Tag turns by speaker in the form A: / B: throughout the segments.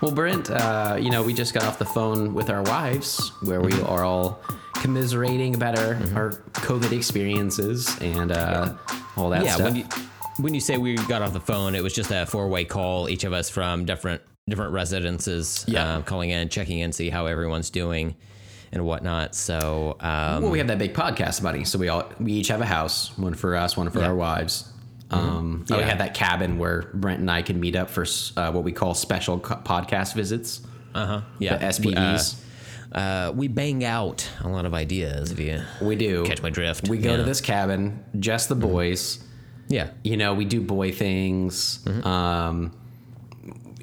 A: Well, Brent, uh, you know, we just got off the phone with our wives where we are all commiserating about our, our COVID experiences and uh, all that
B: Mm-hmm. yeah,
A: stuff.
B: when you when you say we got off the phone, it was just a four way call, each of us from different different residences,
A: Yeah.
B: um, calling in, checking in, see how everyone's doing, and whatnot. So um,
A: well, we have that big podcast money, so we all we each have a house, one for us, one for our wives. Um, and we
B: Mm-hmm. Yeah.
A: have that cabin where Brent and I can meet up for s- uh, what we call special co- podcast visits,
B: yeah,
A: Uh-huh. the SPVs.
B: Uh, uh, we bang out a lot of ideas. If you
A: we do
B: catch my drift,
A: We go to
B: Yeah. Mm-hmm.
A: this cabin, just the boys.
B: yeah.
A: You know, we do boy things. Um,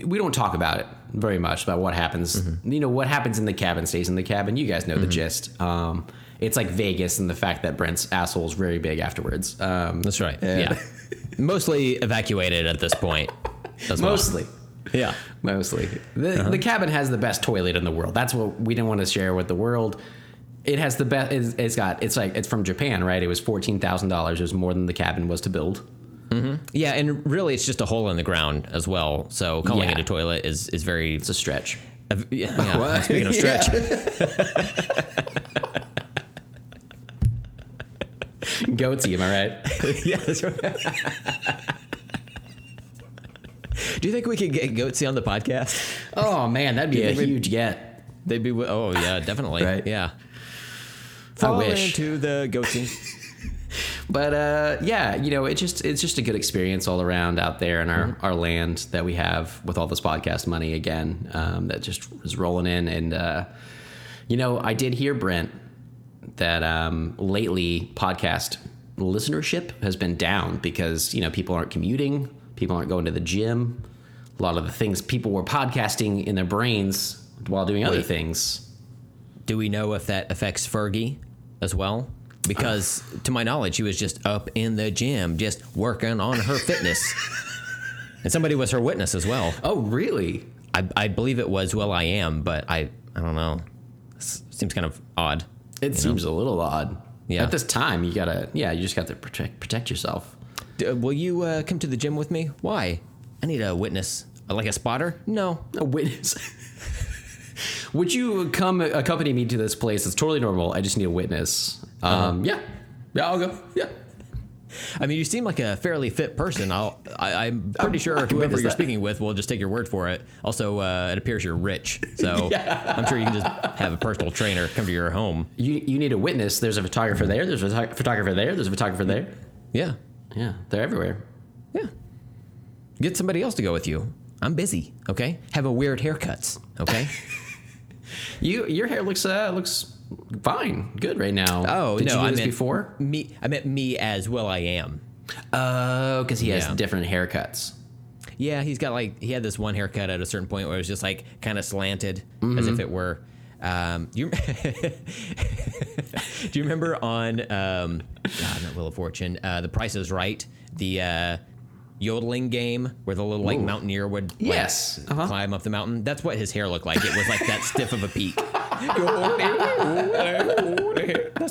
A: we don't talk about it very much about what happens. You know, what happens in the cabin stays in the cabin. You guys know the gist. Um, it's like Vegas and the fact that Brent's asshole is very big afterwards. Um,
B: That's right. Yeah, mostly evacuated at this point. As well.
A: mostly.
B: yeah.
A: Mostly. The, the cabin has the best toilet in the world. That's what we didn't want to share with the world. It has the best. It's, it's got. It's like it's from Japan, right? It was fourteen thousand dollars. It was more than the cabin was to build.
B: Yeah, and really, it's just a hole in the ground as well. So calling
A: Yeah.
B: it a toilet is is very.
A: It's a stretch.
B: yeah, yeah.
A: What?
B: Speaking of stretch,
A: Goatee, am I right?
B: yeah, that's right. Do you think we could get Goatsy on the podcast?
A: Oh man, that'd be a
B: think we'd-
A: huge get.
B: They'd be. wi- Oh yeah, definitely.
A: Right.
B: Yeah.
A: Fall
B: into the Goatsy.
A: But uh, yeah, you know, it just it's just a good experience all around out there in our, our land that we have with all this podcast money again um, that just is rolling in. And uh, you know, I did hear Brent that um, lately podcast listenership has been down because you know people aren't commuting, people aren't going to the gym. A lot of the things people were podcasting in their brains while doing other
B: Wait.
A: things.
B: Do we know if that affects Fergie as well? Because to my knowledge, she was just up in the gym, just working on her fitness. And somebody was her witness as well.
A: Oh, really?
B: I, I believe it was Will I Am, but I I don't know. S- seems kind of odd.
A: It seems a little odd.
B: Yeah.
A: At this time, you gotta. Yeah, you just got to protect protect yourself.
B: D- uh, will you uh, come to the gym with me? Why? I need a witness, Uh, like a spotter. No.
A: A witness. Would you come accompany me to this place? It's totally normal. I just need a witness.
B: Uh-huh.
A: Um, yeah. Yeah, I'll go. Yeah.
B: I mean, you seem like a fairly fit person. I'll, I, I'm pretty sure
A: I can
B: whoever
A: witness
B: you're
A: that.
B: speaking with will just take your word for it. Also, uh, it appears you're rich, so I'm sure you can just have a personal trainer come to your home.
A: You you need a witness. There's a photographer there. There's a photo- photographer there. There's a photographer there.
B: Yeah,
A: Yeah, they're everywhere.
B: yeah. Get somebody else to go with you. I'm busy. Okay. Have a weird haircuts. Okay.
A: You your hair looks uh looks fine, good right now.
B: Oh,
A: did
B: no,
A: you do
B: I
A: this
B: meant-
A: before?
B: me. I meant me as well. I am. Uh,
A: Oh, because he has
B: Yeah.
A: different haircuts.
B: Yeah, he's got like he had this one haircut at a certain point where it was just like kind of slanted, as
A: Mm-hmm.
B: if it were. Um, you do you remember on um, God, not Wheel of Fortune, uh, The Price is Right, the uh, yodeling game where the little like mountaineer would like,
A: Yes. Uh-huh.
B: climb up the mountain. That's what his hair looked like. It was like that stiff of a peak. that's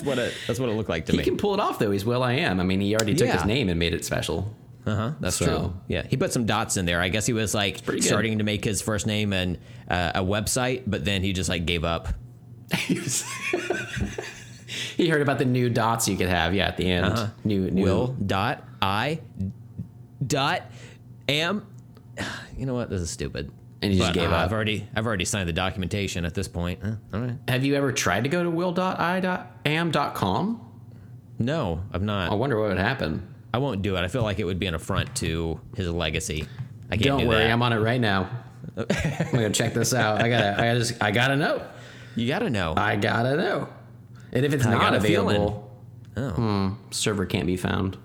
B: what it. That's what it looked like to
A: He
B: me.
A: can pull it off though. He's Will I Am. I mean, he already took
B: Yeah.
A: his name and made it special.
B: Uh huh. That's
A: So-
B: true. Yeah, he put some dots in there. I guess he was like
A: pretty good.
B: starting to make his first name and uh, a website, but then he just like gave up.
A: he was- he heard about the new dots you could have. Yeah, at the end, new new
B: Uh-huh. Will dot I dot am. You know what? This is stupid.
A: And he just gave
B: I've
A: up.
B: already I've already signed the documentation at this point. Huh, all right.
A: Have you ever tried to go to will.i.am.com?
B: No, I'm
A: I
B: not.
A: wonder what would happen.
B: I won't do it. I feel like it would be an affront to his legacy. I can't
A: Don't
B: do
A: worry,
B: that.
A: I'm on it right now. I'm gonna check this out. I gotta, I gotta, just, I gotta know.
B: you gotta know.
A: I gotta know. And if it's not
B: got a Oh.
A: available, hmm, server can't be found.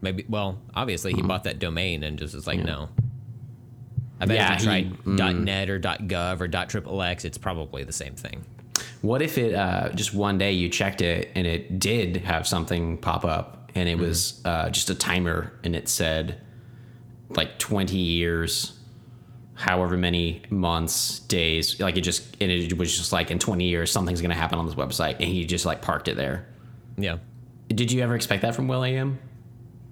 B: Maybe. Well, obviously, he
A: Mm-hmm.
B: bought that domain and just was like, no. I bet
A: Yeah,
B: if
A: he- mm.
B: you tried .net or .gov or .xxx, it's probably the same thing.
A: What if it uh, just one day you checked it and it did have something pop up and it was
B: Mm-hmm.
A: uh, just a timer and it said like 20 years, however many months, days, like it just, and it was just like in 20 years, something's going to happen on this website. And he just like parked it there.
B: Yeah.
A: Did you ever expect that from Will.i.am?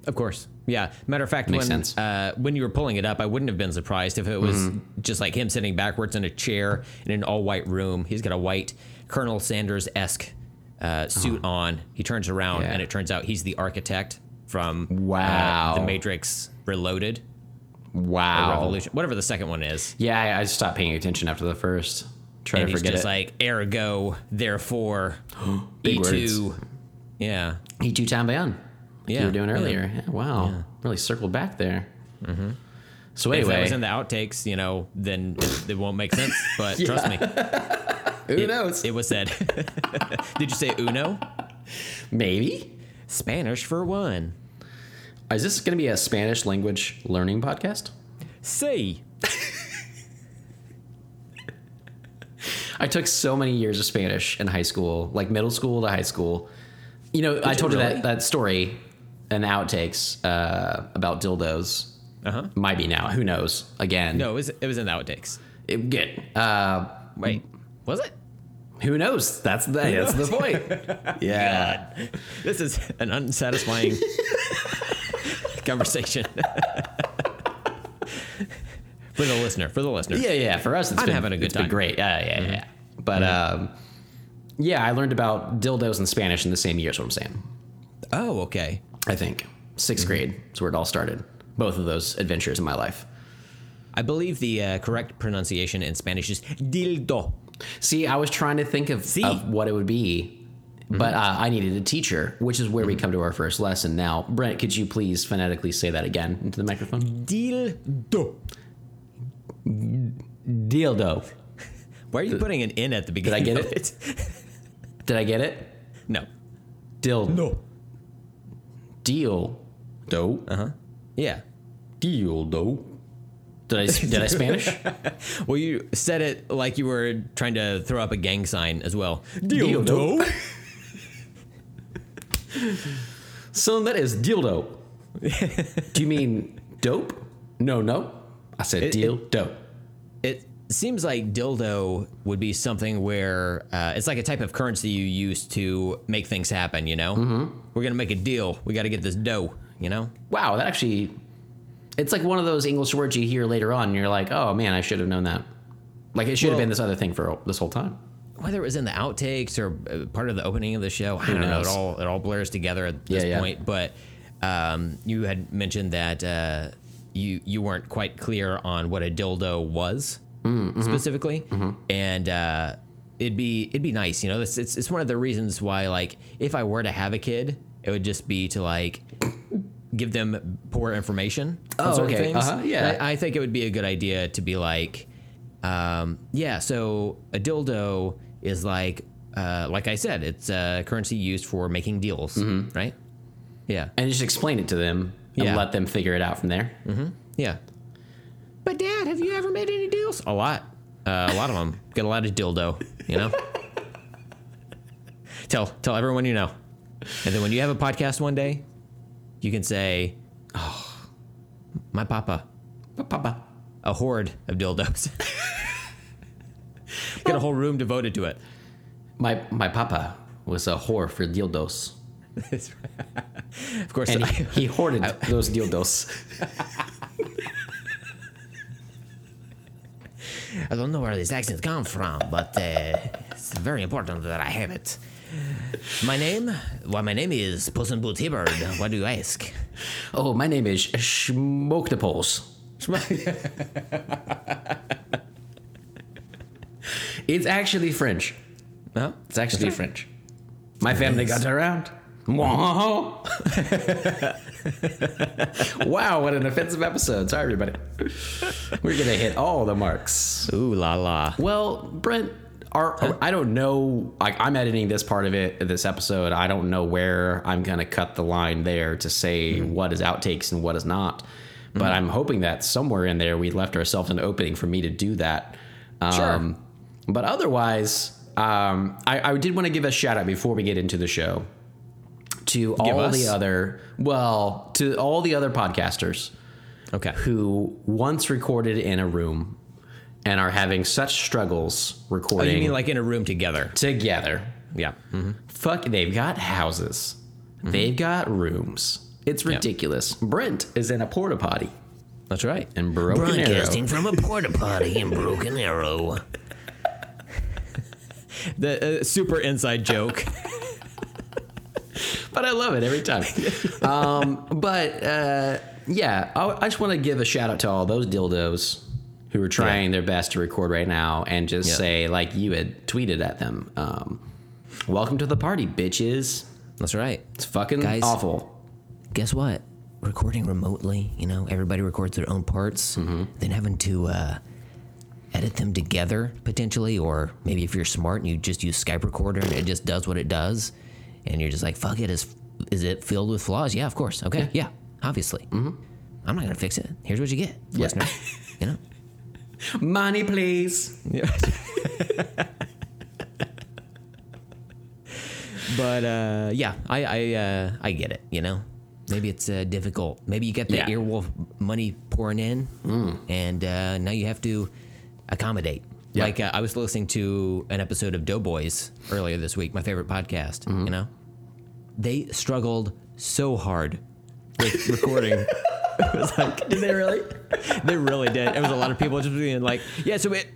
B: Of course. Yeah. Matter of fact,
A: Makes
B: when
A: sense.
B: uh, when you were pulling it up, I wouldn't have been surprised if it was
A: Mm-hmm.
B: just like him sitting backwards in a chair in an all white room. He's got a white Colonel Sanders esque uh, suit on. He turns around,
A: Uh-huh. Yeah.
B: and it turns out he's the architect from uh,
A: Wow. Oh.
B: the Matrix Reloaded
A: Wow.
B: Revolution, whatever the second one is.
A: Yeah, I, I just stopped paying attention after the first. Try
B: and
A: to
B: he's
A: forget
B: just
A: it.
B: like ergo, therefore,
A: Big
B: E two.
A: words.
B: Yeah.
A: E two Town Beyond. Like
B: Yeah,
A: you were doing
B: yeah.
A: earlier. Yeah, wow. Really circled back there. Mm-hmm. So
B: If that
A: anyway,
B: was in the outtakes, you know, then it, it won't make sense. But trust me.
A: who
B: It-
A: knows?
B: It was said. Did you say uno?
A: Maybe.
B: Spanish for one.
A: Is this going to be a Spanish language learning podcast?
B: C.
A: I took so many years of Spanish in high school, like middle school to high school. You know, I told you
B: really?
A: that, that story and outtakes uh, about dildos.
B: Uh huh.
A: Might be now. Who knows? Again,
B: No, it was it was in the outtakes.
A: It- good. Uh,
B: Wait, was it?
A: who knows? That's the that's the point. yeah.
B: This is an unsatisfying conversation for the listener. For the listener.
A: Yeah, yeah. For us, it's
B: I'm
A: been,
B: having a good
A: it's been
B: time. Mm-hmm.
A: great. Yeah, yeah, yeah. But um, yeah, I learned about dildos and Spanish in the same year. Is what I'm saying.
B: Oh, okay.
A: I think 6th
B: Mm-hmm.
A: grade is where it all started. Both of those adventures in my life.
B: I believe the uh, correct pronunciation in Spanish is dildo.
A: See, I was trying to think of,
B: See?
A: of
B: Mm-hmm.
A: what it would be, but uh, I needed a teacher, which is where we come to our first lesson now. Brent, could you please phonetically say that again into the microphone?
B: Dildo.
A: Dildo.
B: Why are you putting an N at the beginning?
A: get
B: of
A: it? Did I get it?
B: No.
A: Dil.
B: No.
A: Deal. Do. Uh huh.
B: Yeah.
A: Deal. Do. Did I did I Spanish?
B: Well, you said it like you were trying to throw up a gang sign as well.
A: Dildo. Son, that is dildo. Do you mean dope? No, no. I said deal dope.
B: It seems like dildo would be something where uh, it's like a type of currency you use to make things happen, you know? Mm-hmm. We're going to make a deal. We got to get this dough, you know?
A: Wow, that actually it's like one of those English words you hear later on and you're like, "Oh man, I should have known that." Like it should have
B: Well-
A: been this other thing for this whole time.
B: Whether it was in the outtakes or uh, part of the opening of the show, I don't
A: knows?
B: know. It all, it all blurs together at this
A: Yeah, yeah.
B: point. But um, you had mentioned that uh, you, you weren't quite clear on what a dildo was.
A: Mm, mm-hmm.
B: specifically, and uh, it'd be it'd be nice, you know. It's, it's it's one of the reasons why, like, if I were to have a kid, it would just be to like give them poor information. on
A: Oh,
B: certain
A: okay.
B: things.
A: Uh-huh, yeah.
B: I, I think it would be a good idea to be like, um, yeah. So a dildo is like, uh, like I said, it's a currency used for making deals,
A: Mm-hmm.
B: right? Yeah,
A: And just explain it to them and
B: Yeah. Mm.
A: let them figure it out from there.
B: yeah. But Dad, have you ever made any deals? A lot, uh, a lot of them. Got a lot of dildo, you know. tell tell everyone you know, and then when you have a podcast one day, you can say, "Oh, my papa."
A: Papa.
B: a horde of dildos. Got a whole room devoted to it.
A: My my papa was a whore for dildos.
B: Of course,
A: And he,
B: I,
A: he hoarded those dildos.
B: I don't know where these accents come from, but uh, it's very important that I have it. My name? Well, my name is Puss in Boot Hibbard. Why do you ask?
A: Oh, my name is Smoke the Poles. It's actually French.
B: Huh?
A: It's actually French. My family got around. Wow, Wow, what an offensive episode. Sorry, everybody. We're going to hit all the marks.
B: Ooh la la.
A: Well, Brent, our, I don't know. Like, I'm editing this part of it, this episode. I don't know where I'm going to cut the line there to say
B: Mm-hmm.
A: what is outtakes and what is not. But I'm hoping that somewhere in there we left ourselves an opening for me to do that.
B: Sure.
A: Um, but otherwise, um, I, I did want to give a shout out before we get into the show to all
B: us?
A: the other, well, to all the other podcasters
B: Okay.
A: who once recorded in a room and are having such struggles
B: Oh,
A: recording
B: you mean like in a room together?
A: together.
B: Yeah. Mm-hmm.
A: Fuck, they've got houses, they've got rooms, It's ridiculous. Brent is in a porta potty
B: That's right.
A: and broken
C: Broadcasting
A: arrow.
C: from a porta potty in Broken Arrow.
B: The uh, super inside joke.
A: but I love it every time. um, but uh, yeah, I, I just want to give a shout out to all those dildos who are trying their best to record right now and just
B: Yeah.
A: say, like you had tweeted at them, um, welcome to the party, bitches.
B: That's right.
A: It's fucking
C: Guys.
A: awful.
C: Guess what? Recording remotely, you know, everybody records their own parts, then having to uh, edit them together potentially, or maybe if you're smart and you just use Skype Recorder and it just does what it does, and you're just like, fuck it, is, is it filled with flaws? Yeah, of course. Okay, yeah, obviously. I'm not going to fix it. Here's what you get, listener. You know?
A: Money, please.
B: But uh, yeah, I I, uh,
C: I get it, you know? Maybe it's uh, difficult. Maybe you got that
A: Yeah. Mm.
C: earwolf money pouring in, and uh, now you have to accommodate.
A: Yeah.
B: like uh, I was listening to an episode of Doughboys earlier this week, my favorite podcast.
A: Mm-hmm.
B: You know, they struggled so hard with recording. it was like
A: Did they really?
B: they really did. It was a lot of people just being like, "Yeah, so it,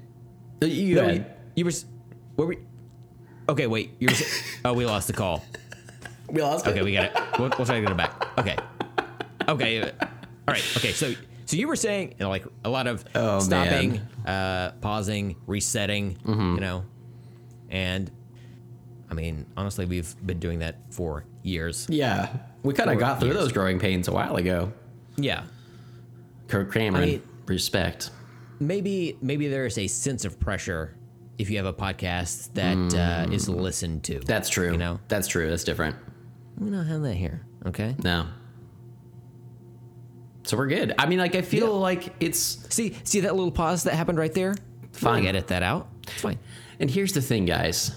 A: you,
B: no,
A: had-
B: you, you were, s- were we? Okay, wait, you were. s- Oh, we lost the call.
A: we lost
B: Okay, we got it. We'll, we'll try to get it back. Okay. Okay. uh, All right. Okay. So, so you were saying you know, like a lot of
A: Oh,
B: stopping, uh, pausing, resetting, you know, and I mean, honestly, we've been doing that for years.
A: Yeah, we kind of got through those growing pains a while ago.
B: Yeah.
A: Kurt Cameron,
B: I mean-
A: respect.
B: Maybe, maybe there's a sense of pressure if you have a podcast that uh, is listened to.
A: That's true.
B: You know?
A: that's true. That's different.
C: We don't have that here, okay?
A: No. So we're good. I mean, like I feel like it's
B: See, see that little pause that happened right there.
A: fine.
C: Edit that out. It's fine.
A: And here's the thing, guys.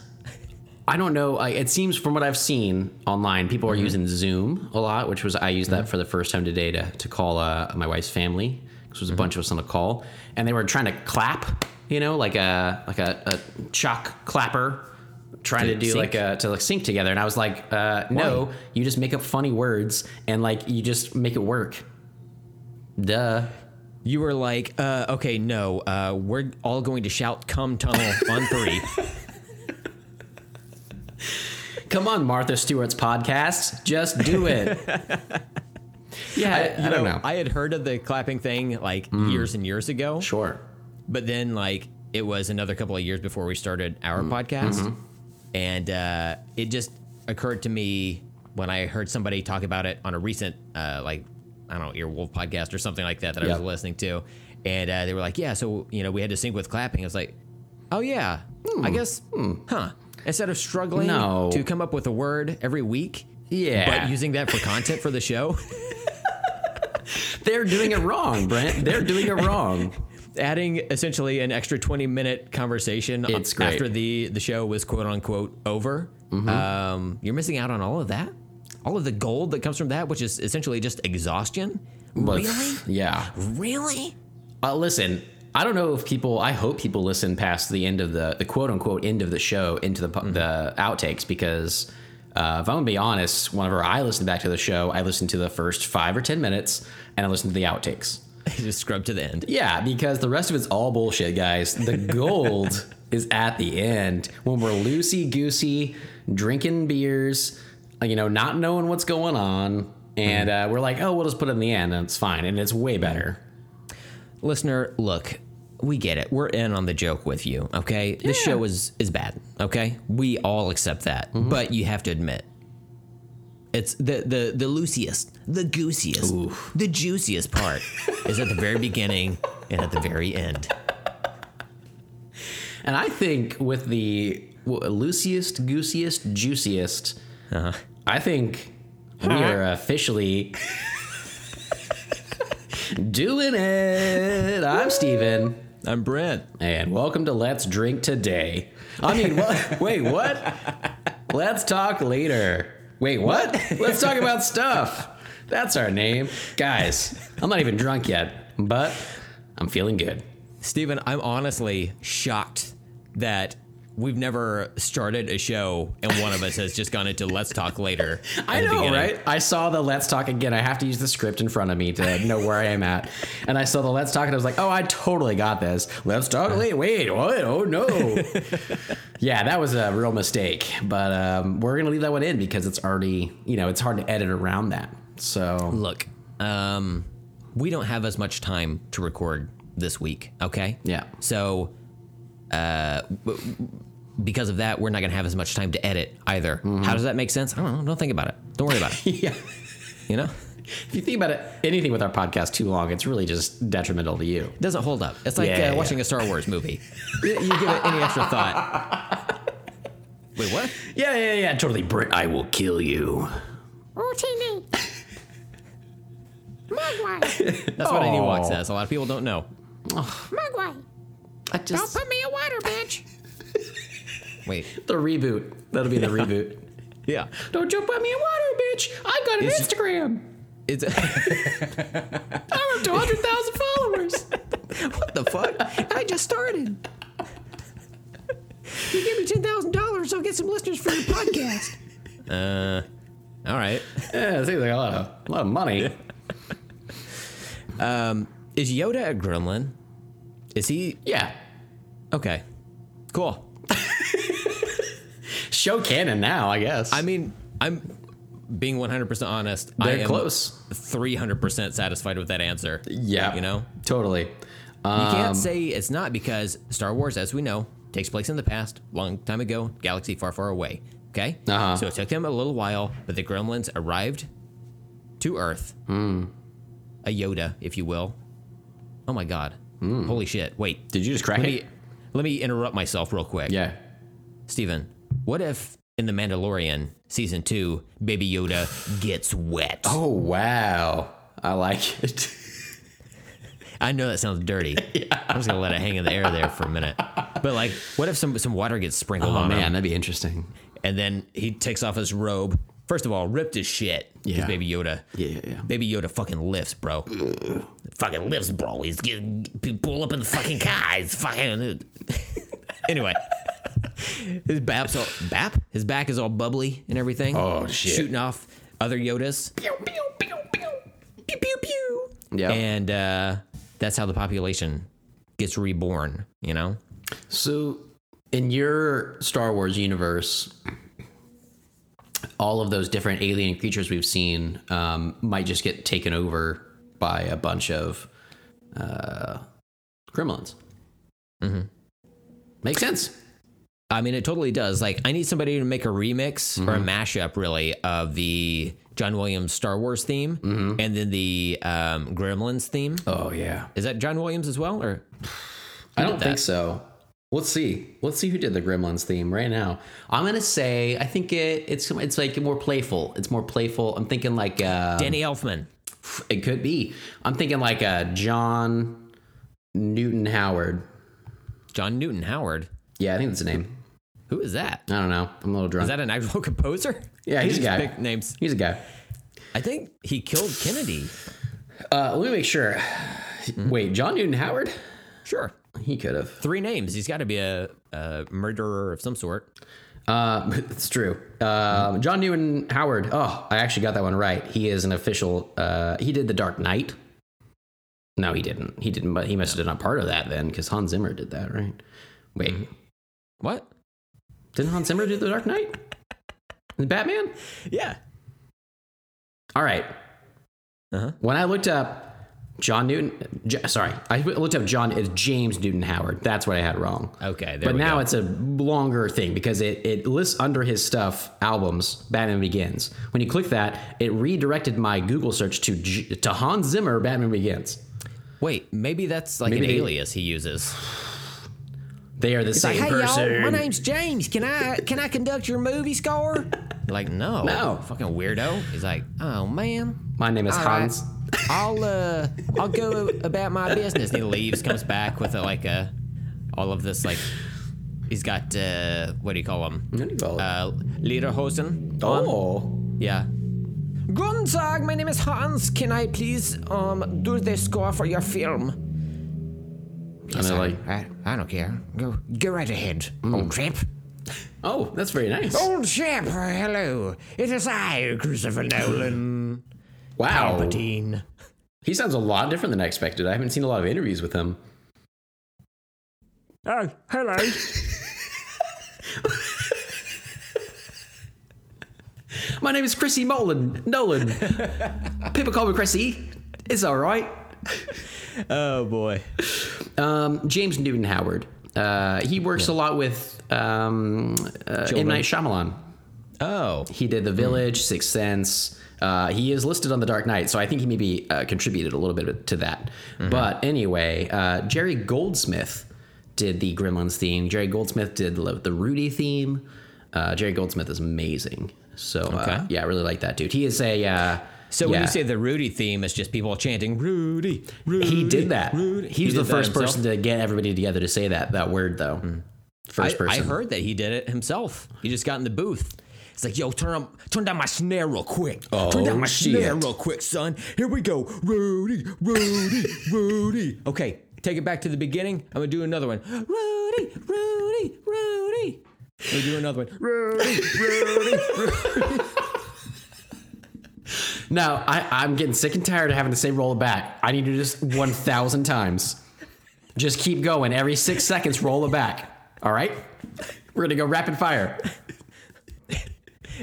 A: I don't know. I, it seems from what I've seen online, people are using Zoom a lot, which was I used that for the first time today to to call uh, my wife's family because there was a bunch of us on a call, and they were trying to clap, you know, like a like a, a chalk clapper, trying to,
B: To
A: do
B: sync?
A: like a to like sync together. And I was like, uh, no, you just make up funny words and like you just make it work. Duh.
B: You were like, uh, okay, no, uh, we're all going to shout "cum tunnel" on three.
A: Come on, Martha Stewart's podcast. Just do it. yeah, I, I
B: You
A: don't know.
B: I had heard of the clapping thing like years and years ago,
A: sure.
B: but then like it was another couple of years before we started our
A: Mm-hmm.
B: podcast, and uh, it just occurred to me when I heard somebody talk about it on a recent uh, like I don't know Earwolf podcast or something like that that I
A: Yeah.
B: was listening to, and uh, they were like, yeah, so you know we had to sync with clapping. I was like, oh yeah, I guess, huh? Instead of struggling
A: Hmm. No.
B: to come up with a word every week.
A: Yeah.
B: But using that for content for the show,
A: They're doing it wrong, Brent. They're doing it wrong.
B: adding essentially an extra 20 minute conversation
A: It's great. Mm-hmm.
B: after the the show was quote unquote over um, you're missing out on all of that all of the gold that comes from that which is essentially just exhaustion
A: But,
C: Really?
A: Yeah.
C: Really?
A: Uh, listen, I don't know if people, I hope people listen past the end of the, the quote unquote end of the show into the, pu the outtakes because uh, if I'm going to be honest, whenever I listen back to the show, I listen to the first five or 10 minutes and I listen to the outtakes.
B: just scrub to the end
A: Yeah, because the rest of it's all bullshit, guys. The gold is at the end when we're loosey goosey, drinking beers, you know, not knowing what's going on. And uh, we're like, oh, we'll just put it in the end and it's fine. And it's way better.
B: listener look we get it we're in on the joke with you okay this show is is bad okay we all accept that but you have to admit it's the the the loosest
C: The goosiest, the juiciest part is at the very beginning and at the very end.
A: And I think with the w- loosest, goosiest, juiciest, I think we are officially doing it. I'm Steven.
B: i'm brent
A: And welcome to Let's Drink Today. I mean, what? wait, what? Let's talk later. Wait, what? Let's talk about stuff. That's our name. Guys, I'm not even drunk yet, but I'm feeling good.
B: Steven, I'm honestly shocked that we've never started a show and one of us has just gone into let's talk later.
A: I
B: at the
A: know,
B: beginning.
A: right? I saw the Let's Talk again. I have to use the script in front of me to know where I am at. And I saw the Let's Talk, and I was like, oh, I totally got this. Let's Talk. Wait, wait, what? Oh no. yeah, that was a real mistake. But um, we're gonna leave that one in because it's already, you know, it's hard to edit around that. So
B: Look, um, we don't have as much time to record this week, okay?
A: Yeah.
B: So, uh, because of that, we're not going to have as much time to edit either.
A: Mm-hmm.
B: How does that make sense? I don't know. Don't think about it. Don't worry about it.
A: yeah.
B: You know,
A: If you think about it, anything with our podcast too long, it's really just detrimental to you.
B: it doesn't hold up. It's like
A: Yeah,
B: uh,
A: yeah,
B: watching
A: yeah.
B: a Star Wars movie. you you give it any extra thought. Wait, what?
A: Yeah, yeah, yeah, totally. Brit, I will kill you.
D: Rotini. Mogwai.
B: That's what any walk
A: Aw.
B: says. A lot of people don't know.
D: Mogwai.
A: I
D: Don't
A: just
D: put me in water, bitch.
B: Wait.
A: the reboot. That'll be the reboot.
B: Yeah.
A: Don't jump on me in water, bitch. I got an
B: It's-
A: Instagram.
B: It's
A: I'm up to 100,000 followers.
B: what the fuck? I just started.
D: You give me ten thousand dollars, I'll get some listeners for your podcast.
B: Uh, All right.
A: Yeah, it seems like a lot of, a lot of money.
B: Is Yoda a gremlin? Is he
A: Yeah.
B: okay? Cool.
A: Show canon now, I guess.
B: I mean, I'm being 100% honest. I
A: They're
B: am
A: close.
B: 300% satisfied with that answer.
A: yeah.
B: You know,
A: Totally. Um,
B: you can't say it's not because Star Wars, as we know, takes place in the past, long time ago, galaxy far, far away. Okay.
A: Uh-huh.
B: So it took them a little while, but the gremlins arrived to Earth.
A: Hmm.
B: A Yoda, if you will. Oh my God. Holy shit. Wait.
A: Hmm. Did you just crack
B: Let
A: it?
B: me, let me interrupt myself real quick.
A: Yeah.
B: Steven, what if in The Mandalorian season two, Baby Yoda gets wet?
A: Oh, wow. I like it.
B: I know that sounds dirty. I'm just gonna let it hang in the air there for a minute. But like, what if some some water gets sprinkled
A: Oh,
B: on um,
A: man,
B: him,
A: that'd be interesting.
B: and then he takes off his robe? First of all, ripped his shit. 'cause
A: Yeah.
B: Baby Yoda.
A: Yeah, yeah, yeah.
B: Baby Yoda fucking lifts, bro. fucking lifts, bro. He's getting pull up in the fucking car. He's fucking. anyway. His bap's all bap. His back is all bubbly and everything.
A: Oh, shit.
B: Shooting off other Yodas.
D: pew pew pew pew. Pew pew pew.
A: Yeah.
B: And uh, that's how the population gets reborn, you know?
A: So, in your Star Wars universe, all of those different alien creatures we've seen um, might just get taken over by a bunch of uh, gremlins. Mm-hmm. Makes sense.
B: I mean, it totally does. Like, I need somebody to make a remix or a
A: Mm-hmm.
B: mashup, really, of the John Williams Star Wars theme
A: Mm-hmm.
B: and then the um, Gremlins theme.
A: Oh yeah,
B: Is that John Williams as well? Or
A: I don't
B: that?
A: think so. Let's see. Let's see who did the Gremlins theme right now. I'm gonna say I think it, it's it's like more playful. It's more playful. I'm thinking like uh,
B: Danny Elfman?
A: It could be. I'm thinking like uh, John Newton Howard.
B: John Newton Howard?
A: Yeah, I think that's the name.
B: Who is that?
A: I don't know. I'm a little drunk.
B: Is that an actual composer?
A: yeah, he's a
B: Just
A: guy.
B: pick names.
A: He's a guy.
B: I think he killed Kennedy.
A: Uh, let me make sure.
B: Hmm?
A: Wait, John Newton Howard?
B: Sure.
A: He could have.
B: Three names. He's got to be a, a murderer of some sort.
A: Uh, it's true.
B: Hmm?
A: Um, John Newton Howard. Oh, I actually got that one right. He is an official. Uh, he did The Dark Knight. No, he didn't. He didn't. But he must have done a part of that then, because Hans Zimmer did that, right? Wait,
B: Hmm. What?
A: didn't Hans Zimmer do The Dark Knight? Batman.
B: Yeah.
A: All right.
B: Uh-huh.
A: When I looked up John Newton, J- sorry, I looked up John as James Newton Howard. That's what I had wrong.
B: Okay. There
A: but
B: we
A: now
B: go.
A: it's a longer thing because it, it lists under his stuff albums Batman Begins. When you click that, it redirected my Google search to J- to Hans Zimmer Batman Begins.
B: Wait, maybe that's like
A: Maybe
B: an
A: they-
B: alias he uses.
A: They are the same person.
B: James. Can I can I conduct your movie score? like, no,
A: No.
B: fucking weirdo. He's like, oh man,
A: my name is
B: All right.
A: Hans.
B: I'll uh, I'll go about my business. And he leaves, comes back with a, like a all of this like he's got uh, what do you call him?
A: What do you call it?
B: Uh, um, Lederhosen.
A: oh,
B: Yeah.
E: Guten Tag, my name is Hans. Can I please um do the score for your film?
A: and they're like,
B: Hmm.
E: I, I don't care. Go go right ahead, old chap.
A: Oh, that's very nice.
E: Old chap, hello. It is I, Christopher Nolan.
B: Oh.
A: wow.
E: Palpatine.
A: He sounds a lot different than I expected. I haven't seen a lot of interviews with him.
E: Oh, hello.
A: My name is Chrissy Nolan. Nolan. People call me Chrissy. It's all right.
B: Oh boy.
A: Um, James Newton Howard. Uh, he works a lot with um, uh, M. Night Shyamalan.
B: Oh,
A: He did The Village, Sixth Sense. Uh, he is listed on The Dark Knight, so I think he maybe uh, contributed a little bit to that.
B: Mm-hmm.
A: But anyway, uh, Jerry Goldsmith did the Gremlins theme. Jerry Goldsmith did the, the Rudy theme. Uh, Jerry Goldsmith is amazing. So uh,
B: Okay.
A: yeah, I really like that dude. He is a uh,
B: so when
A: yeah.
B: you say the Rudy theme, it's just people chanting Rudy. Rudy
A: he did that.
B: Rudy.
A: He was
B: did
A: the
B: that
A: first
B: himself?
A: person to get everybody together to say that that word though. First
B: Hmm. I, I
A: person.
B: heard that he did it himself. He just got in the booth. It's like, yo, turn up, turn down my snare real quick. turn down my
A: Oh, shit.
B: snare real quick, son. Here we go, Rudy, Rudy, Rudy. Okay, take it back to the beginning. I'm gonna do another one. Rudy, Rudy, Rudy. We do another one. Rudy, Rudy.
A: Now I, I'm getting sick and tired of having to say roll it back. I need to just 1,000 times. Just keep going. Every six seconds, roll it back. All right? We're going to go rapid fire.
B: and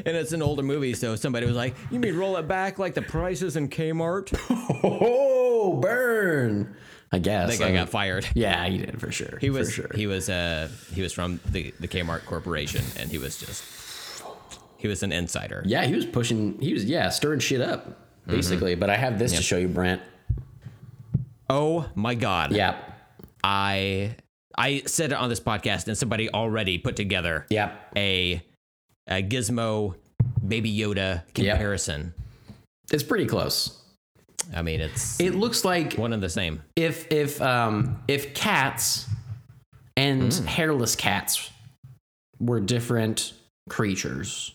B: it's an older movie, so somebody was like, "You mean roll it back like the prices in Kmart?"
A: Oh, burn. I guess.
B: I think I got fired.
A: Yeah, you did for sure.
B: He was
A: for sure.
B: he was uh he was from the the Kmart corporation, and he was just he was an insider.
A: yeah, he was pushing. He was, yeah, stirring shit up, basically.
B: Mm-hmm.
A: But I have this to show you, Brent.
B: Oh my god.
A: Yep.
B: I I said it on this podcast and somebody already put together
A: Yep.
B: a a Gizmo Baby Yoda comparison.
A: It's pretty close.
B: I mean, it's
A: It looks like
B: one and the same.
A: if if um if cats and hairless cats were different creatures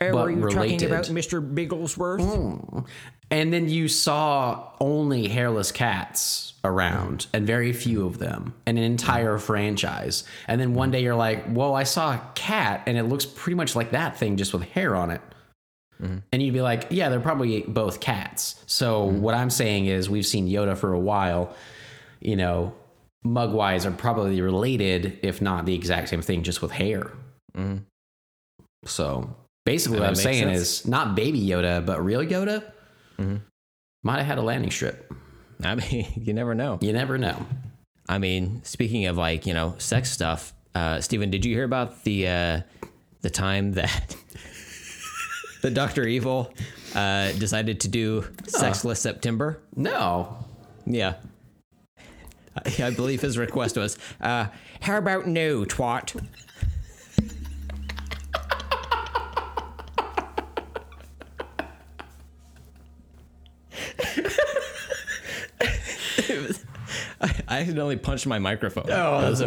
E: Uh,
A: But
E: were you talking
A: related. Mm.
E: about Mr. Bigglesworth?
A: and then you saw only hairless cats around and very few of them and an entire franchise and then one day you're like whoa i saw a cat and it looks pretty much like that thing just with hair on it and you'd be like yeah they're probably both cats so
B: Mm-hmm.
A: what i'm saying is we've seen yoda for a while you know mugwise are probably related if not the exact same thing just with hair so basically
B: Mm-hmm. That
A: what i'm
B: makes
A: saying
B: sense.
A: is
B: Mm-hmm.
A: not baby yoda but real yoda might have had a landing strip
B: I mean, you never know.
A: you never know
B: I mean, speaking of like you know sex stuff, uh, Stephen, did you hear about the uh, the time that the Doctor Evil uh, decided to do Sexless September?
A: no
B: Yeah. I I believe his request was, uh, how about no, twat? I accidentally punched my microphone. Oh, that's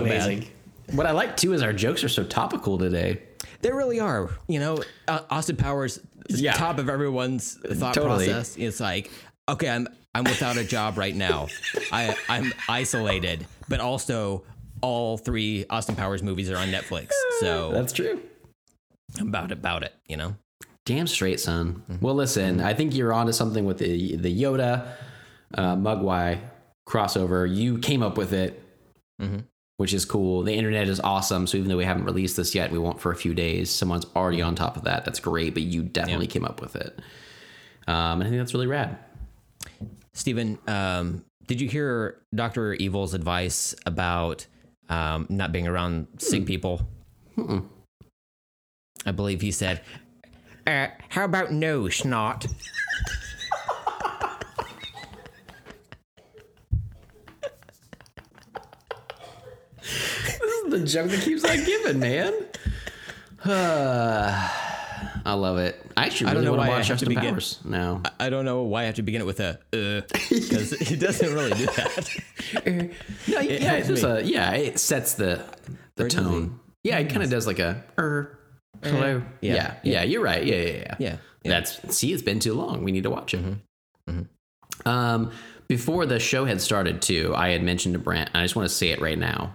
A: what i like too is our jokes are so topical today
B: They really are. You know, uh, Austin Powers, is
A: Yeah.
B: top of everyone's thought
A: Totally.
B: process. It's like, okay, I'm I'm without a job right now. I I'm isolated, but also all three Austin Powers movies are on Netflix. So
A: that's true
B: I'm about about it. You know,
A: Damn straight, son. Well, listen, I think you're onto something with the the Yoda uh, Mugwai crossover. You came up with it, Mm-hmm. which is cool. The internet is awesome. So even though we haven't released this yet, we won't for a few days. Someone's already on top of that. That's great. But you definitely came up with it. Um, and I think that's really rad.
B: Stephen, um, did you hear Doctor Evil's advice about um, not being around
A: Hmm.
B: sick people? I believe he said,
E: Uh, how about no, snot?
A: This is the junk that keeps on giving, man. I love it. I actually
B: don't
A: really
B: know
A: want
B: why
A: to
B: I
A: watch
B: have to
A: Austin
B: begin-
A: Powers now.
B: I don't know why I have to begin it with a uh, because he doesn't really do that.
A: No, it yeah,
B: helps
A: it's just
B: me.
A: a, yeah, it sets the the
B: does
A: tone. Yeah, it kind of does like a er, hello. Yeah.
B: Yeah,
A: yeah, you're right. Yeah, yeah, yeah.
B: Yeah, yeah. Mm-hmm.
A: That's see, it's been too long. We need to watch it. Um, before the show had started, too, I had mentioned to
B: Mm-hmm.
A: Brent. and I just want to say it right now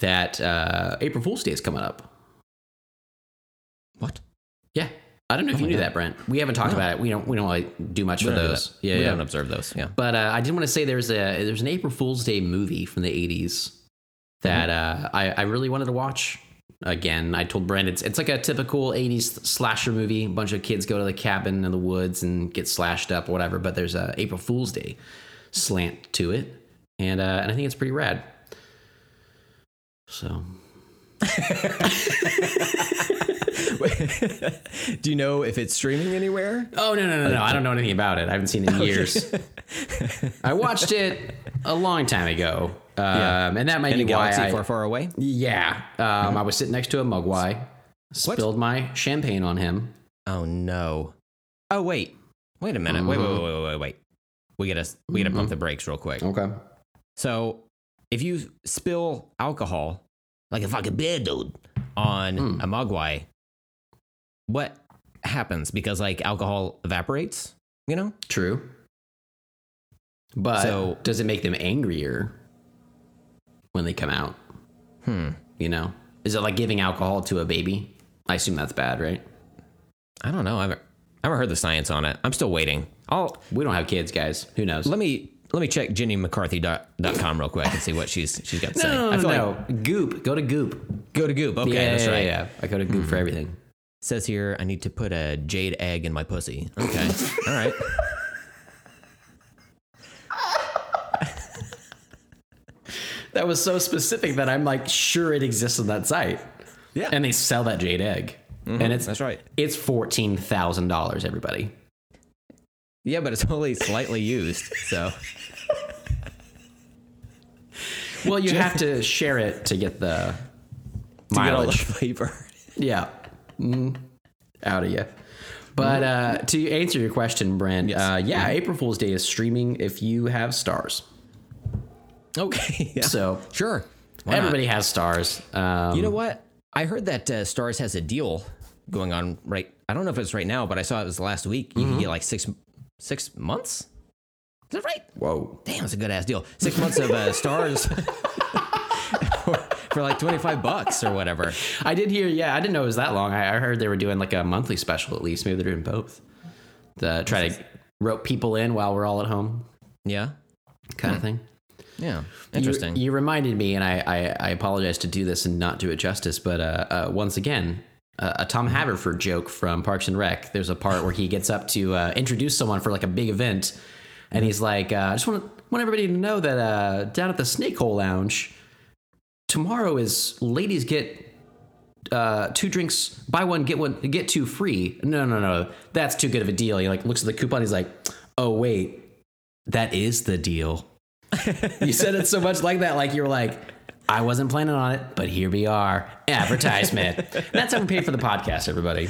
A: that uh, April Fool's Day is coming up.
B: What?
A: Yeah. I
B: Oh
A: don't know if you knew that, Brent. We haven't talked about it. We don't. We don't like do much
B: We
A: for
B: don't do
A: those.
B: that.
A: Yeah,
B: we
A: yeah.
B: don't observe those. Yeah.
A: But uh, I did want to say there's a there's an April Fool's Day movie from the '80s that uh, I I really wanted to watch again. I told Brent it's it's like a typical '80s slasher movie. A bunch of kids go to the cabin in the woods and get slashed up or whatever. But there's a April Fool's Day slant to it, and uh, and I think it's pretty rad. So
B: Do you know if it's streaming anywhere?
A: oh no no no no I don't know anything about it. I haven't seen it in years. I watched it a long time ago. Um, and that might
B: In
A: be
B: a
A: why
B: galaxy
A: I,
B: far, far away?
A: Yeah. Um, I was sitting next to a mugwai, spilled my champagne on him.
B: Oh no. Oh wait. Wait a minute. Wait, wait, wait, wait, wait, wait. We gotta we gotta pump the brakes real quick.
A: Okay.
B: So if you spill alcohol
C: Like a fucking bear, dude.
B: on
A: Hmm.
B: a mogwai, what happens? Because like alcohol evaporates, you know?
A: True. But
B: So-
A: does it make them angrier when they come out? Hmm. You know, is it like giving alcohol to a baby? I assume that's bad, right?
B: I don't know. I haven't I haven't heard the science on it. I'm still waiting. I'll
A: We don't have kids, guys. Who knows?
B: let me let me check jennymccarthy.com real quick and see what she's she's got to say.
A: no,
B: I
A: no,
B: feel
A: no.
B: like
A: Goop. Go to Goop.
B: go to goop. Okay,
A: yeah,
B: that's
A: yeah,
B: right.
A: yeah. Hmm. I go to Goop for everything.
B: Says here I need to put a jade egg in my pussy. Okay. All right.
A: That was so specific that I'm like sure it exists on that site.
B: Yeah.
A: And they sell that jade egg. and it's
B: Mm-hmm, that's right.
A: It's fourteen thousand dollars, everybody.
B: Yeah, but it's only slightly used. So
A: Well, you have to share it to get the mileage.
B: flavor.
A: yeah, mm, out of you. But
B: Mm-hmm.
A: uh, to answer your question, Brent, uh, yeah, April Fool's Day is streaming if you have stars.
B: Okay. yeah.
A: So
B: sure. Why not?
A: everybody has stars. Um,
B: You know what? I heard that uh, Stars has a deal going on right. I don't know if it's right now, but I saw it was last week. You can get like six six months. Is that right?
A: whoa,
B: Damn, it's a good ass deal. Six months of uh, Stars for, for like twenty five bucks or whatever.
A: I did hear. Yeah, I didn't know it was that long. I, I heard they were doing like a monthly special at least. Maybe they're doing both. The, try to rope people in while we're all at home,
B: Yeah.
A: kind
B: Hmm.
A: of thing.
B: Yeah.
A: You-
B: Interesting.
A: You, reminded me, and I, I, I apologize to do this and not do it justice, but uh, uh, once again, uh, a Tom Haverford joke from Parks and Rec. There's a part where he gets up to uh, introduce someone for like a big event, and he's like, uh, "I just want want everybody to know that uh, down at the Snake Hole Lounge tomorrow is ladies get." Uh, two drinks, buy one get one, get two free. No, no, no, that's too good of a deal. He like looks at the coupon. He's like, "Oh wait, that is the deal." You said it so much like that, like you were like, I wasn't planning on it, but here we are. Advertisement. And That's how we pay for the podcast, everybody.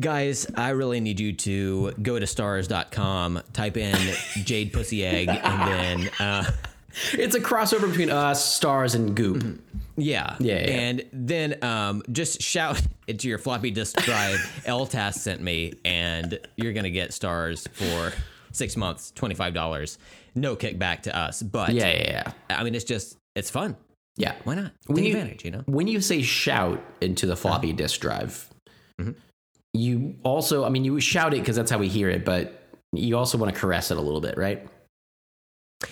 B: Guys, I really need you to go to stars.com, type in Jade Pussy Egg, and then, uh,
A: It's a crossover between us, stars, and goop.
B: Mm-hmm. yeah.
A: Yeah, yeah, yeah.
B: And then um, just shout into your floppy disk drive, LTAS sent me, and you're going to get stars for six months, $25. No kickback to us. But,
A: Yeah, yeah, yeah.
B: I mean, it's just, it's fun.
A: Yeah.
B: Why not? Take
A: When you-
B: advantage, you know?
A: When you say shout into the floppy
B: Uh-huh.
A: disk drive,
B: Mm-hmm.
A: you also, I mean, you shout it because that's how we hear it, but you also want to caress it a little bit, right?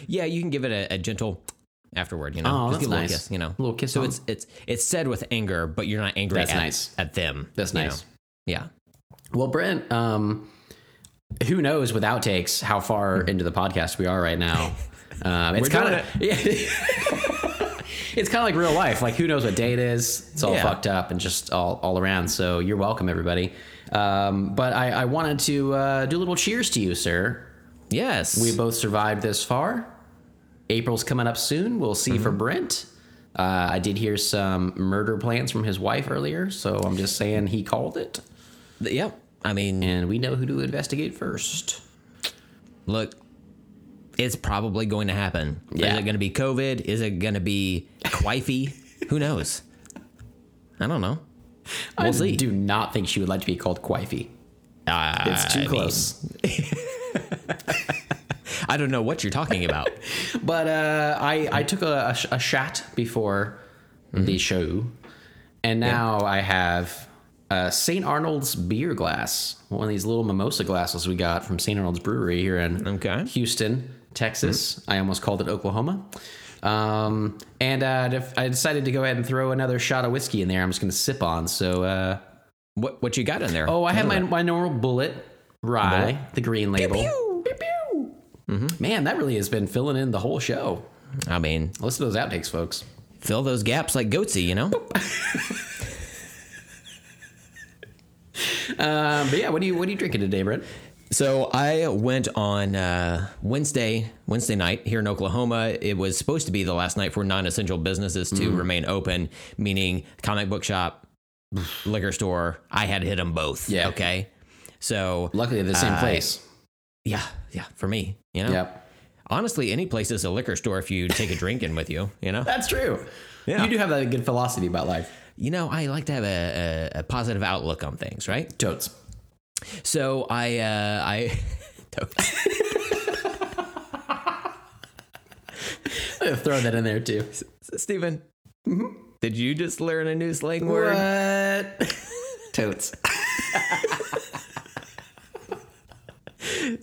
B: Yeah, you can give it a, a gentle afterward, you
A: Oh,
B: know? just
A: that's
B: give it a little
A: nice.
B: kiss, you know?
A: A little kiss
B: So
A: on.
B: it's it's it's said with anger, but you're not angry
A: That's
B: at,
A: nice.
B: at them.
A: That's
B: you
A: nice.
B: know? Yeah.
A: Well, Brent, um, who knows with outtakes how far into the podcast we are right now? Um, it's
B: We're
A: kind of yeah. It's kind of like real life. Like, who knows what day it is? It's all
B: Yeah.
A: fucked up and just all, all around. So, you're welcome, everybody. Um, but I, I wanted to uh, do a little cheers to you, sir.
B: Yes.
A: We both survived this far. April's coming up soon. We'll see
B: Mm-hmm.
A: for Brent. Uh, I did hear some murder plans from his wife earlier. So, I'm just saying he called it.
B: yep. I mean,
A: And we know who to investigate first.
B: look, it's probably going to happen.
A: Yeah.
B: Is it going to be COVID? Is it going to be wifey? Who knows? I don't know.
A: I do not think she would like to be called Quifey.
B: Uh,
A: It's too close.
B: I don't know what you're talking about.
A: But uh, I I took a, a, sh- Mm-hmm. a shot before the show, and now I have uh, St. Arnold's beer glass, one of these little mimosa glasses we got from St. Arnold's Brewery here in
B: Okay.
A: Houston, Texas. I almost called it Oklahoma. Um, and uh, def- I decided to go ahead and throw another shot of whiskey in there. I'm just going to sip on. So, uh,
B: What what you got in there?
A: oh, I had my, my normal bullet rye, the green label. Mm-hmm.
D: Pew, pew, pew.
A: Man, that really has been filling in the whole show.
B: I mean,
A: Listen to those outtakes, folks.
B: fill those gaps like Goatsy, you know.
A: Um, but yeah, what are you what are you drinking today, Brent?
B: So I went on uh, Wednesday, Wednesday night here in Oklahoma. It was supposed to be the last night for non-essential businesses to remain open, meaning comic book shop, liquor store. I had hit them both.
A: Yeah.
B: Okay. So
A: Luckily, the same
B: Uh,
A: place.
B: yeah, yeah, for me, you know.
A: Yep,
B: Honestly, any place is a liquor store if you take a drink in with you. You know.
A: that's true.
B: Yeah.
A: You do have that good philosophy about life.
B: You know, I like to have a, a, a positive outlook on things, right?
A: Totes.
B: So I, uh, I.
A: Throw that in there too.
B: Stephen, did you just learn a new slang word?
A: Mm-hmm. What? Totes.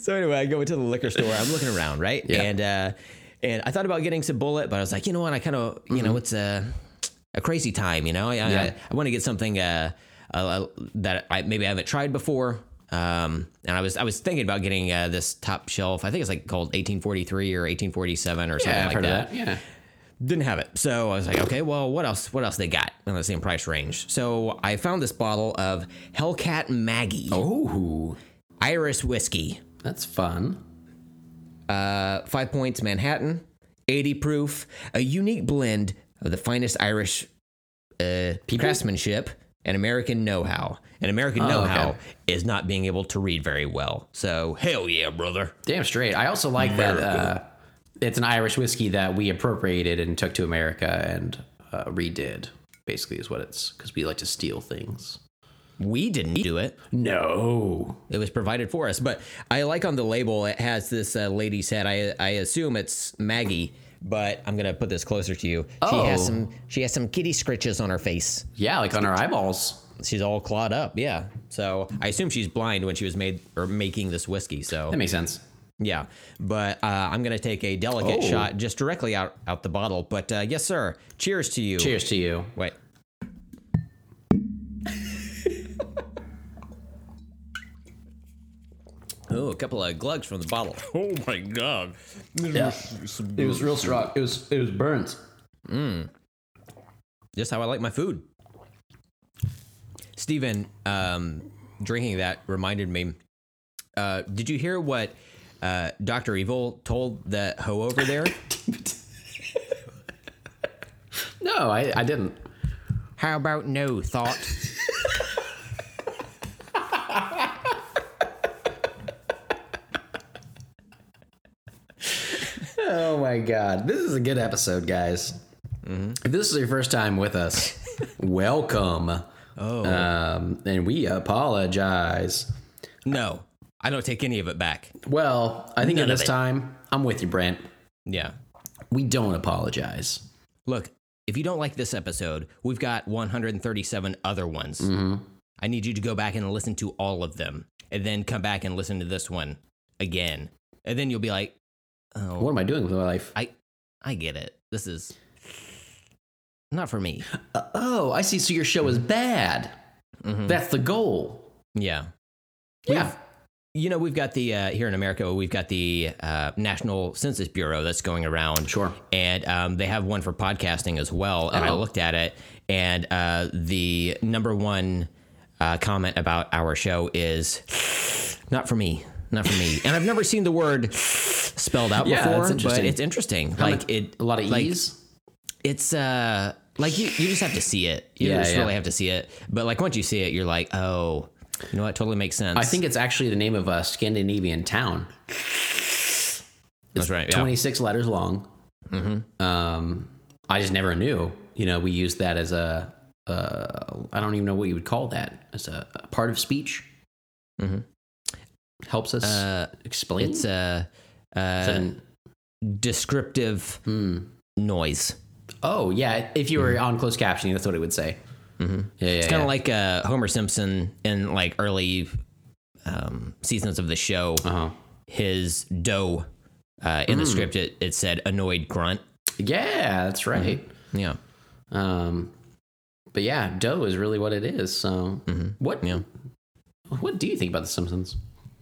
B: So anyway, I go into the liquor store. I'm looking around, right?
A: Yeah.
B: And uh, and I thought about getting some bullet, but I was like, you know what? I kind of, you know, it's a a crazy time, you know. I
A: Mm-hmm. Yeah.
B: I, I want to get something uh, uh, that I maybe I haven't tried before. Um, and I was I was thinking about getting uh, this top shelf. I think it's like called 1843 or 1847 or something
A: Yeah, I've
B: like
A: heard
B: that.
A: of that. Yeah.
B: didn't have it. So I was like, okay, well, what else? What else they got in the same price range? So I found this bottle of Hellcat Maggie
A: Oh,
B: Iris whiskey,
A: that's fun.
B: uh, five points Manhattan, eighty proof, a unique blend of the finest Irish uh, craftsmanship and American know-how. And American know-how
A: Oh, okay.
B: is not being able to read very well. So hell yeah, brother.
A: Damn straight. I also like that. Uh, it's an Irish whiskey that we appropriated and took to America and uh, redid. Basically, is what it's because we like to steal things.
B: We didn't do it.
A: No.
B: it was provided for us. But I like on the label it has this uh, lady's head. I I assume it's Maggie, but I'm gonna put this closer to you. She
A: Oh.
B: has some she has some kitty scritches on her face.
A: Yeah, like on our eyeballs.
B: She's all clawed up. Yeah. So I assume she's blind when she was made or making this whiskey. So
A: That makes sense.
B: yeah. But uh, I'm gonna take a delicate
A: Oh.
B: shot just directly out out the bottle. But uh, yes, sir. Cheers to you.
A: Cheers to you.
B: Wait. Oh, a couple of glugs from the bottle.
F: Oh my god.
A: Yeah. It was real strong. It was it was burnt.
B: Just how I like my food. Steven, um, drinking that reminded me. Uh, did you hear what uh, Dr. Evil told that hoe over there?
A: No, I, I didn't.
C: How about no thought?
A: Oh my god, this is a good episode, guys. If this is your first time with us, welcome. Oh, um, and we apologize.
B: no, I don't take any of it back.
A: Well, I think at this time, I'm with you, Brent.
B: Yeah.
A: We don't apologize.
B: Look, if you don't like this episode, we've got 137 other ones.
A: Mm. Mm-hmm.
B: I need you to go back and listen to all of them and then come back and listen to this one again. And then you'll be like, oh,
A: What am I doing with my life?
B: I I get it. This is not for me.
A: Oh, I see. So your show is bad. That's the goal.
B: Mm-hmm. Yeah.
A: Yeah.
B: You know, we've got the uh, here in America, we've got the uh, National Census Bureau that's going around.
A: Sure.
B: And um, they have one for podcasting as well. And I
A: Oh.
B: looked at it, and uh, the number one uh, comment about our show is not for me. Not for me. And I've never seen the word spelled out
A: Yeah,
B: before,
A: that's interesting.
B: but it's interesting. like it
A: A lot of
B: like,
A: ease.
B: it's uh like you, you just have to see it. You
A: Yeah,
B: just
A: yeah.
B: really have to see it. But like once you see it, you're like, oh, you know what? Totally makes sense.
A: I think it's actually the name of a Scandinavian town.
B: that's right. Yeah.
A: 26 letters long. Um, I just never knew. You know, we used that as a, uh, I don't even know what you would call that, as a, a part of speech. Mm-hmm. Helps us explain.
B: It's a
A: It's an-
B: descriptive noise.
A: Hmm. oh, yeah. If you were on closed captioning, that's what it would say. Yeah, yeah.
B: It's kind of like uh, Homer Simpson in like early um, seasons of the show.
A: Uh-huh.
B: His dough uh, in the
A: Hmm.
B: script it, it said annoyed grunt.
A: Yeah, that's right.
B: Yeah,
A: Um, but yeah, dough is really what it is. So what?
B: yeah.
A: What do you think about The Simpsons?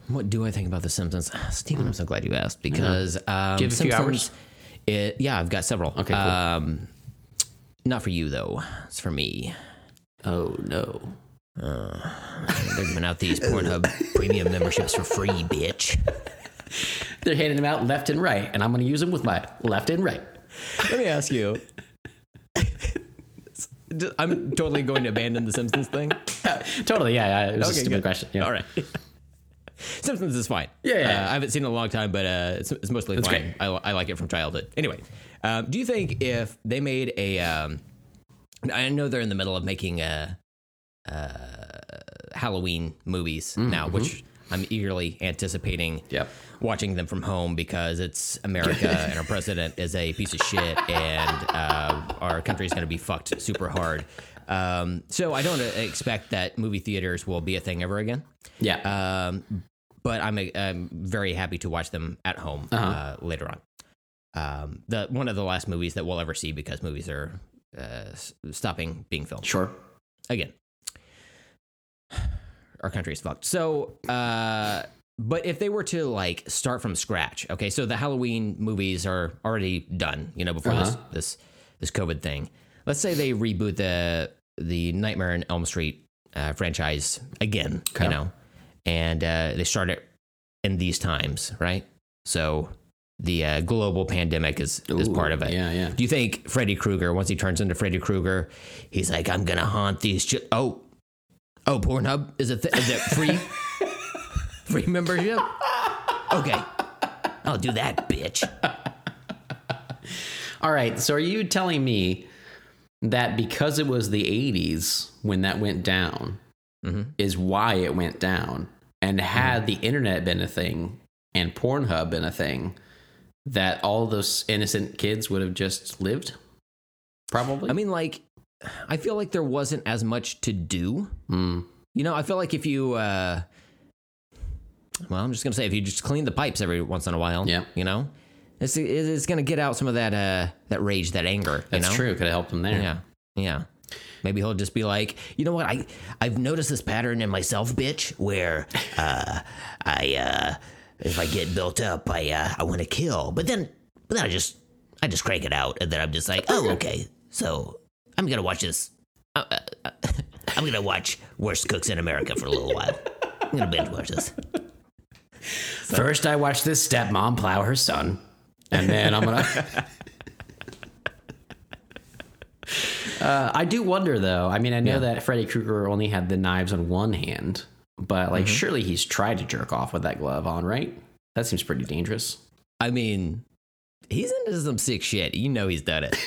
B: What do I think about The Simpsons, Ah, Steven? I'm so glad you asked because um,
A: Give it a few
B: Simpsons-
A: hours.
B: It, yeah, I've got several.
A: Okay, cool.
B: Um, not for you though. It's for me.
A: Oh no.
B: They're giving out these Pornhub premium memberships for free, bitch.
A: They're handing them out left and right, and I'm going to use them with my left and right.
B: Let me ask you. I'm totally going to abandon the Simpsons thing.
A: totally. Yeah. yeah it was a
B: Okay,
A: stupid
B: good.
A: question. Yeah.
B: All right. Simpsons is fine.
A: Yeah, yeah, yeah.
B: Uh, I haven't seen it in a long time, but uh, it's, it's mostly
A: It's
B: fine.
A: great.
B: I, I like it from childhood. Anyway, um, do you think if they made a, um, I know they're in the middle of making a, uh, Halloween movies now, which I'm eagerly anticipating.
A: Mm-hmm. Yep.
B: Watching them from home because it's America and our president is a piece of shit and uh, our country's going to be fucked super hard. Um, so I don't uh, expect that movie theaters will be a thing ever again
A: Yeah.
B: um, but I'm, i I'm very happy to watch them at home uh later on. Um, the one of the last movies that we'll ever see because movies are uh, s- stopping being filmed
A: sure.
B: again. Our country is fucked. So, uh, but if they were to like start from scratch, okay, so the Halloween movies are already done, you know, before
A: Uh-huh.
B: this this this COVID thing. Let's say they reboot the the Nightmare on Elm Street uh, franchise again,
A: Okay.
B: you know, and uh, they start it in these times, right? So the uh, global pandemic is is
A: Ooh,
B: part of it.
A: yeah, yeah.
B: Do you think Freddy Krueger, once he turns into Freddy Krueger, he's like, I'm gonna haunt these? Ch- oh, oh, Pornhub is a th- is it free free membership? Okay, I'll do that, bitch.
A: All right. So are you telling me that because it was the 80s when that went down,
B: Mm-hmm.
A: is why it went down? And had the internet been a thing and Pornhub been a thing, that all those innocent kids would have just lived? Probably.
B: I mean, like, I feel like there wasn't as much to do.
A: Hmm.
B: You know, I feel like if you, uh, well, I'm just gonna say if you just clean the pipes every once in a while,
A: Yeah.
B: you know, it's it's gonna get out some of that uh that rage, that anger. you
A: that's
B: know?
A: true. Could have helped them there.
B: Yeah. Yeah. Maybe he'll just be like, you know what? I I've noticed this pattern in myself, bitch, where uh, I uh, if I get built up, I uh, I want to kill, but then but then I just I just crank it out, and then I'm just like, oh okay, so I'm gonna watch this. Uh, uh, uh, I'm gonna watch Worst Cooks in America for a little while. I'm gonna binge watch this.
A: First, I watched this stepmom plow her son, and then I'm gonna. uh, I do wonder though. I mean, I know that Freddy Krueger only had the knives on one hand, but
B: Mm-hmm.
A: like, surely he's tried to jerk off with that glove on, right? That seems pretty dangerous.
B: I mean, he's into some sick shit. You know he's done it.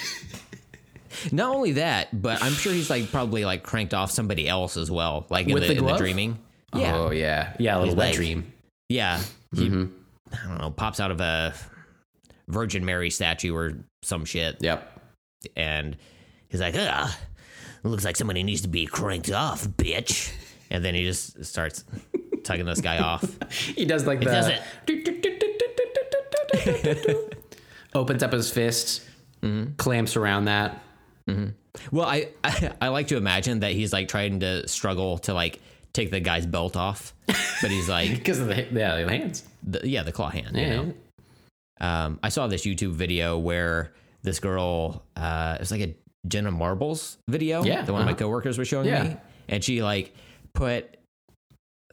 B: Not only that, but I'm sure he's like probably like cranked off somebody else as well, like in,
A: With
B: the,
A: the
B: in the
A: glove?
B: dreaming. Yeah,
A: Oh yeah, yeah. A little
B: He's
A: wet
B: like-
A: dream.
B: yeah. He,
A: Mm-hmm.
B: I don't know, pops out of a Virgin Mary statue or some shit,
A: Yep.
B: and he's like, "Ah, looks like somebody needs to be cranked off, bitch." And then he just starts tugging this guy off.
A: He does like the.
B: does it.
A: Opens up his fist, clamps around that.
B: Well, I, I I like to imagine that he's like trying to struggle to like take the guy's belt off, but he's like,
A: Because of the, yeah, the hands.
B: the, yeah, the claw hand. You
A: Yeah.
B: know? um, I saw this YouTube video where this girl, uh, it was like a Jenna Marbles video
A: Yeah,
B: that one of my
A: uh-huh.
B: coworkers was showing
A: Yeah.
B: me, and she like put.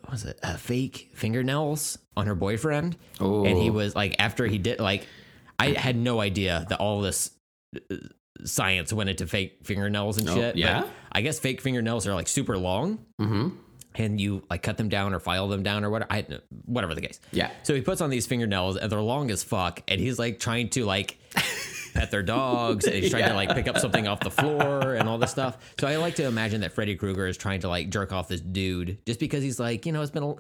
B: What was it uh, fake fingernails on her boyfriend? And he
A: Ooh.
B: was like, after he did, like, I had no idea that all this uh, science went into fake fingernails and shit. but
A: Oh, yeah?
B: I guess fake fingernails are like super long,
A: Mm-hmm.
B: and you like cut them down or file them down or whatever. I, whatever the case.
A: Yeah.
B: So he puts on these fingernails and they're long as fuck, and he's like trying to like pet their dogs and he's trying to like pick up something off the floor and all this stuff. So I like to imagine that Freddy Krueger is trying to like jerk off this dude just because he's like, you know, it's been a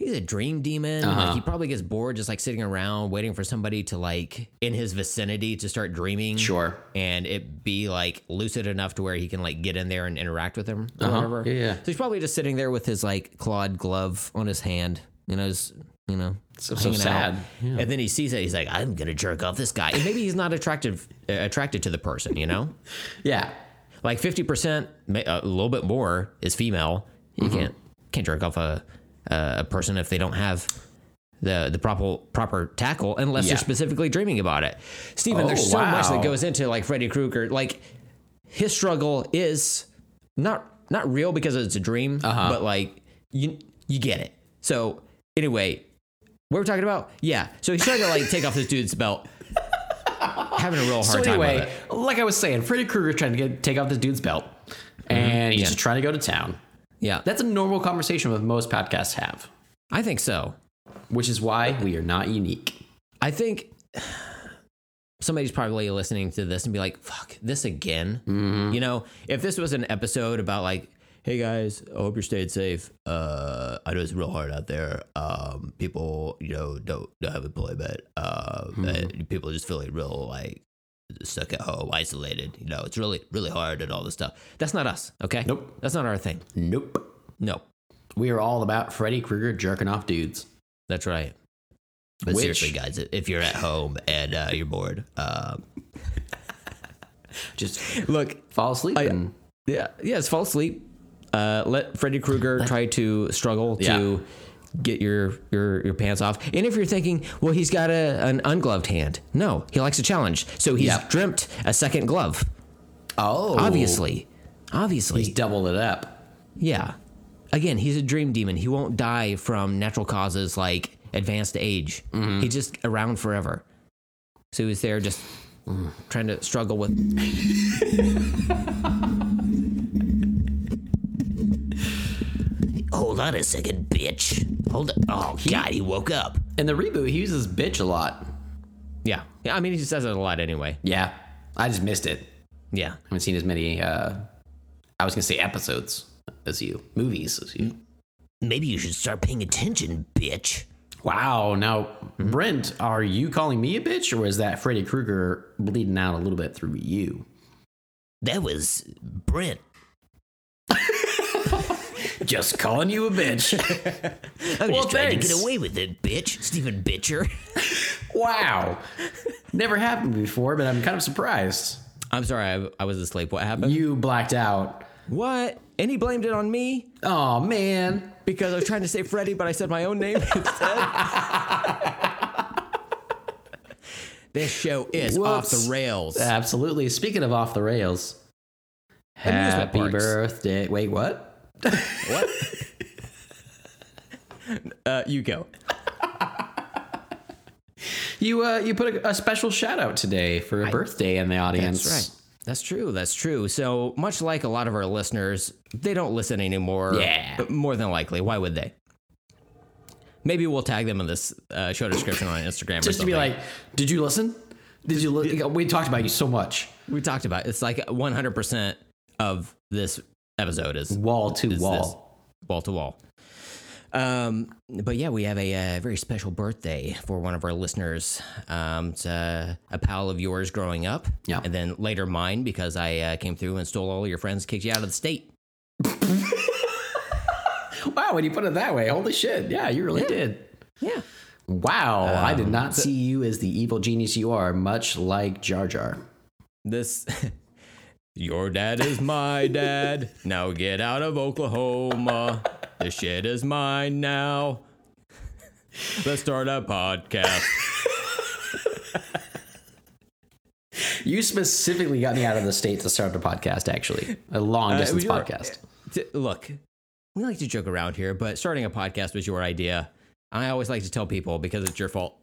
B: he's a dream demon.
A: Uh-huh.
B: Like he probably gets bored just like sitting around waiting for somebody to like in his vicinity to start dreaming.
A: Sure.
B: And it be like lucid enough to where he can like get in there and interact with him or
A: Uh-huh.
B: whatever.
A: Yeah, yeah.
B: So he's probably just sitting there with his like clawed glove on his hand, you know, his, you know,
A: So- so
B: hanging out.
A: sad.
B: And then he sees it. He's like, I'm gonna jerk off this guy. And maybe he's not attractive uh, attracted to the person, you know.
A: Yeah.
B: like 50% ma- a little bit more is female you
A: Mm-hmm.
B: can't can't jerk off a a person if they don't have the the proper proper tackle unless
A: Yeah.
B: they're specifically dreaming about it Steven,
A: Oh,
B: there's so much
A: wow.
B: that goes into like freddy krueger like his struggle is not not real because it's a dream
A: Uh-huh.
B: but like you you get it so anyway what we're talking about yeah so he's trying to like take off this dude's belt having a real hard
A: So
B: time with
A: anyway,
B: it.
A: like I was saying, Freddy Krueger trying to get take off this dude's belt, and he's
B: Yeah.
A: just trying to go to town.
B: yeah
A: That's a normal conversation with most podcasts have,
B: i think so
A: which is why we are not unique.
B: I think somebody's probably listening to this and be like, fuck, this again.
A: Mm-hmm.
B: You know, if this was an episode about like, hey guys, I hope you're staying safe. Uh, I know it's real hard out there. Um, people, you know, don't, don't have employment. Uh,
A: Hmm.
B: and people are just feeling real like stuck at home, isolated. You know, it's really, really hard and all this stuff. That's not us, okay?
A: Nope.
B: That's not our thing.
A: Nope.
B: No,
A: We are all about Freddy Krueger jerking off dudes.
B: that's right. But
A: Which-
B: seriously, guys, if you're at home and uh, you're bored, um,
A: Just
B: look,
A: fall asleep.
B: I-
A: and
B: Yeah, yes, fall asleep. Uh, let Freddy Krueger try to struggle
A: Yeah.
B: to get your, your your pants off. And if you're thinking, well, he's got a, an ungloved hand. No, he likes a challenge. So he's
A: Yeah.
B: dreamt a second glove.
A: oh,
B: Obviously, obviously,
A: he's doubled it up.
B: yeah. Again, he's a dream demon. He won't die from natural causes like advanced age.
C: Mm-hmm.
B: He's just around forever. So he's there just mm, trying to struggle with.
C: Hold on a second, bitch. Hold on. Oh, God, he woke up.
A: In the reboot, he uses bitch a lot.
B: Yeah, yeah. I mean, he says it a lot anyway.
A: Yeah, I just missed it.
B: Yeah.
A: I haven't seen as many. Uh, I was gonna say episodes as you, movies as you.
C: Maybe you should start paying attention, bitch.
A: Wow. Now, Brent, are you calling me a bitch, or is that Freddy Krueger bleeding out a little bit through you?
C: That was Brent.
A: Just calling you a bitch.
C: I was
A: Well,
C: just trying to
A: thanks.
C: get away with it, bitch. Stephen Bitcher.
A: wow. Never happened before, but I'm kind of surprised.
B: I'm sorry, I, I was asleep. What happened?
A: You blacked out.
B: what? And he blamed it on me
A: Oh man.
B: because I was trying to say Freddie, but I said my own name instead. this show is off
A: Whoops.
B: the rails.
A: Absolutely. Speaking of off the rails.
B: Amusement
A: Happy
B: parks.
A: birthday. Wait, what?
B: what? uh, you go.
A: You uh you put a, a special shout out today for a birthday in the audience.
B: That's right. That's true. That's true. So much like a lot of our listeners, they don't listen anymore.
A: Yeah.
B: But More than likely. Why would they? Maybe we'll tag them in this uh, show description on Instagram. or
A: Just to be
B: something.
A: like, did you listen? Did you li- we talked about you so much.
B: we talked about it. it's like 100% of this episode is
A: Wall to
B: is
A: wall.
B: this, wall to wall um but yeah we have a, uh very special birthday for one of our listeners um it's uh, a pal of yours growing up
A: Yeah.
B: and then later mine because i uh, came through and stole all your friends kicked you out of the state
A: Wow, when you put it that way, holy shit. Yeah, you really did.
B: yeah Um,
A: Wow, I did not see you as the evil genius you are, much like Jar Jar.
B: this your dad is my dad now get out of oklahoma this shit is mine now let's start a podcast
A: You specifically got me out of the state to start the podcast, actually. A long
B: Uh,
A: distance
B: would you like-
A: podcast.
B: T- look, we like to joke around here, but starting a podcast was your idea. I always like to tell people because it's your fault.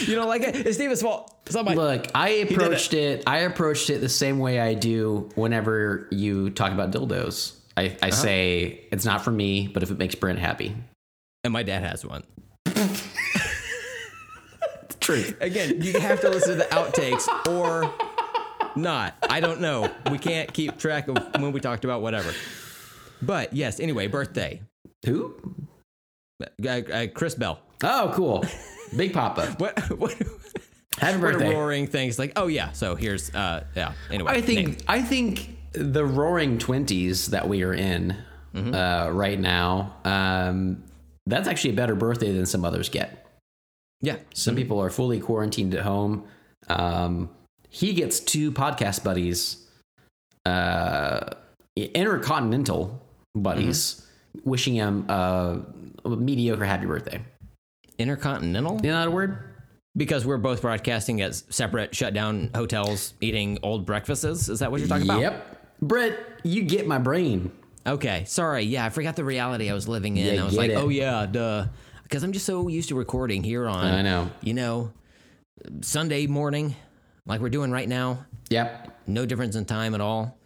B: you don't like it? It's David's fault. It's not my
A: Look, I
B: did it.
A: approached it. I approached it the same way I do whenever you talk about dildos. I,
B: Uh-huh.
A: I say it's not for me, but if it makes Brent happy.
B: And my dad has one.
A: True.
B: Again, you have to listen to the outtakes or not. I don't know. We can't keep track of when we talked about whatever. But yes, anyway, birthday.
A: Who?
B: Uh, uh, Chris Bell.
A: Oh, cool. Big Papa.
B: What? What?
A: Happy
B: what a
A: birthday.
B: roaring thing! It's like, oh yeah. So here's, uh, yeah. Anyway,
A: I think
B: name.
A: I think the roaring twenties that we are in
B: Mm-hmm.
A: uh, right now, um, that's actually a better birthday than some others get.
B: yeah.
A: Some people are fully quarantined at home. Um, he gets two podcast buddies, uh, intercontinental buddies, wishing him uh, a mediocre happy birthday.
B: Intercontinental.
A: You know that word?
B: Because we're both broadcasting at separate shutdown hotels, eating old breakfasts. Is that what you're talking about?
A: Yep. Brett, you get my brain.
B: Okay, sorry. Yeah, I forgot the reality I was living in.
A: Yeah,
B: I was
A: get
B: like,
A: it.
B: oh yeah, duh, because I'm just so used to recording here on.
A: I know.
B: You know, Sunday morning, like we're doing right now.
A: Yep.
B: No difference in time at all.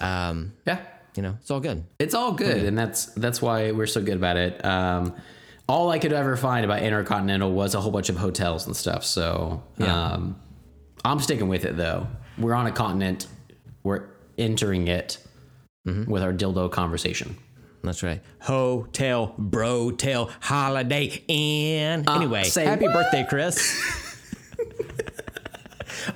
B: Um,
A: Yeah.
B: you know, it's all good.
A: It's all good, and that's that's why we're so good about it. Um, all I could ever find about Intercontinental was a whole bunch of hotels and stuff. So um, I'm sticking with it though. We're on a continent. We're entering it
B: Mm-hmm.
A: with our dildo conversation.
B: That's right. Hotel, bro, tail, holiday inn. anyway,
A: Uh, say
B: happy
A: what?
B: birthday, Chris.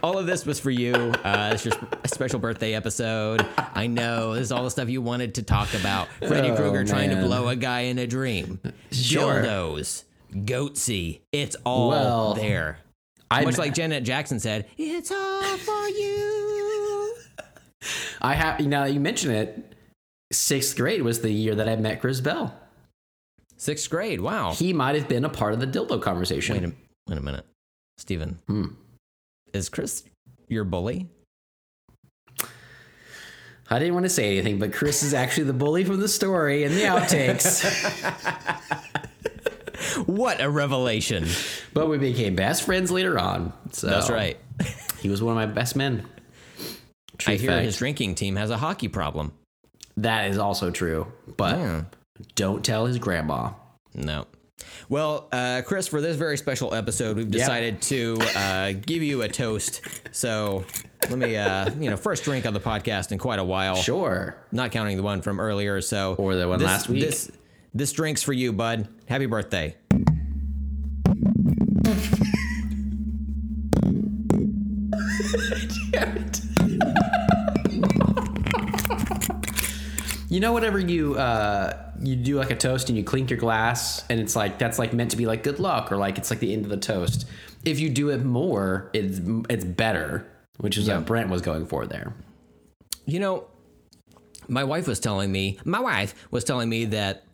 B: all of this was for you. Uh, it's your sp- special birthday episode. I know this is all the stuff you wanted to talk about. Freddy
A: Oh,
B: Krueger trying to
A: man.
B: blow a guy in a dream.
A: Sure.
B: Dildos, goatsy. It's all
A: Well,
B: there.
A: I
B: Much like Janet Jackson said, it's all for you.
A: I have now that you mention it. Sixth grade was the year that I met Chris Bell.
B: Sixth grade. Wow.
A: He might have been a part of the dildo conversation.
B: Wait a, wait a minute, Steven.
A: Hmm.
B: Is Chris your bully?
A: I didn't want to say anything, but Chris is actually the bully from the story and the outtakes.
B: What a revelation!
A: but we became best friends later on. So
B: That's right.
A: He was one of my best men. True
B: I hear
A: fact.
B: his drinking team has a hockey problem.
A: that is also true, but don't tell his grandma.
B: No. Well, uh, Chris, for this very special episode, we've decided to uh, give you a toast. So let me, uh, you know, first drink on the podcast in quite a while.
A: Sure.
B: Not counting the one from earlier. So
A: Or the one
B: this-
A: last week.
B: This, this drink's for you, bud. Happy birthday.
A: You know, whenever you uh, you do like a toast and you clink your glass, and it's like that's like meant to be like good luck or like it's like the end of the toast. If you do it more, it's it's better, which is what Brent was going for there.
B: You know, my wife was telling me, my wife was telling me that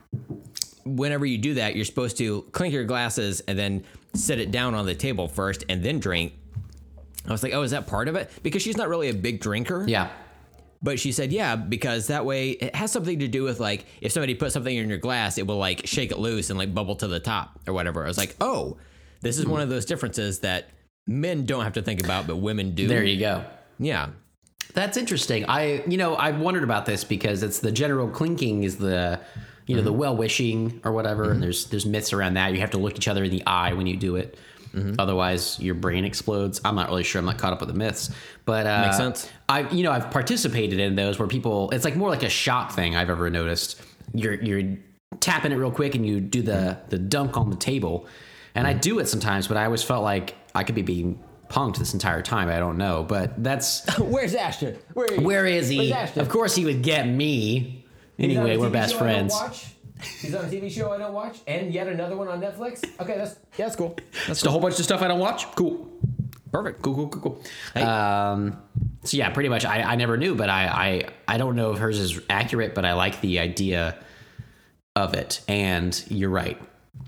B: whenever you do that, you're supposed to clink your glasses and then set it down on the table first and then drink. I was like, oh, is that part of it? Because she's not really a big drinker.
A: Yeah.
B: But she said, yeah, because that way it has something to do with like if somebody puts something in your glass, it will like shake it loose and like bubble to the top or whatever. I was like, oh, this is one of those differences that men don't have to think about, but women do.
A: There you go.
B: yeah.
A: That's interesting. I, you know, I wondered about this because it's the general clinking is the, you
B: Mm-hmm.
A: know, the well wishing or whatever, and there's there's myths around that. You have to look each other in the eye when you do it,
B: Mm-hmm.
A: otherwise your brain explodes. I'm not really sure. I'm not caught up with the myths, but uh,
B: Makes sense.
A: I, you know, I've participated in those where people. It's like more like a shot thing I've ever noticed. You're you're tapping it real quick and you do the
B: Mm-hmm.
A: the dunk on the table, and I do it sometimes, but I always felt like I could be being punked this entire time. I don't know, but that's.
E: Where's Ashton? Where are you?
A: Where is he?
E: Where's Ashton?
A: Of course, he would get me.
E: He's on a
A: Anyway, we're
E: TV
A: best
E: show I don't
A: friends.
E: watch. He's on a TV show I don't watch, and yet another one on Netflix. Okay, that's yeah, that's cool.
A: Just a whole bunch of stuff I don't watch. Cool.
B: Perfect.
A: Cool, cool, cool, cool. Um, so yeah, pretty much. I, I never knew, but I, I I don't know if hers is accurate, but I like the idea of it. And you're right.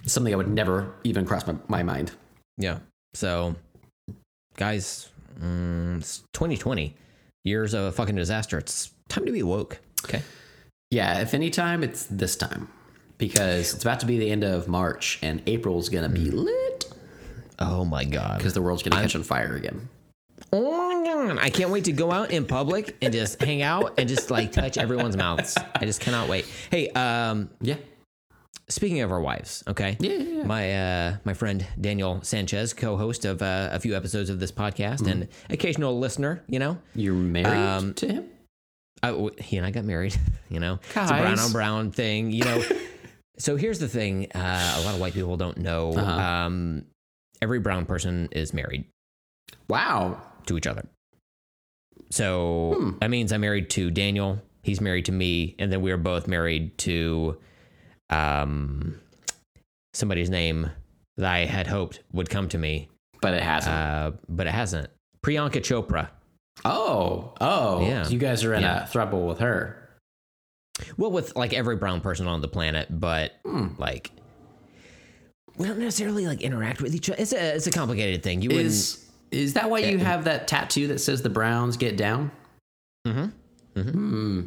A: Something I would never even cross my, my mind.
B: Yeah. So, guys, mm, it's 2020 years of a fucking disaster. It's time to be woke. Okay.
A: Yeah, if any time, it's this time because it's about to be the end of March, and April's gonna be
E: Mm.
A: lit
B: Oh my god.
A: because the world's gonna catch on fire again.
B: Oh my god. I can't wait to go out in public and just hang out and just like touch everyone's mouths. I just cannot wait. Hey, um,
A: Yeah.
B: speaking of our wives, okay?
A: Yeah, yeah, yeah.
B: My uh, my friend Daniel Sanchez, co-host of uh,
A: Mm-hmm.
B: a few episodes of this podcast and occasional listener, you know.
A: You're married
B: Um,
A: to him?
B: I, w- he and I got married, you know. It's a brown
A: Guys.
B: on brown thing, you know. so here's the thing uh, a lot of white people don't know
A: Uh-huh.
B: um, every brown person is married
A: Wow.
B: to each other. So
A: Hmm.
B: that means I'm married to Daniel, he's married to me, and then we are both married to um, somebody's name that I had hoped would come to me,
A: But it hasn't.
B: uh, but it hasn't. Priyanka Chopra.
A: oh. Oh.
B: Yeah.
A: So you guys are in
B: Yeah.
A: a throuple with her.
B: Well, with like every brown person on the planet, but
A: Hmm.
B: like we don't necessarily like interact with each other. It's a it's a complicated thing. You wouldn't.
A: Is is that why you have that tattoo that says the Browns get down?
B: Mm-hmm.
A: Hmm.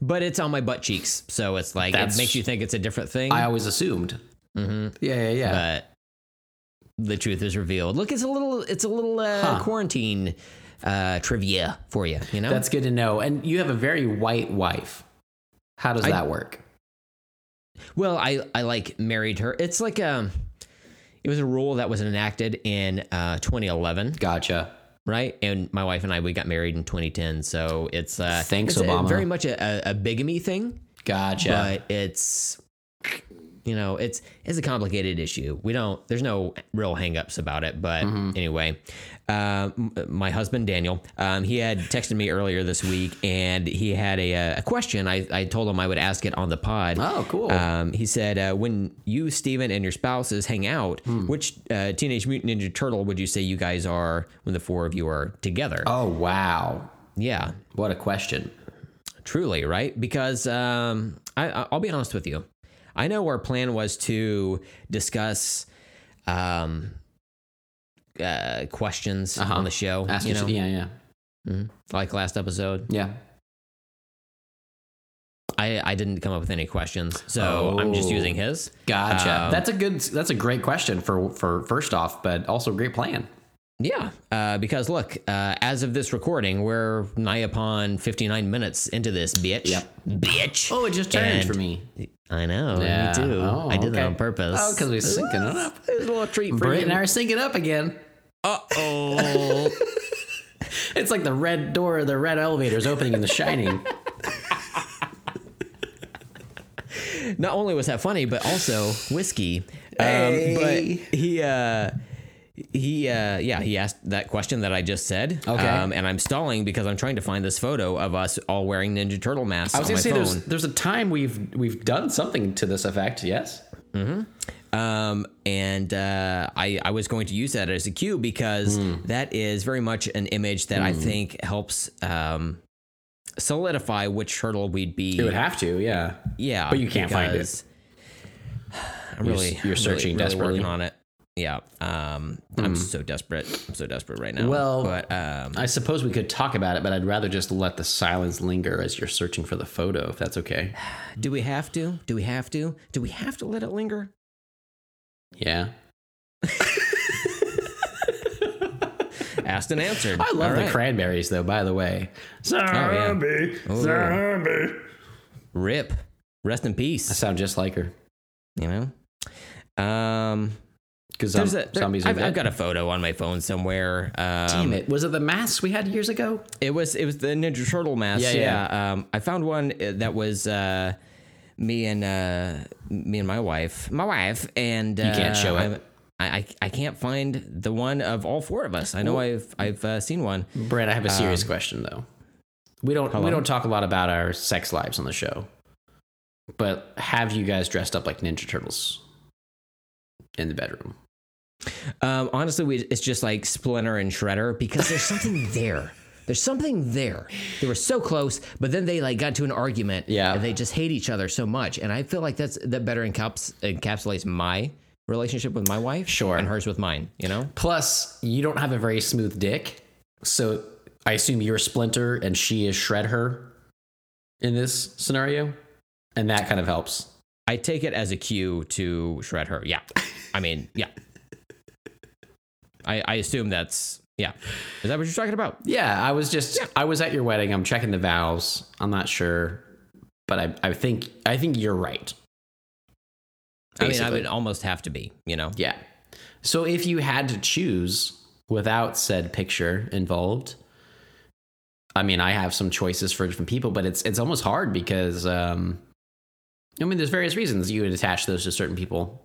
B: but it's on my butt cheeks, so it's like it
A: That's-
B: makes you think it's a different thing.
A: I always assumed.
B: Mhm.
A: Yeah, yeah, yeah.
B: but the truth is revealed. Look, it's a little it's a little uh,
A: Huh.
B: quarantine uh, trivia for you. You know,
A: That's good to know. And you have a very white wife. How does
B: I-
A: that work?
B: Well, I I like married her. It's like um, it was a rule that was enacted in uh, 2011,
A: Gotcha.
B: right? And my wife and I we got married in 2010, so it's uh,
A: Thanks,
B: it's a-
A: Obama.
B: very much a, a, a bigamy thing,
A: Gotcha.
B: but it's you know it's it's a complicated issue. We don't there's no real hangups about it, but
A: Mm-hmm.
B: anyway, uh, m- my husband Daniel, um, he had texted me earlier this week, and he had a, uh, a question. I I told him I would ask it on the pod.
A: oh, cool.
B: Um, he said, uh, when you, Steven, and your spouses hang out,
A: Hmm.
B: which uh, Teenage Mutant Ninja Turtle would you say you guys are when the four of you are together?
A: oh, wow.
B: yeah,
A: What a question.
B: truly, right? Because um, I, I- I'll be honest with you. I know our plan was to discuss um, uh, questions
A: Uh-huh.
B: on the show,
A: Ask
B: you
A: your-
B: know, Mm-hmm.
A: yeah, yeah.
B: like last episode.
A: Yeah.
B: I, I didn't come up with any questions, so I'm just
A: Oh.
B: using his.
A: Gotcha.
B: Um,
A: that's a good that's a great question for for first off, but also a great plan.
B: Yeah, uh, because look, uh, as of this recording, we're nigh upon 59 minutes into this, bitch.
A: Yep.
B: Bitch.
A: Oh, it just turned
B: And-
A: for me.
B: I know.
A: Yeah.
B: Me too.
A: Oh,
B: I did that
A: okay.
B: on purpose.
A: Oh, because we're syncing it up.
B: It was a little treat for
A: Britt and I
B: you.
A: are syncing up again.
B: Uh oh.
A: It's like the red door, the red elevator is opening in The Shining.
B: Not only was that funny, but also whiskey. Um,
A: Hey.
B: But he. Uh, he uh yeah he asked that question that i just said
A: Okay.
B: um, and i'm stalling because i'm trying to find this photo of us all wearing ninja turtle masks
A: I was going
B: on my
A: to say
B: phone
A: there's there's a time we've we've done something to this effect. Yes.
B: Um, and uh, I, I was going to use that as a cue because
A: Hmm.
B: that is very much an image that I think helps um, solidify which turtle we'd be.
A: It would have to. Yeah.
B: yeah,
A: but you can't find it.
B: because I'm
A: You're s-
B: really,
A: you're searching
B: really, really
A: desperately. Hmm.
B: working on it. Yeah, um, I'm so desperate. I'm so desperate right now.
A: Well,
B: but um,
A: I suppose we could talk about it, but I'd rather just let the silence linger as you're searching for the photo, if that's okay.
B: do we have to? Do we have to? Do we have to let it linger?
A: Yeah.
B: Asked and answered.
A: I love
B: All
A: the
B: right.
A: cranberries, though. By the way, Oh,
B: Zombie,
A: zombie.
B: Rip. Rest in
A: I
B: peace.
A: sound just like her
B: You know. Um.
A: because
B: There's a, there-
A: zombies.
B: I've,
A: are
B: I've
A: dead.
B: got a photo on my phone somewhere. Um,
A: Damn it! Was it the masks we had years ago?
B: It was it was the Ninja Turtle mask.
A: Yeah, yeah.
B: Um, I found one uh, that was uh, me and uh, me and my wife, my wife, and uh,
A: can't show it.
B: I'm- I, I I can't find the one of all four of us. I know I've I've uh, seen one.
A: Brett, I have a serious question though. We don't we don't talk a lot about our sex lives on the show, but have you guys dressed up like Ninja Turtles in the bedroom?
B: Um, honestly, we, it's just like Splinter and Shredder because there's something there. There's something there. They were so close, but then they like got to an argument.
A: Yeah.
B: and they just hate each other so much. And I feel like that's that better encaps, encapsulates my relationship with my wife,
A: Sure.
B: and hers with mine. You know,
A: Plus, you don't have a very smooth dick, so I assume you're Splinter and she is Shred her in this scenario, and that kind of helps.
B: I take it as a cue to shred her. Yeah, I mean, yeah. I I assume that's yeah. Is that what you're talking about?
A: Yeah, I was just I was at your wedding. I'm checking the vows. I'm not sure, but I I think I think you're right.
B: I mean, I
A: Basically.
B: would almost have to be. You know.
A: Yeah. So if you had to choose without said picture involved, I mean, I have some choices for different people, but it's it's almost hard because um, I mean, there's various reasons you would attach those to certain people.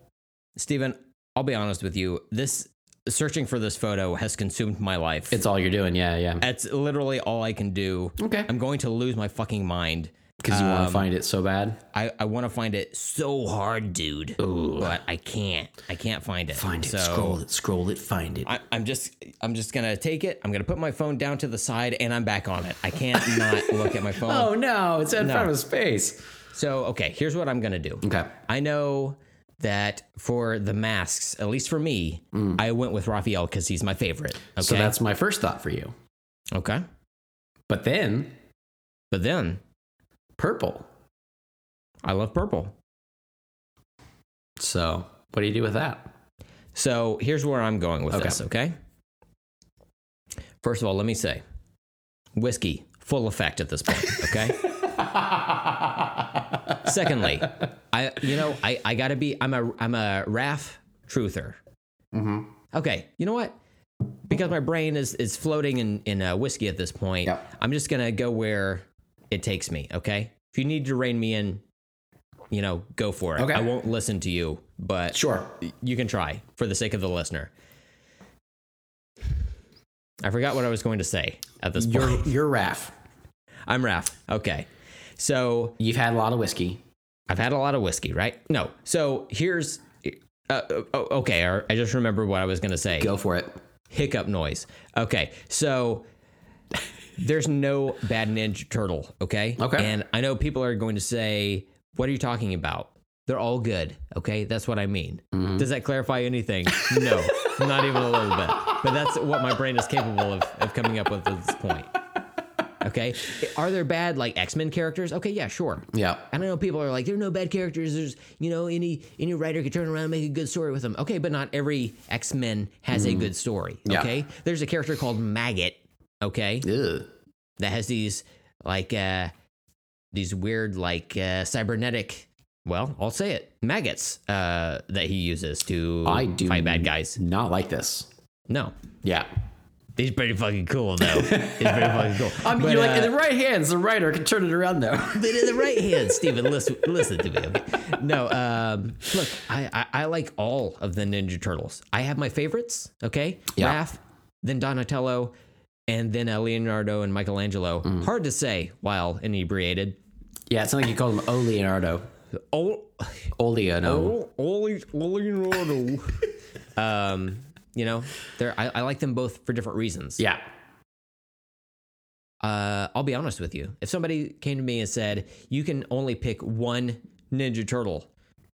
B: Steven, I'll be honest with you. This searching for this photo has consumed my life.
A: It's all you're doing, yeah, yeah.
B: That's literally all I can do.
A: Okay,
B: I'm going to lose my fucking mind.
A: because you want
B: um,
A: to find it so bad.
B: I, I want to find it so hard, dude. But I can't. I can't find it. so
A: it, scroll it, find it.
B: I, I'm just I'm just gonna take it. I'm gonna put my phone down to the side and I'm back on it. I can't not look at my phone.
A: oh no, it's in front of space.
B: So okay, here's what I'm gonna do.
A: Okay,
B: I know that for the masks, at least for me, I went with Raphael because he's my favorite. Okay.
A: Mm. so that's my first thought for you.
B: okay.
A: But then
B: But then
A: purple.
B: I love purple.
A: So what do you do with that?
B: So here's where I'm going with
A: Okay.
B: this, okay? First of all, let me say whiskey, full effect at this point, okay? Secondly, I you know, I, I gotta be I'm a I'm a RAF truther.
A: Mm-hmm.
B: Okay, you know what? Because my brain is is floating in, in uh, whiskey at this point,
A: Yep.
B: I'm just gonna go where it takes me, okay? If you need to rein me in, you know, go for it.
A: Okay.
B: I won't listen to you, but
A: Sure.
B: you can try for the sake of the listener. I forgot what I was going to say at this point.
A: You're you're Raph.
B: I'm Raph. Okay. So
A: You've had a lot of whiskey.
B: I've had a lot of whiskey, right? No. So here's. Uh, oh, okay. I I just remembered what I was going to say.
A: Go for it.
B: Hiccup noise. Okay. So there's no bad ninja turtle. Okay.
A: Okay.
B: And I know people are going to say, what are you talking about? They're all good. Okay. That's what I mean. Does that clarify anything? No, not even a little bit. But that's what my brain is capable of, of coming up with at this point. Okay. Are there bad like X Men characters? Okay. Yeah, sure.
A: Yeah.
B: And I know people are like, there are no bad characters. There's, you know, any any writer could turn around and make a good story with them. Okay, but not every X Men has a good story.
A: Mm. Yeah.
B: Okay, there's a character called Maggot. Okay,
A: Ugh.
B: that has these like uh these weird like uh, cybernetic. Well, I'll say it, maggots uh, that he uses to
A: I do
B: fight bad guys.
A: Not like this.
B: No,
A: Yeah.
B: he's pretty fucking cool though. he's pretty fucking cool.
A: I mean,
B: But,
A: you're like
B: uh,
A: in the right hands, the writer can turn it around though.
B: But in the right hand, Steven, listen, listen to me. okay? No, um, look, I, I, I like all of the Ninja Turtles. I have my favorites, okay?
A: Yeah.
B: Raph, then Donatello, and then uh, Leonardo and Michelangelo. Hard to say while inebriated.
A: yeah, it's not like you call him O Leonardo.
B: Oh,
A: O Leonardo.
B: Leonardo. um, you know, they're, I, I like them both for different reasons.
A: Yeah.
B: uh, I'll be honest with you. If somebody came to me and said, you can only pick one Ninja Turtle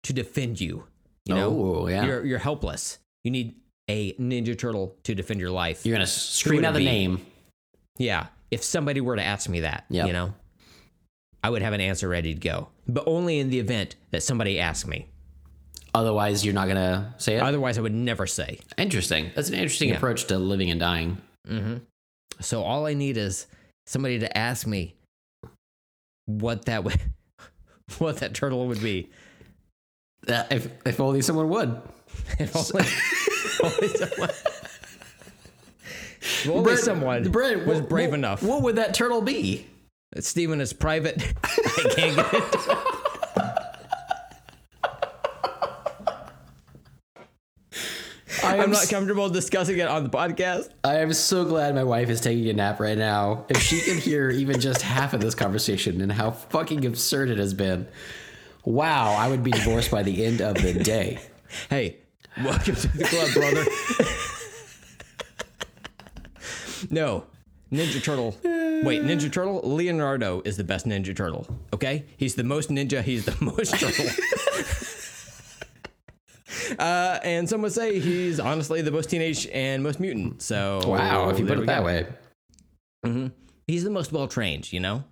B: to defend you, you know,
A: Oh, yeah.
B: you're, you're helpless. You need a Ninja Turtle to defend your life.
A: You're gonna scream
B: would it
A: out the
B: be?
A: name.
B: yeah. If somebody were to ask me that,
A: Yep.
B: you know, I would have an answer ready to go, but only in the event that somebody asked me.
A: Otherwise, you're not gonna say it.
B: Otherwise, I would never say.
A: interesting. That's an interesting
B: Yeah.
A: approach to living and dying.
B: So all I need is somebody to ask me what that would, what that turtle would be.
A: That- Uh, if if only someone would.
B: If only, only someone, if only
A: Brent-
B: someone
A: Brent,
B: was
A: what-
B: brave
A: what-
B: enough.
A: What would that turtle be?
B: Steven is private. I can't get into it.
A: I
B: I'm
A: am,
B: not
A: s-
B: comfortable discussing it on the podcast.
A: I am so glad my wife is taking a nap right now. If she could hear even just half of this conversation and how fucking absurd it has been, wow, I would be divorced by the end of the day.
B: Hey, welcome to the club, brother. no, Ninja Turtle. Wait, Ninja Turtle? Leonardo is the best Ninja Turtle, okay? He's the most ninja, he's the most turtle. Uh, and some would say he's honestly the most teenage and most mutant. So
A: Wow, if you
B: there
A: put
B: we
A: it that
B: go. Mm-hmm.
A: way,
B: he's the most well trained. You know,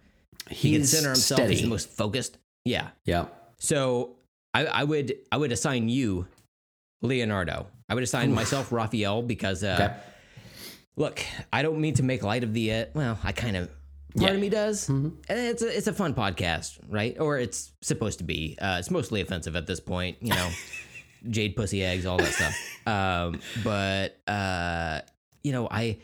B: he can
A: he's
B: center himself.
A: steady.
B: He's the most focused. Yeah.
A: yeah.
B: So I, I would I would assign you Leonardo. I would assign myself Raphael because uh,
A: Okay.
B: look, I don't mean to make light of the uh, well, I kind of part of me does.
A: Mm-hmm.
B: And it's a it's a fun podcast, right? Or it's supposed to be. Uh, it's mostly offensive at this point, you know. Jade pussy eggs, all that stuff. Um, but uh, you know, I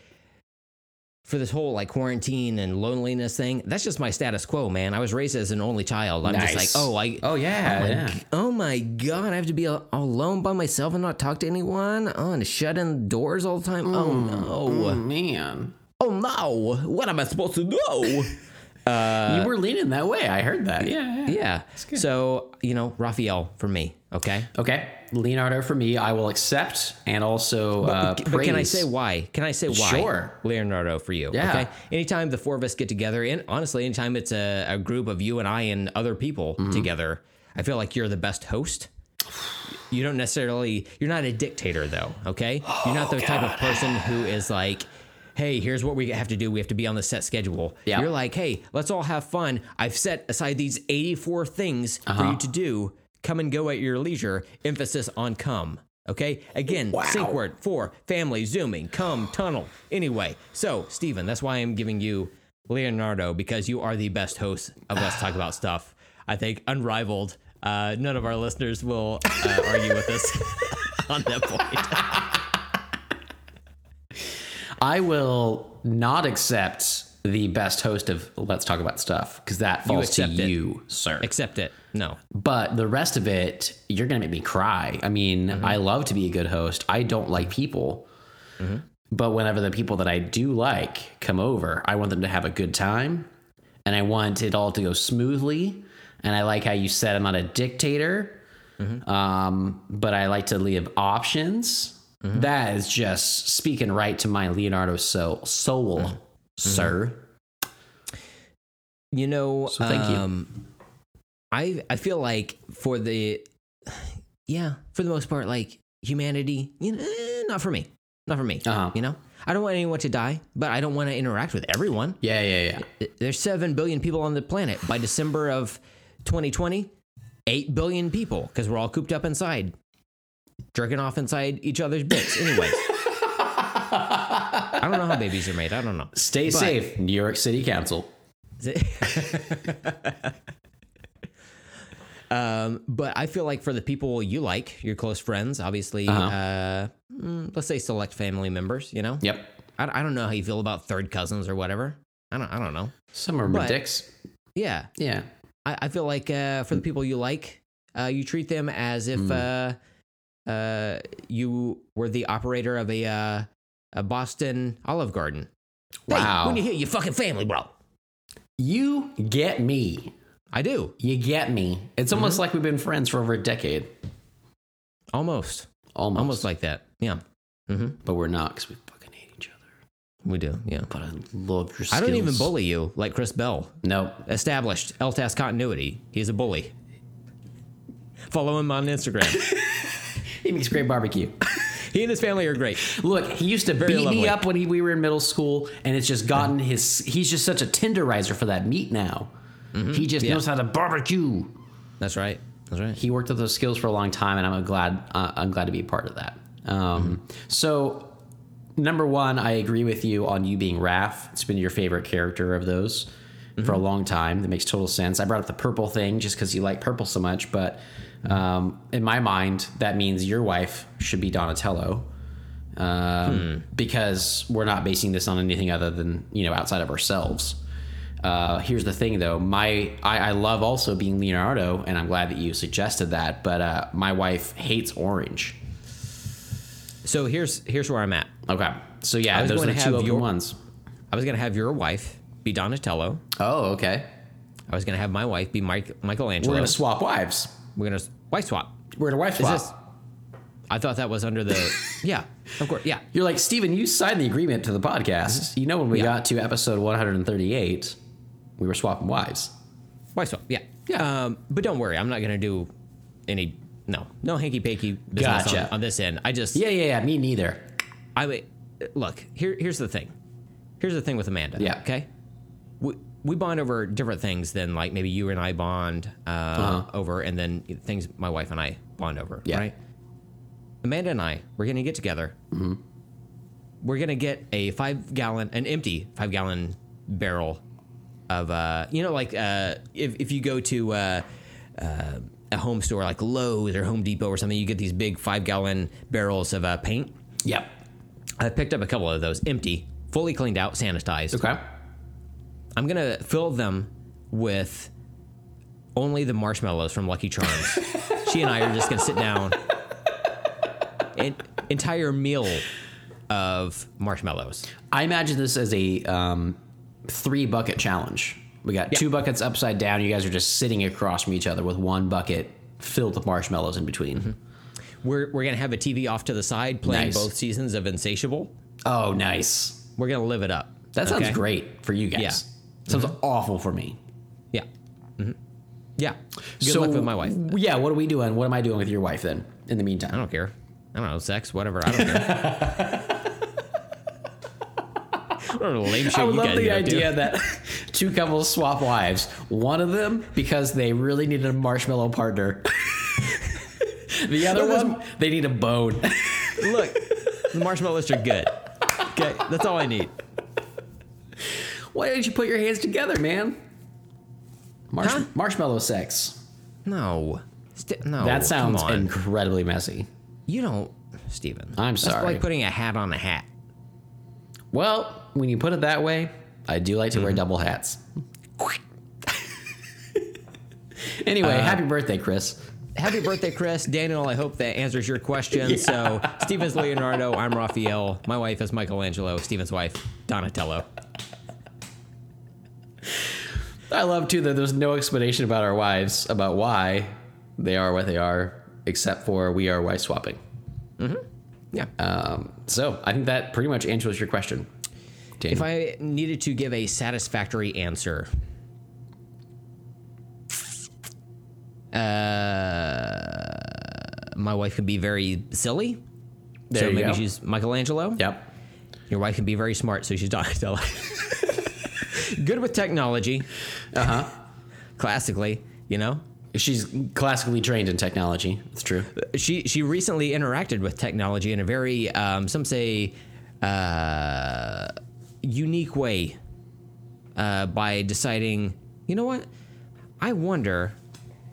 B: for this whole like quarantine and loneliness thing, that's just my status quo, man. I was raised as an only child. I'm
A: Nice.
B: just like, oh, I,
A: Oh, yeah,
B: oh my,
A: yeah.
B: g- oh my god, I have to be al- alone by myself and not talk to anyone. Oh, and shut in doors all the time. oh
A: Mm,
B: no,
A: man.
B: oh no, what am I supposed to do?
A: you were leaning that way. I heard that. Yeah. yeah.
B: Uh, yeah, so you know, Raphael for me, okay.
A: Okay. Leonardo for me, I will accept and also uh,
B: But
A: praise.
B: can I say why? Can I say why?
A: Sure.
B: Leonardo for you.
A: Yeah.
B: Okay. Anytime the four of us get together, and honestly, anytime it's a, a group of you and I and other people
A: Mm-hmm.
B: together, I feel like you're the best host. You don't necessarily, you're not a dictator though, okay? You're not the type of person who is like, hey, here's what we have to do. We have to be on the set schedule.
A: Yeah.
B: You're like, hey, let's all have fun. I've set aside these 84 things for you to do. Come and go at your leisure. Emphasis on come. Okay. Again, sync word for family, zooming, come, tunnel. Anyway, so Steven, that's why I'm giving you Leonardo because you are the best host of Let's Talk About Stuff. I think unrivaled. Uh, none of our listeners will uh, argue with us on that point.
A: I will not accept the best host of Let's Talk About Stuff because that falls to
B: accept it.
A: you, sir.
B: Accept it. No.
A: But the rest of it, you're going to make me cry. I mean, I love to be a good host. I don't like people. But whenever the people that I do like come over, I want them to have a good time and I want it all to go smoothly. And I like how you said I'm not a dictator, um, but I like to leave options. That is just speaking right to my Leonardo soul, soul sir.
B: You know,
A: So thank you.
B: um, I I feel like for the yeah, for the most part, like humanity, you know, eh, not for me, not for me.
A: Uh-huh.
B: You know, I don't want anyone to die, but I don't want to interact with everyone.
A: Yeah, yeah, yeah.
B: There's seven billion people on the planet by December of 2020. Eight billion people because we're all cooped up inside, jerking off inside each other's bits. Anyways, I don't know how babies are made. I don't know.
A: Stay safe, New York City Council.
B: um, but I feel like for the people you like, your close friends, obviously, uh mm, let's say select family members, you know?
A: Yep.
B: I, I don't know how you feel about third cousins or whatever. I don't, I don't know.
A: Some are
B: But-
A: dicks.
B: Yeah.
A: Yeah.
B: I, I feel like uh,
A: Mm.
B: for the people you like, uh, you treat them as if uh, uh, you were the operator of a, uh, a Boston Olive Garden.
A: Wow.
B: Hey, when you hear your fucking family, bro.
A: You get me.
B: I do.
A: You get me. It's
B: Mm-hmm.
A: almost like we've been friends for over a decade.
B: Almost.
A: Almost.
B: Almost like that. Yeah.
A: But we're not because we fucking hate each other.
B: We do, yeah.
A: But I love your skills.
B: I don't even bully you like Chris Bell.
A: Nope.
B: Established LTAS continuity. He's a bully. Follow him on Instagram.
A: He makes great barbecue.
B: he and his family are great.
A: Look, he used to beat me
B: lovely.
A: up when he, we were in middle school, and it's just gotten his. He's just such a tenderizer for that meat now.
B: Mm-hmm.
A: He just knows how to barbecue.
B: That's right. That's right.
A: he worked up those skills for a long time, and I'm glad uh, I'm glad to be a part of that. Um, So, number one, I agree with you on you being Raph. It's been your favorite character of those for a long time. That makes total sense. I brought up the purple thing just because you like purple so much, but um, in my mind, that means your wife should be Donatello. Um, because we're not basing this on anything other than you know outside of ourselves. Uh, here's the thing, though. My I, I love also being Leonardo, and I'm glad that you suggested that. But uh, my wife hates orange.
B: So here's here's where I'm at.
A: Okay, so yeah,
B: I was
A: those are
B: going
A: the
B: to
A: two
B: have
A: open
B: your-
A: ones.
B: I was gonna have your wife be Donatello.
A: Oh, okay.
B: I was gonna have my wife be Mike
A: We're
B: Michelangelo.
A: gonna swap wives.
B: We're gonna s- wife swap.
A: We're gonna wife
B: Is
A: swap.
B: this- I thought that was under the Yeah, of course. Yeah.
A: You're like Steven, You signed the agreement to the podcast. You know when we
B: Mm-hmm. Yeah.
A: got to episode 138, we were swapping wives.
B: Wife swap, yeah. Yeah. Um, but don't worry, I'm not gonna do any no, no hanky panky business on-
A: Gotcha.
B: on, this end. I just
A: Yeah, yeah, yeah. Me neither.
B: I would look here. Here's the thing. Here's the thing with Amanda.
A: Yeah.
B: Okay. We we bond over different things than like maybe you and I bond uh, over, and then things my wife and I bond over.
A: Uh-huh. Yeah.
B: Right. Amanda and I, we're gonna get together.
A: Mm-hmm.
B: We're gonna get a five gallon, an empty five gallon barrel of uh, you know, like uh, if if you go to uh, uh, a home store like Lowe's or Home Depot or something, you get these big five gallon barrels of uh, paint.
A: Yep.
B: I picked up a couple of those empty fully cleaned out, sanitized.
A: Okay.
B: I'm gonna fill them with only the marshmallows from Lucky Charms. she and I are just gonna sit down an entire meal of marshmallows.
A: I imagine this as a um, three bucket challenge. We got two buckets upside down. You guys are just sitting across from each other with one bucket filled with marshmallows in between.
B: Mm-hmm. We're we're gonna have a TV off to the side playing
A: Nice.
B: both seasons of Insatiable.
A: Oh, nice.
B: We're gonna live it up.
A: That sounds
B: Okay?
A: great for you guys.
B: Yeah. Mm-hmm.
A: Sounds awful for me.
B: Yeah. Mhm. Yeah. Good
A: So,
B: luck with my wife.
A: Yeah, what are we doing? What am I doing with your wife then in the meantime?
B: I don't care. I don't know, sex, whatever. I don't care. Whatever lame shit
A: I would
B: you
A: love
B: guys
A: the
B: get up to.
A: idea that two couples swap wives. One of them because they really needed a marshmallow partner. the other one, they need a bone.
B: Look, the marshmallows are good. Okay, that's all I need.
A: Why don't you put your hands together, man? Marsh-
B: Huh?
A: Marshmallow sex.
B: No, Sti- no.
A: That sounds
B: Oh, come on.
A: incredibly messy.
B: you don't, Steven.
A: I'm
B: That's
A: sorry.
B: like putting a hat on a hat.
A: Well, when you put it that way, I do like to
B: Mm-hmm.
A: wear double hats. anyway,
B: Uh-huh.
A: happy birthday, Chris.
B: Happy birthday, Chris. Daniel, I hope that answers your question. So, Steven's Leonardo. I'm Raphael. My wife is Michelangelo. Steven's wife, Donatello.
A: I love too that there's no explanation about our wives about why they are what they are, except for we are wife swapping.
B: Yeah.
A: Um, so I think that pretty much answers your question.
B: if
A: Daniel.
B: I needed to give a satisfactory answer, uh, my wife can be very silly.
A: There
B: so
A: you
B: maybe
A: go.
B: she's Michelangelo.
A: yep.
B: Your wife can be very smart, so she's Donatello. Good with technology. Uh huh.
A: Uh-huh.
B: Classically, you know.
A: She's classically trained in technology. It's true.
B: She she recently interacted with technology in a very um, some say uh, unique way uh, by deciding you know what I wonder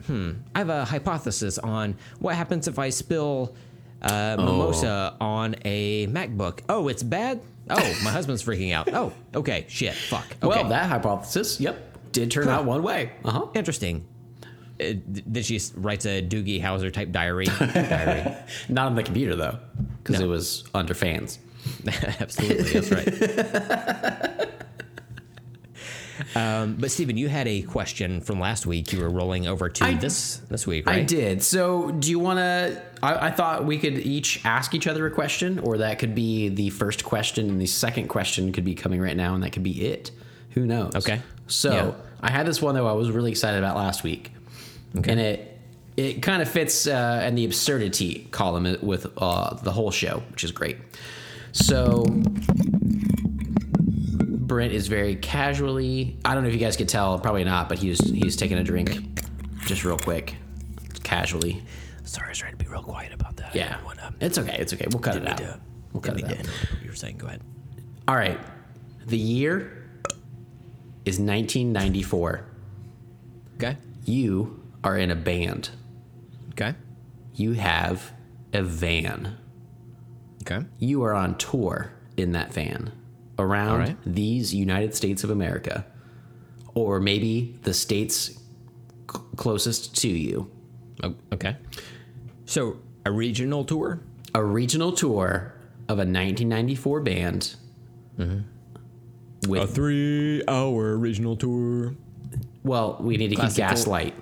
B: hmm I have a hypothesis on what happens if I spill uh, mimosa
A: Oh.
B: on a MacBook oh it's bad oh my husband's freaking out oh okay shit fuck okay
A: Well, that hypothesis, yep, did turn out one way. Uh huh.
B: interesting. Uh, th- then she s- writes a Doogie Howser type diary. diary.
A: Not on the computer though, because it was under fans.
B: Absolutely, that's right. um, but Stephen, you had a question from last week. You were rolling over to this this week, right?
A: I did. So, do you want to? I, I thought we could each ask each other a question, or that could be the first question, and the second question could be coming right now, and that could be it. Who knows?
B: Okay.
A: So,
B: Yeah.
A: I had this one though I was really excited about last week, and it it kind of fits uh, in the absurdity column with uh, the whole show, which is great. So, Brent is very casually. I don't know if you guys could tell, probably not, but he's he's taking a drink, just real quick, casually.
C: Sorry, I was trying to be real quiet about that. I
A: Yeah,
C: had one up.
A: it's okay. It's okay. We'll cut it
C: We
A: out.
C: did.
A: We'll cut
C: We
A: it out.
C: did. What you were saying, go ahead.
A: All right. The year is 1994.
B: Okay.
A: You are in a band.
B: Okay.
A: You have a van.
B: Okay.
A: You are on tour in that van around
B: right.
A: these United States of America, or maybe the states c- closest to you.
B: O- Oh, Okay. So a regional tour.
A: a regional tour of a 1994 band with
B: three-hour regional tour.
A: well we need to keep
B: Classical-
A: gaslight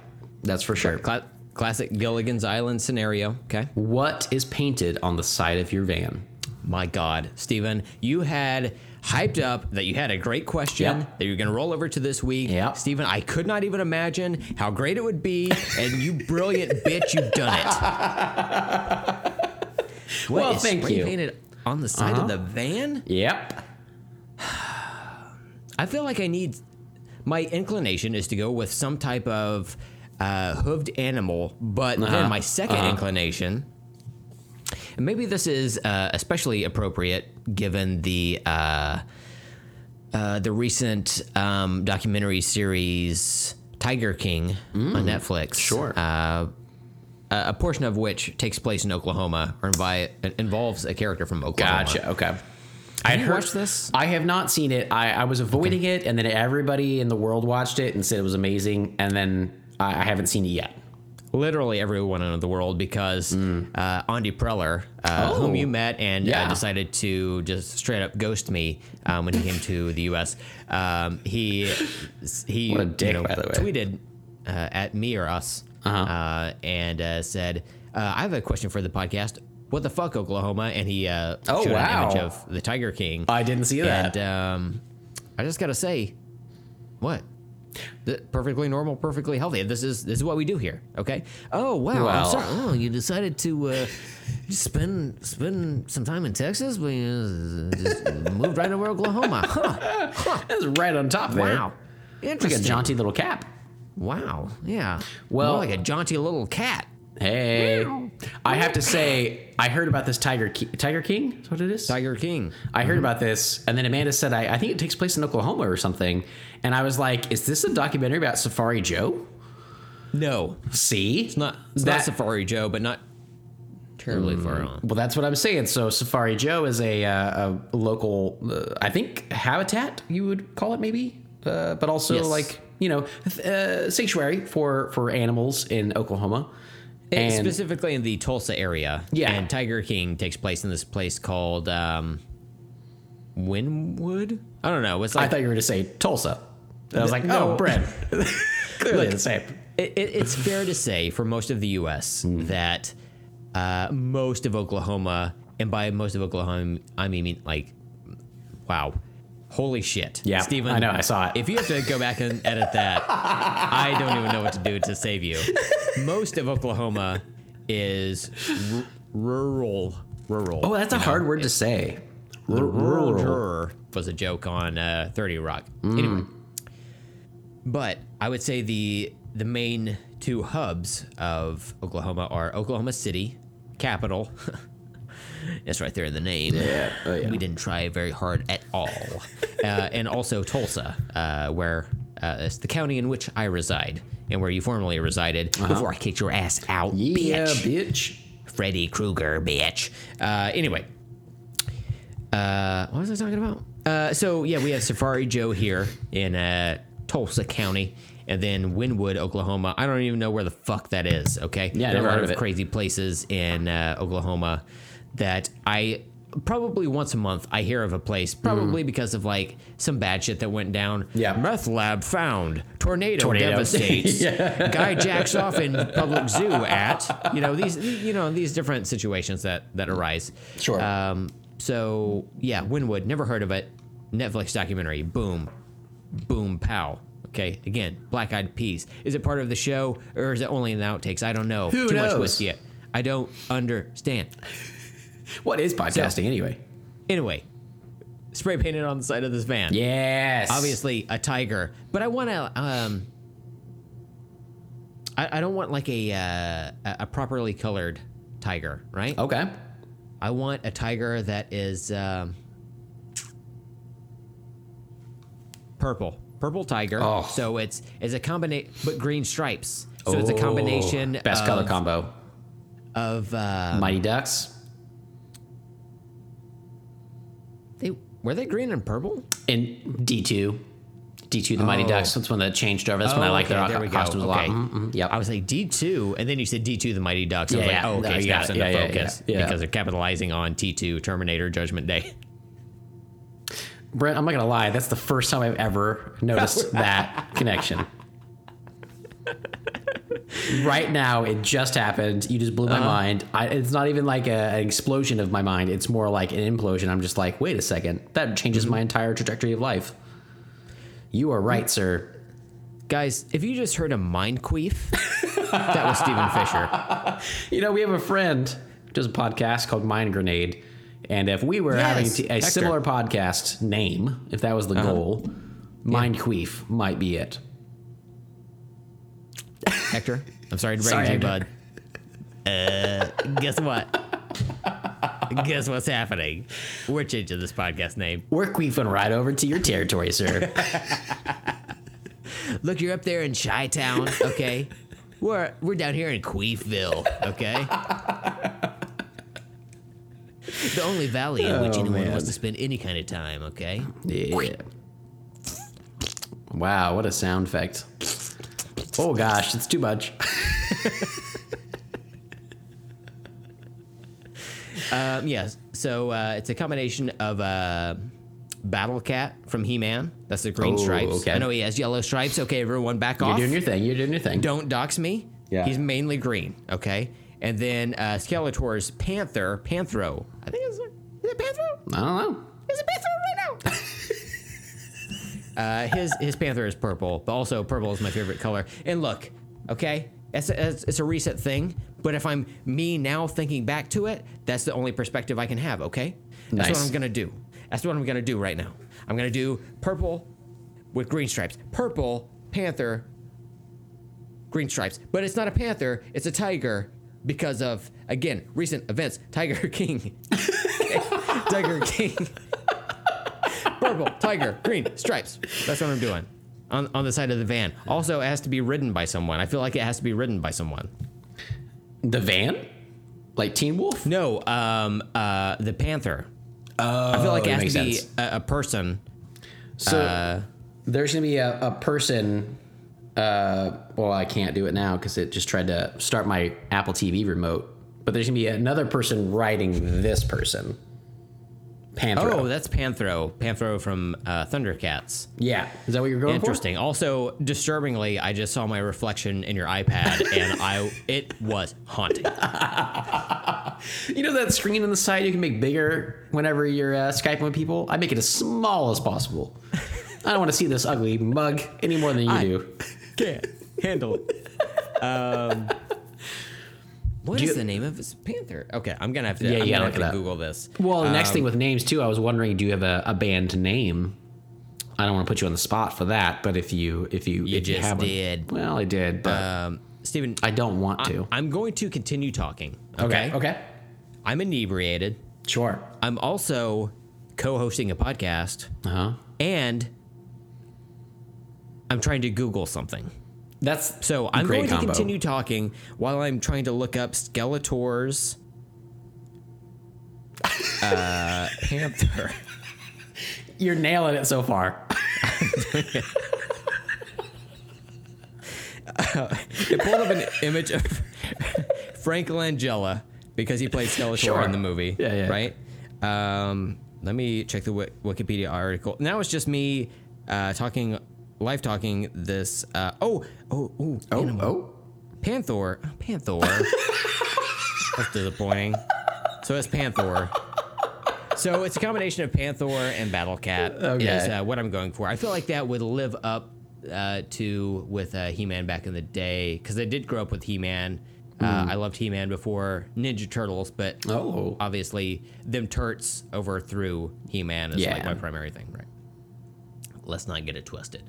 A: that's for sure
B: Cla- classic Gilligan's Island scenario. Okay.
A: what is painted on the side of your van
B: My God, Steven, you had hyped up that you had a great question
A: Yep.
B: that you were going to roll over to this week.
A: Yep.
B: Steven, I could not even imagine how great it would be. And you brilliant bitch, you've done it. What
A: Well,
B: is
A: thank
B: spray
A: you. Uh-huh.
B: painted on the side of the van?
A: yep
B: I feel like I need. My inclination is to go with some type of uh, hooved animal, but then my 2nd inclination, and maybe this is uh, especially appropriate given the uh, uh, the recent um, documentary series Tiger King on Netflix.
A: sure
B: Uh, a portion of which takes place in Oklahoma or invi- involves a character from Oklahoma.
A: gotcha okay I
B: you
A: heard
B: watched this?
A: I have not seen it. I, I was avoiding it, and then everybody in the world watched it and said it was amazing, and then I, I haven't seen it yet.
B: literally everyone in the world because uh, Andy Preller, uh,
A: Mm. Oh.
B: whom you met and
A: Yeah.
B: uh, decided to just straight up ghost me um, when he came to the U.S. Um, he he
A: What a dick,
B: you know,
A: by the way. Uh-huh.
B: tweeted uh, at me or us uh, and uh, said, uh, "I have a question for the podcast." What the fuck, Oklahoma? And he uh,
A: Oh,
B: showed
A: wow.
B: an image of the Tiger King.
A: I didn't see that.
B: And um, I just gotta say, what? Th- perfectly normal, perfectly healthy. This is this is what we do here. Okay.
C: Oh wow!
A: Well.
C: I'm sorry. Oh, you decided to uh, spend spend some time in Texas, but you just moved right over to Oklahoma. Huh.
A: That's right on top there.
C: Wow.
A: It's like a
C: Interesting.
A: jaunty little cap.
C: wow. Yeah.
A: Well-
C: More like a jaunty little cat.
A: Hey, I have to say, I heard about this Tiger Ki- Tiger Mm-hmm. King. Is what it is?
B: Tiger King.
A: I heard about this, and then Amanda said, I, I think it takes place in Oklahoma or something. And I was like, Is this a documentary about Safari Joe?
B: No,
A: See,
B: it's not. It's not
A: That- Mm.
B: Safari Joe, but not terribly far on.
A: Well, that's what I'm saying. So Safari Joe is a, uh, a local, uh, I think, habitat you would call it, maybe, uh, but also
B: Yes.
A: like you know, th- uh, sanctuary for for animals in Oklahoma.
B: It's
A: And
B: specifically in the Tulsa area.
A: Yeah.
B: And Tiger King takes place in this place called um, Winwood. I don't know. It's
A: I
B: like
A: thought you were to say Tulsa. And I was like, oh, bread. Clearly the same.
B: it, it, it's fair to say for most of the U.S.
A: Hmm.
B: that uh, most of Oklahoma, and by most of Oklahoma, I mean like, wow, holy shit,
A: Yeah,
B: Steven,
A: I know, I saw it.
B: If you have to go back and edit that, I don't even know what to do to save you. Most of Oklahoma is r- rural, rural.
A: Oh, that's a hard word to say. R- rural.
B: Rural
A: Mm.
B: juror was a joke on uh, 30 Rock. Anyway, but I would say the the main two hubs of Oklahoma are Oklahoma City, capital. That's right there in the name. Yeah.
A: Oh, yeah.
B: We didn't try very hard at all. uh, and also Tulsa, uh, where uh, it's the county in which I reside and where you formerly resided before I kicked your ass out,
A: Uh-huh. Yeah,
B: bitch.
A: bitch.
B: Freddy Krueger, bitch. Uh, anyway, uh, what was I talking about? Uh, so yeah, we have Safari Joe here in uh, Tulsa County, and then Winwood, Oklahoma. I don't even know where the fuck that is. Okay,
A: Yeah, never
B: there are a lot
A: heard of
B: of
A: it.
B: crazy places in uh, Oklahoma that I probably once a month I hear of a place, probably because of like some bad shit that went down.
A: Hmm. Yeah.
B: meth lab found, tornado,
A: Tornado.
B: devastates, guy jacks off in public zoo at you know these you know these different situations that that arise.
A: Sure.
B: Um, so yeah, Winwood, never heard of it. Netflix documentary. Boom, boom, pow. Okay, again, Black Eyed Peas. Is it part of the show or is it only in the outtakes? I don't know.
A: Who
B: Too
A: knows?
B: much whiskey. I don't understand.
A: What is podcasting anyway?
B: Anyway, spray painted on the side of this van.
A: Yes.
B: Obviously, a tiger. But I want to. Um, I, I don't want like a uh, a- a properly colored tiger, right?
A: Okay.
B: I want a tiger that is um, purple, purple tiger.
A: Oh.
B: So it's it's a combination, but green stripes. So it's a combination
A: Oh, Best
B: of,
A: color combo.
B: of uh,
A: Mighty Ducks.
B: they were they green and purple?
A: And D two, D two, the Mighty
B: Oh.
A: Ducks. That's when that changed over. That's when I
B: Oh,
A: like
B: okay,
A: their
B: there we go.
A: costumes a lot.
B: Okay.
A: Mhm, mhm, yep.
B: I was like D two, and then you said D two, the Mighty Ducks. I was
A: Yeah,
B: like,
A: yeah.
B: oh,
A: No,
B: okay,
A: you
B: snaps
A: got it.
B: into
A: Yeah, yeah,
B: focus
A: yeah, yeah.
B: because they're capitalizing on T two, Terminator, Judgment Day.
A: Brent, I'm not gonna lie. That's the first time I've ever noticed that connection. Right now, it just happened. You just blew my mind. I, it's not even like a, an explosion of my mind. It's more like an implosion. I'm just like, wait a second. That changes my entire trajectory of life. You are right, sir.
B: Guys, if you just heard a mind queef, that was Steven Fisher.
A: You know, we have a friend who does a podcast called Mind Grenade, and if we were having
B: Yes,
A: t- a
B: Hector. Uh-huh.
A: similar podcast name, if that was the goal, Mind Queef might be it.
B: Hector, I'm sorry to break
A: Sorry,
B: it to you,
A: Hector.
B: bud. Uh, guess what? guess what's happening? We're changing this podcast name.
A: We're queefing right over to your territory, sir.
B: Look, you're up there in Chi Town, okay? we're we're down here in Queefville, okay?
C: It's the only valley in which
A: Oh,
C: anyone
A: man.
C: wants to spend any kind of time, okay?
A: Yeah. Wow, what a sound effect. Oh gosh, it's too much.
B: Um, yes. So uh, it's a combination of uh, Battle Cat from He Man. That's the green
A: Oh,
B: stripes.
A: okay.
B: I know he has yellow stripes. Okay, everyone, back
A: You're
B: off.
A: doing your thing. You're doing your thing.
B: Don't dox me.
A: Yeah.
B: He's mainly green. Okay. And then uh, Skeletor's Panther, Panthro. I think it's. Is it Panthro?
A: I don't know.
D: Is it bathroom right now?
B: Uh, his his panther is purple, but also purple is my favorite color. And look, okay, it's a, it's, it's a recent thing, but if I'm me now thinking back to it, that's the only perspective I can have. Okay, that's
A: Nice.
B: what I'm gonna do. That's what I'm gonna do right now. I'm gonna do purple with green stripes. Purple panther, green stripes. But it's not a panther; it's a tiger because of again recent events. Tiger King, Tiger King purple, tiger, green, stripes. That's what I'm doing on, on the side of the van. Also, it has to be ridden by someone. I feel like it has to be ridden by someone.
A: The van? Like Teen Wolf?
B: No, um, uh, the panther.
A: Oh,
B: I feel like it
A: that
B: has
A: makes
B: to be
A: sense.
B: a, a person.
A: So there's gonna be a, a person. Uh, well, I can't do it now because it just tried to start my Apple TV remote. But there's gonna be another person riding this person. Panther.
B: Oh, that's Panthro. Panthro from uh, Thundercats.
A: yeah. Is that what you're going for?
B: Interesting. Also, disturbingly, I just saw my reflection in your iPad, and I it was haunting.
A: You know that screen on the side you can make bigger whenever you're uh, Skyping with people? I make it as small as possible. I don't want to see this ugly mug any more than you do.
B: Can't handle it. What is
A: Um, Do you-
B: the name of his panther? Okay, I'm gonna have to.
A: Yeah,
B: I'm
A: you gotta
B: gonna
A: look
B: have
A: it
B: to
A: up.
B: Google this.
A: Well, the next thing with names, too, I was wondering do you have a, a band name? I don't want to put you on the spot for that, but if you if you,
B: You
A: if
B: just
A: have one-
B: did.
A: well, I did, but
B: Um, Stephen,
A: I don't want to.
B: I'm going to continue talking. Okay.
A: okay,
B: I'm inebriated.
A: sure.
B: I'm also co-hosting a podcast,
A: Uh huh.
B: and I'm trying to Google something.
A: That's
B: So I'm
A: Great
B: going
A: combo.
B: to continue talking while I'm trying to look up Skeletor's uh, panther.
A: you're nailing it so far.
B: It pulled up an image of Frank Langella because he played Skeletor
A: Sure.
B: in the movie.
A: Yeah, yeah.
B: Right. Um, let me check the Wik- Wikipedia article. Now it's just me uh, talking, live talking this. Uh, oh, oh, oh, animal. Panther, Panther. That's disappointing. So it's Panther. So it's a combination of Panther and Battle Cat
A: Okay.
B: is uh, what I'm going for. I feel like that would live up uh, to with uh, He-Man back in the day because I did grow up with He-Man. Uh, I loved He-Man before Ninja Turtles, but
A: Hmm. Oh.
B: obviously them turts overthrew He-Man is like
A: Yeah.
B: my primary thing, right? Let's not get it twisted.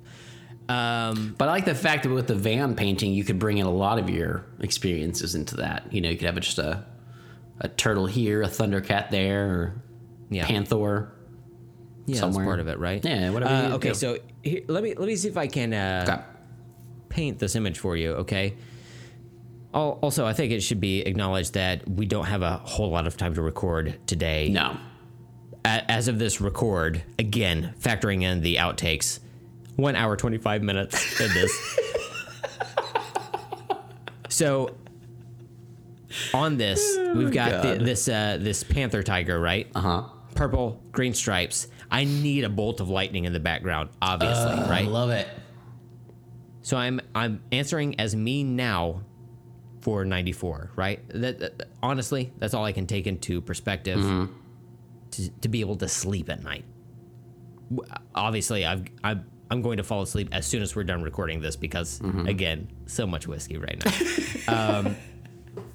B: Um,
A: But I like the fact that with the van painting, you could bring in a lot of your experiences into that. You know, you could have just a a turtle here, a thundercat there, or
B: Yeah.
A: panther.
B: Yeah,
A: somewhere.
B: that's part of it, right?
A: Yeah, whatever
B: Uh,
A: you
B: okay,
A: do.
B: so here, let me let me see if I can uh,
A: Okay.
B: paint this image for you. Okay. Al- Also, I think it should be acknowledged that we don't have a whole lot of time to record today.
A: No.
B: A- as of this record, again, factoring in the outtakes, one hour twenty five minutes in this. so, on this,
A: Oh
B: we've got the, this uh, this panther tiger, right?
A: Uh huh.
B: purple, green stripes. I need a bolt of lightning in the background, obviously,
A: I
B: right?
A: love it.
B: So I'm I'm answering as me now for 94, right? That, that- honestly, that's all I can take into perspective to, to be able to sleep at night. W- Obviously, I've I'm I'm going to fall asleep as soon as we're done recording this because again, so much whiskey right now. um,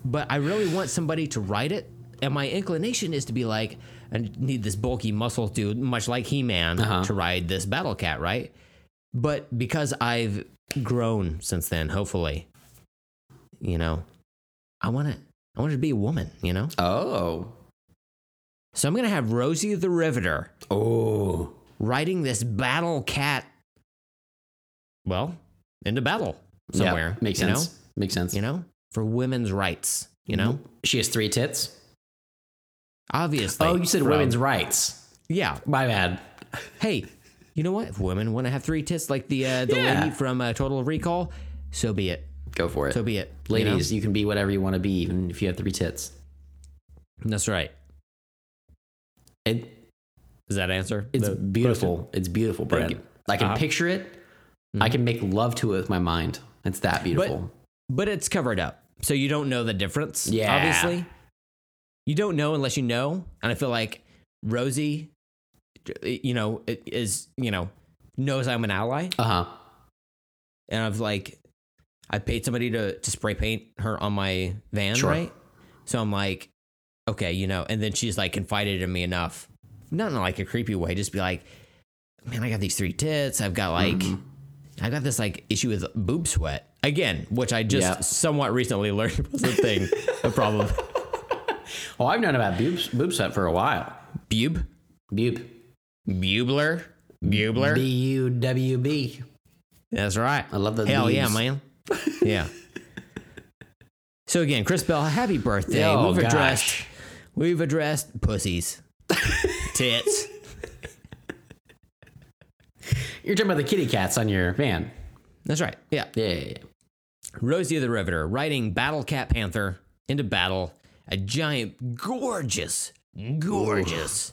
B: but I really want somebody to write it, and my inclination is to be like, I need this bulky muscle dude, much like He Man, to ride this battle cat, right? but because I've grown since then, hopefully, you know, I want to, I want to be a woman, you know.
A: Oh.
B: So I'm gonna have Rosie the Riveter
A: Oh.
B: riding this battle cat. Well, into battle
A: Yeah,
B: somewhere.
A: makes
B: you
A: sense. Mm-hmm. Makes sense.
B: Know? You know, for women's rights. You know,
A: She has three tits.
B: Obviously.
A: Oh, you said
B: from-
A: women's rights.
B: Yeah.
A: My bad.
B: Hey, you know what? If women want to have three tits like the uh, the
A: Yeah.
B: lady from uh, Total Recall, so be it.
A: Go for it.
B: So be it. you know?
A: Ladies, you, can be whatever you want to be, even if you have three tits.
B: That's right.
A: It,
B: Does that answer?
A: it's
B: the-
A: beautiful. It's beautiful,
B: Thank
A: Brad. I can
B: Uh-huh.
A: picture it. I
B: Mm-hmm.
A: can make love to it with my mind. It's that beautiful.
B: but it's covered up. So you don't know the difference.
A: Yeah.
B: Obviously. You don't know unless you know. And I feel like Rosie, you know, is, you know, knows I'm an ally.
A: Uh huh.
B: and I've like I paid somebody to to spray paint her on my van,
A: Sure.
B: right? So I'm like, okay, you know, and then she's like confided in me enough, not in like a creepy way, just be like, man, I got these three tits, I've got like,
A: Mm-hmm.
B: I got this like issue with boob sweat again, which I just
A: Yeah.
B: somewhat recently learned was a thing, a problem.
A: Oh, I've known about boobs, boob set for a while.
B: Bube,
A: Boob.
B: bubler, bubler.
A: B U W B.
B: That's right.
A: I love those
B: Hell yeah,
A: memes.
B: man. Yeah. so again, Chris Bell, happy birthday.
A: Oh,
B: we've
A: gosh.
B: addressed we've addressed pussies, tits.
A: You're talking about the kitty cats on your van.
B: That's right. Yeah.
A: Yeah, yeah, yeah.
B: Rosie the Riveter riding Battle Cat Panther into battle. A giant, gorgeous, gorgeous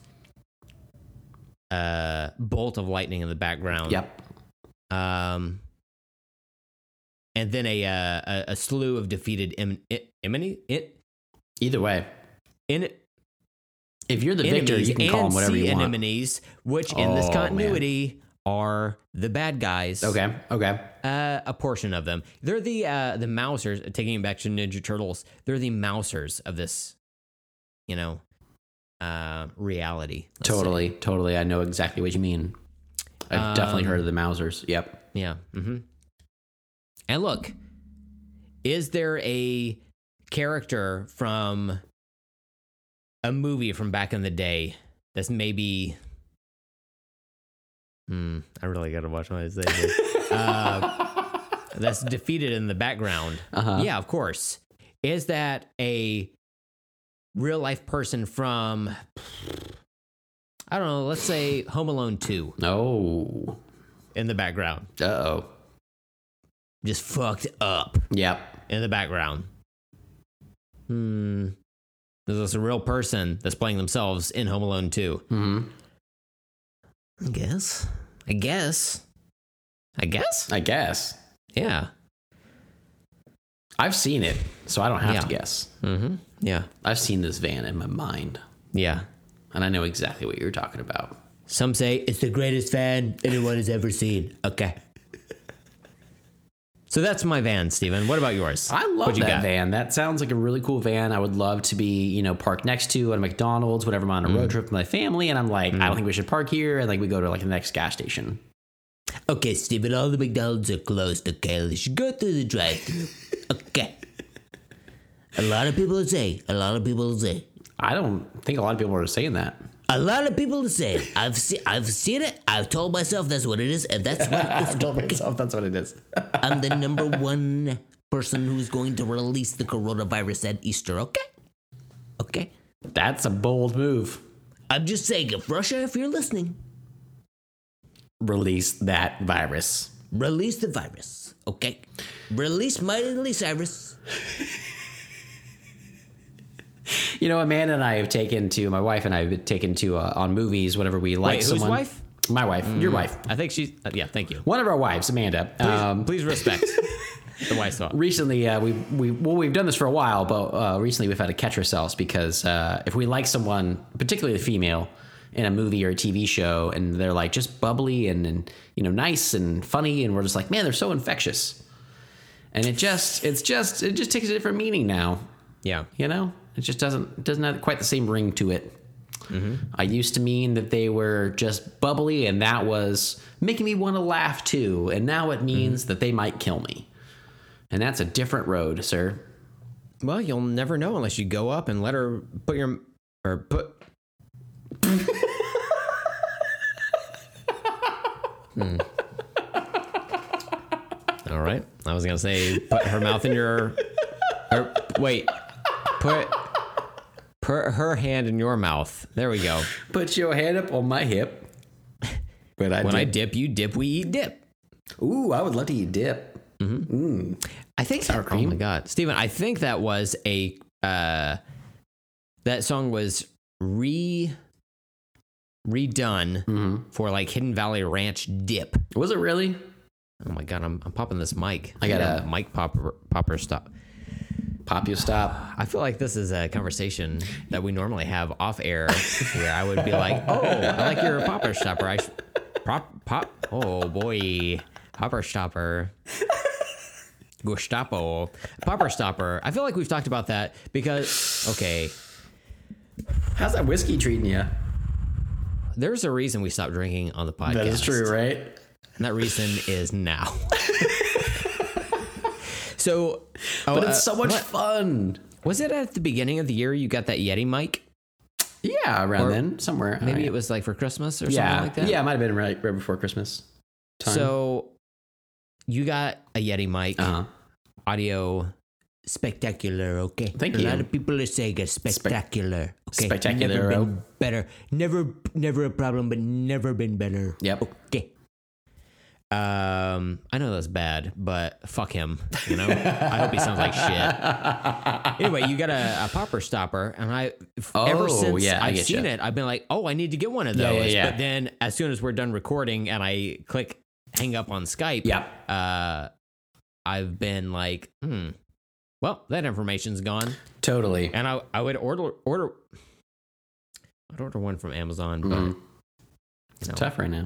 B: uh, bolt of lightning in the background.
A: Yep.
B: Um, and then a, uh, a a slew of defeated em- em- em- it
A: Either way,
B: in
A: if you're the victor,
B: enemies
A: you can
B: and
A: call them whatever
B: sea
A: you want.
B: anemones, which in this
A: Oh,
B: continuity are the bad guys.
A: Okay. Okay.
B: Uh, a portion of them. They're the uh, the Mousers. Taking it back to Ninja Turtles, they're the Mousers of this, you know, uh, reality. let's
A: Totally. Totally. I know exactly what you mean. I've definitely
B: Um,
A: heard of the Mausers. Yep.
B: say. Yeah. hmm And look, is there a character from a movie from back in the day that's maybe? Hmm. I really gotta watch what I say. here. uh, that's defeated in the background.
A: Uh-huh.
B: Yeah, of course. Is that a real life person from? I don't know. Let's say Home Alone Two
A: Oh.
B: in the background,
A: Uh oh.
B: just fucked up.
A: Yep.
B: in the background. Hmm. There's this real person that's playing themselves in Home Alone 2.
A: hmm
B: I guess. I guess. I guess?
A: I guess.
B: Yeah.
A: I've seen it, so I don't have to
B: Yeah.
A: guess.
B: Mm-hmm. Yeah.
A: I've seen this van in my mind,
B: Yeah.
A: and I know exactly what you're talking about.
B: Some say it's the greatest van anyone has ever seen. Okay. So that's my van, Steven. What about yours?
A: I love
B: What you
A: that
B: got?
A: van. That sounds like a really cool van. I would love to be, you know, parked next to at a McDonald's whenever I'm on a
B: Mm.
A: road trip with my family. And I'm like, I don't think we should park here. And like, we go to like the next gas station.
B: Okay, Steven, all the McDonald's are closed. Okay, let's go through the drive through. okay.
C: A lot of people say, a lot of people say,
A: I don't think a lot of people are saying that.
C: a lot of people say, I've seen, I've seen it. I've told myself that's what it is, and that's what it is.
A: I've told myself that's what it is.
C: I'm the number one person who's going to release the coronavirus at Easter, okay? Okay.
A: That's a bold move.
C: I'm just saying, if Russia, if you're listening,
A: Release that virus.
C: release the virus, okay? Release mightily Cyrus.
A: You know, Amanda and I have taken to my wife and I have taken to uh, on movies whenever we like
B: Wait, whose
A: someone.
B: wife? Hmm.
A: My wife. Your wife.
B: I think she's. Uh, yeah, thank you.
A: One of our wives, Amanda. um,
B: Please respect the white thought.
A: recently uh, we we well we've done this for a while, but uh, recently we've had to catch ourselves because uh, if we like someone, particularly the female, in a movie or a TV show, and they're like just bubbly and, and you know nice and funny, and we're just like, man, they're so infectious, and it just it's just it just takes a different meaning now,
B: Yeah.
A: you know. It just doesn't doesn't have quite the same ring to it.
C: Mm-hmm.
A: I used to mean that they were just bubbly, and that was making me want to laugh too. And now
C: Mm-hmm.
A: it means that they might kill me. And that's a different road, sir.
B: Well, Oh, you'll never know unless you go up and let her put your or put. Hmm. All right, I was gonna say put her mouth in your. Or, wait, put
C: Her her hand in your mouth. There we go.
A: Put your hand up on my hip. When I
C: When I
A: dip.
C: dip, you dip, we eat dip.
A: Ooh, I would love to eat dip.
C: I think sour
A: cream.
C: Oh my god, Steven, I think that was a uh, that song was re redone
A: Mm-hmm.
C: for like Hidden Valley Ranch dip.
A: Was it really?
C: Oh my god, I'm I'm popping this mic.
A: I got
C: Yeah,
A: a-
C: mic popper popper stop.
A: Pop you stop.
C: I feel like this is a conversation that we normally have off air, where I would be like, "Oh, I like your popper stopper. I sh- pop pop. Oh boy, popper stopper." Gestapo, popper stopper. I feel like we've talked about that because okay,
A: How's that whiskey treating you?
C: there's a reason we stopped drinking on the podcast.
A: That is true, right?
C: And that reason is now. so, oh,
A: But
C: uh,
A: it's so much
C: what-
A: fun.
C: Was it at the beginning of the year you got that Yeti mic?
A: Yeah, around
C: Or
A: then, somewhere.
C: Maybe
A: Alright.
C: it was like for Christmas or
A: yeah,
C: something like that.
A: yeah. It might have been right right before Christmas. Time.
C: So you got a Yeti mic,
A: uh-huh.
C: audio spectacular. Okay,
A: Thank
C: a
A: you.
C: A lot of people are saying it's spectacular. okay,
A: Spectacular.
C: Never been better. Never, never a problem, but never been better.
A: Yep.
C: Okay. Um, I know that's bad, but fuck him. You know, I hope he sounds like shit. Anyway, you got a, a popper stopper, and I f- ever
A: Oh,
C: since
A: yeah, I
C: I've
A: get
C: seen
A: ya.
C: it, I've been like, oh, I need to get one of
A: Yeah,
C: those.
A: yeah, yeah.
C: But then, as soon as we're done recording, and I click hang up on Skype,
A: Yeah.
C: uh, I've been like, hmm, well, that information's gone,
A: Totally.
C: and I I would order order. I'd order one from Amazon, but
A: Mm.
C: you know,
A: Tough right now.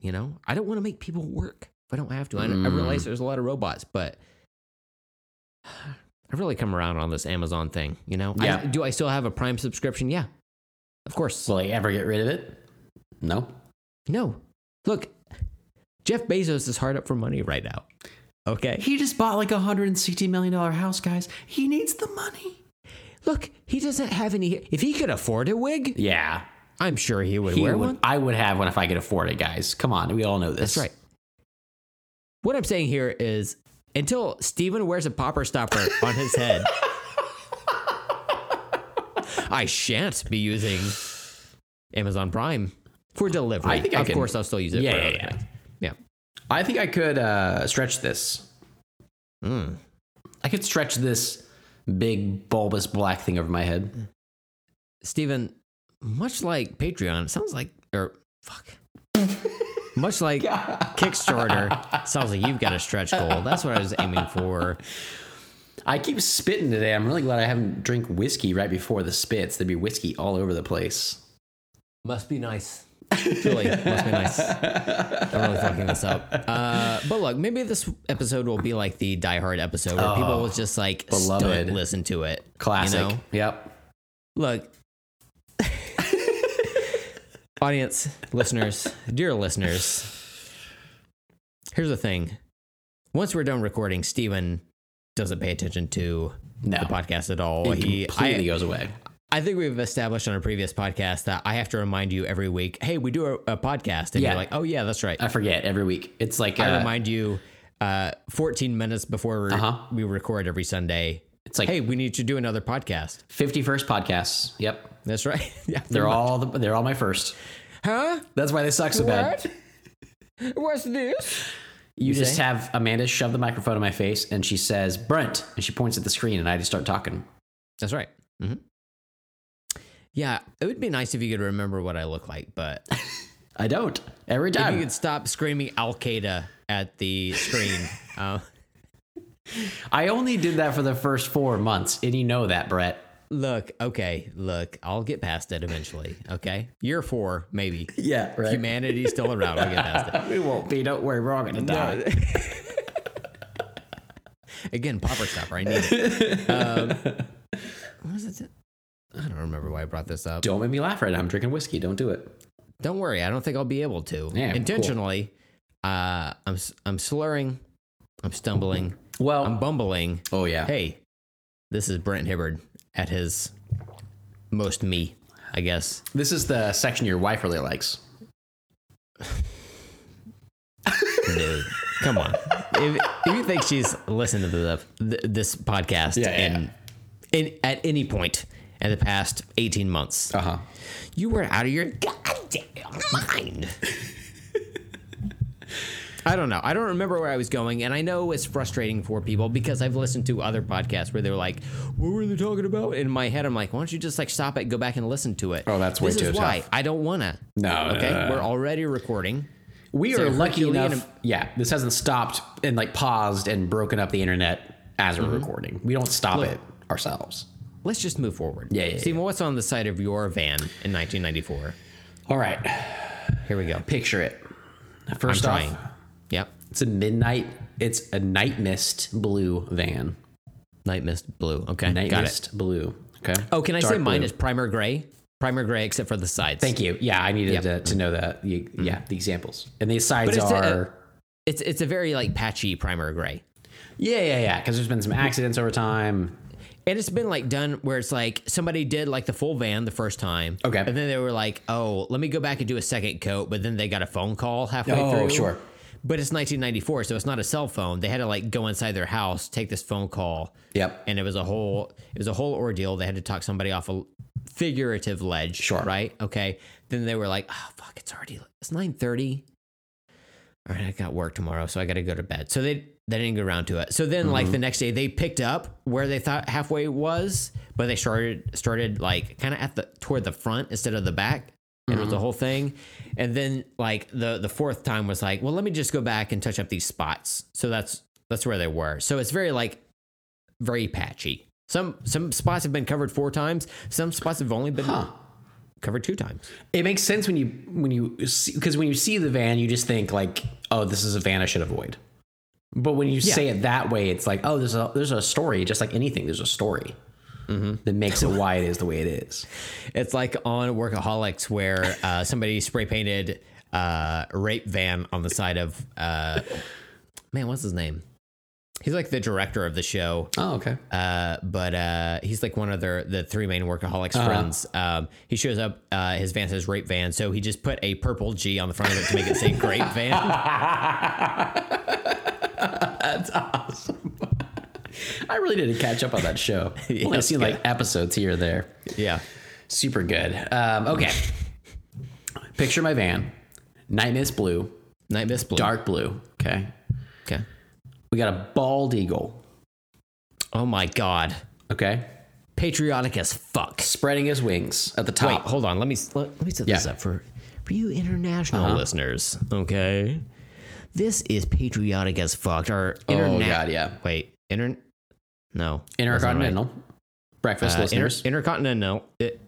C: you know, I don't want to make people work if I don't have to. I, I
A: Mm.
C: realize there's a lot of robots, but I've really come around on this Amazon thing. You know, I-
A: Yeah.
C: do I still have a Prime subscription? Yeah, of course.
A: Will I ever get rid of it? No.
C: no, look, Jeff Bezos is hard up for money right now. Okay,
A: He just bought like a hundred and sixty million dollar house, guys. He needs the money.
C: look, he doesn't have any. If he could afford a wig,
A: Yeah.
C: I'm sure he would
A: He
C: wear
A: would-
C: one.
A: I would have one if I could afford it, guys. Come on, we all know this.
C: That's right. What I'm saying here is until Steven wears a popper stopper on his head, I shan't be using Amazon Prime for delivery.
A: I think I
C: of
A: can-
C: course, I'll still use it
A: Yeah,
C: for
A: yeah,
C: other
A: yeah.
C: things. yeah.
A: I think I could uh, stretch this. Hmm. I could stretch this big bulbous black thing over my head.
C: Steven, much like Patreon, it sounds like, or fuck. much like Kickstarter, sounds like you've got a stretch goal. That's what I was aiming for.
A: I keep spitting today. I'm really glad I haven't drink whiskey right before the spits. There'd be whiskey all over the place.
C: Must be nice. Truly, must be nice. I'm really fucking this up. Uh, but look, maybe this episode will be like the Die Hard episode where people will just like
A: beloved.
C: stunt listen to it. you
A: Classic.
C: know?
A: Yep.
C: Look, audience, listeners, dear listeners, here's the thing. Once we're done recording, Steven doesn't pay attention to
A: No.
C: the podcast at all.
A: it
C: He- I-
A: completely goes away.
C: I think we've established on a previous podcast that I have to remind you every week, hey, we do a, a podcast. And
A: Yeah. Uh,
C: you're like, oh, yeah, that's right.
A: I forget every week. It's like
C: I
A: uh,
C: remind you uh, 14 minutes before we,
A: Uh-huh.
C: we record every Sunday.
A: It's like-
C: hey, we need to do another podcast.
A: 51st podcasts. Yep.
C: That's right. yeah.
A: They're all the, they're all my first.
G: Huh?
A: That's why they suck so bad.
G: What? What's this?
A: You, just have Amanda shove the microphone in my face and she says, Brent. And she points at the screen and I just start talking.
C: That's right. hmm Yeah, it would be nice if you could remember what I look like, but
A: I don't. Every
C: if you
A: time.
C: could stop screaming Al Qaeda at the screen. uh,
A: I only did that for the first four months. And you know that, Brett.
C: look, okay, look, I'll get past it eventually. Okay, year four, maybe.
A: Yeah, right.
C: Humanity's still around. I'll get past it.
A: we won't be. Don't worry. We're all going to die.
C: Again, popper stopper. I need it. Um, what is it? I don't remember why I brought this up. Don't,
A: Don't make me laugh right now. I'm drinking whiskey. Don't do it.
C: worry. I don't think I'll be able to.
A: Yeah, cool.
C: Intentionally, uh, I'm s- I'm slurring. I'm stumbling.
A: Well,
C: I'm bumbling.
A: oh, yeah.
C: Hey, this is Brent Hibbard at his most me, I guess.
A: This is the section your wife really likes.
C: Dude, come on. If, if you think she's listened to the, th this podcast
A: Yeah, yeah,
C: and in, at any point in the past 18 months.
A: Uh huh.
C: You were out of your goddamn mind. I don't know. I don't remember where I was going, and I know it's frustrating for people because I've listened to other podcasts where they were like, "What were they talking about?" In my head, I'm like, "Why don't you just like stop it, go back and listen to it?"
A: Oh, that's way
C: this
A: too
C: is
A: tough.
C: why I don't wanna.
A: No, no,
C: okay,
A: no, no, no.
C: we're already recording.
A: We
C: So
A: are lucky
C: Herculean
A: enough. yeah, this hasn't stopped and like paused and broken up the internet as we're recording. We don't stop it ourselves.
C: Let's just move forward.
A: Yeah, yeah, yeah.
C: Steven, what's on the side of your van in 1994?
A: All right,
C: Here we go.
A: picture it.
C: I'm
A: First off,
C: trying. Yep.
A: it's a midnight. It's a night mist blue van.
C: Night mist blue. Okay.
A: Night
C: got it.
A: mist blue. Okay.
C: Oh, can I say
A: Dark
C: mine
A: blue.
C: is primer gray? Primer gray, except for the sides.
A: Thank you. Yeah, I needed
C: Yep.
A: to, to know that. You- Yeah, the examples and the sides
C: it's a-
A: are.
C: It's it's a very like patchy primer gray.
A: yeah, yeah, yeah. Because there's been some accidents over time.
C: And it's been like done where it's like somebody did like the full van the first time.
A: Okay.
C: And then they were like, oh, let me go back and do a second coat. But then they got a phone call halfway
A: Oh,
C: through.
A: sure.
C: But it's 1994, so it's not a cell phone. They had to like go inside their house, take this phone call.
A: Yep.
C: And it was a whole it was a whole ordeal. They had to talk somebody off a figurative ledge.
A: Sure.
C: Right. Okay. Then they were like, oh fuck, it's already it's 9:30. all right, I got work tomorrow, so I got to go to bed. So they they didn't get around to it. So then, like the next day, they picked up where they thought halfway was, but they started started like kind of at the toward the front instead of the back. And It was the whole thing, and then like the the fourth time was like, well, let me just go back and touch up these spots. So that's that's where they were. So it's very like very patchy. Some some spots have been covered four times. Some spots have only been covered two times.
A: It makes sense when you when you because when you see the van, you just think like, oh, this is a van I should avoid. But when you say it that way, it's like, oh, there's a there's a story, just like anything. There's a story that makes it why it is the way it is.
C: It's like on Workaholics where uh, somebody spray painted uh, rape van on the side of uh, man, what's his name? He's like the director of the show,
A: Oh, okay.
C: uh, but uh, he's like one of their the three main workaholics friends. Um, he shows up. Uh, his van says rape van, so he just put a purple G on the front of it to make it say grape van.
A: I really didn't catch up on that show. I've Only seen like episodes here or there.
C: Yeah,
A: Super good. Um, okay. Picture my van, night mist blue,
C: night mist blue.
A: dark blue. Okay.
C: Okay.
A: We got a bald eagle.
C: Oh my god,
A: Okay.
C: patriotic as fuck.
A: Spreading his wings at the top.
C: Wait, hold on. Let me let, let me set this
A: Yeah. Uh-huh.
C: up for for you international listeners. Uh-huh. Okay, this is patriotic as fucked. Our
A: Oh
C: interna-
A: god, yeah.
C: Wait, inter no that's not right.
A: Intercontinental breakfast
C: Uh, inter-
A: listeners.
C: intercontinental. uh, It,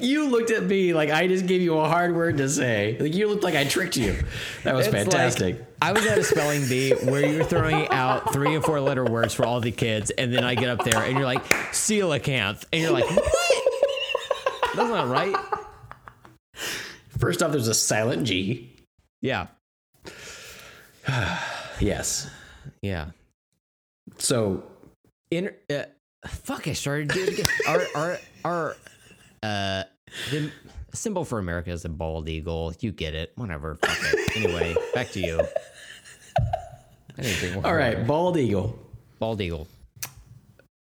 A: you looked at me like I just gave you a hard word to say. Like you looked like I tricked you. That was
C: It's like-
A: fantastic.
C: I was at a spelling bee where you were throwing out three and four letter words for all the kids, and then I get up there and you're like coelacanth, and you're like, what? That's not right.
A: First off, there's a silent G.
C: Yeah,
A: Yes.
C: yeah.
A: So
C: inter- uh, fuck i started to do it again our our our uh the symbol for america is a bald eagle you get it whatever fuck it. anyway back to you I didn't drink more
A: all right, bald eagle.
C: bald eagle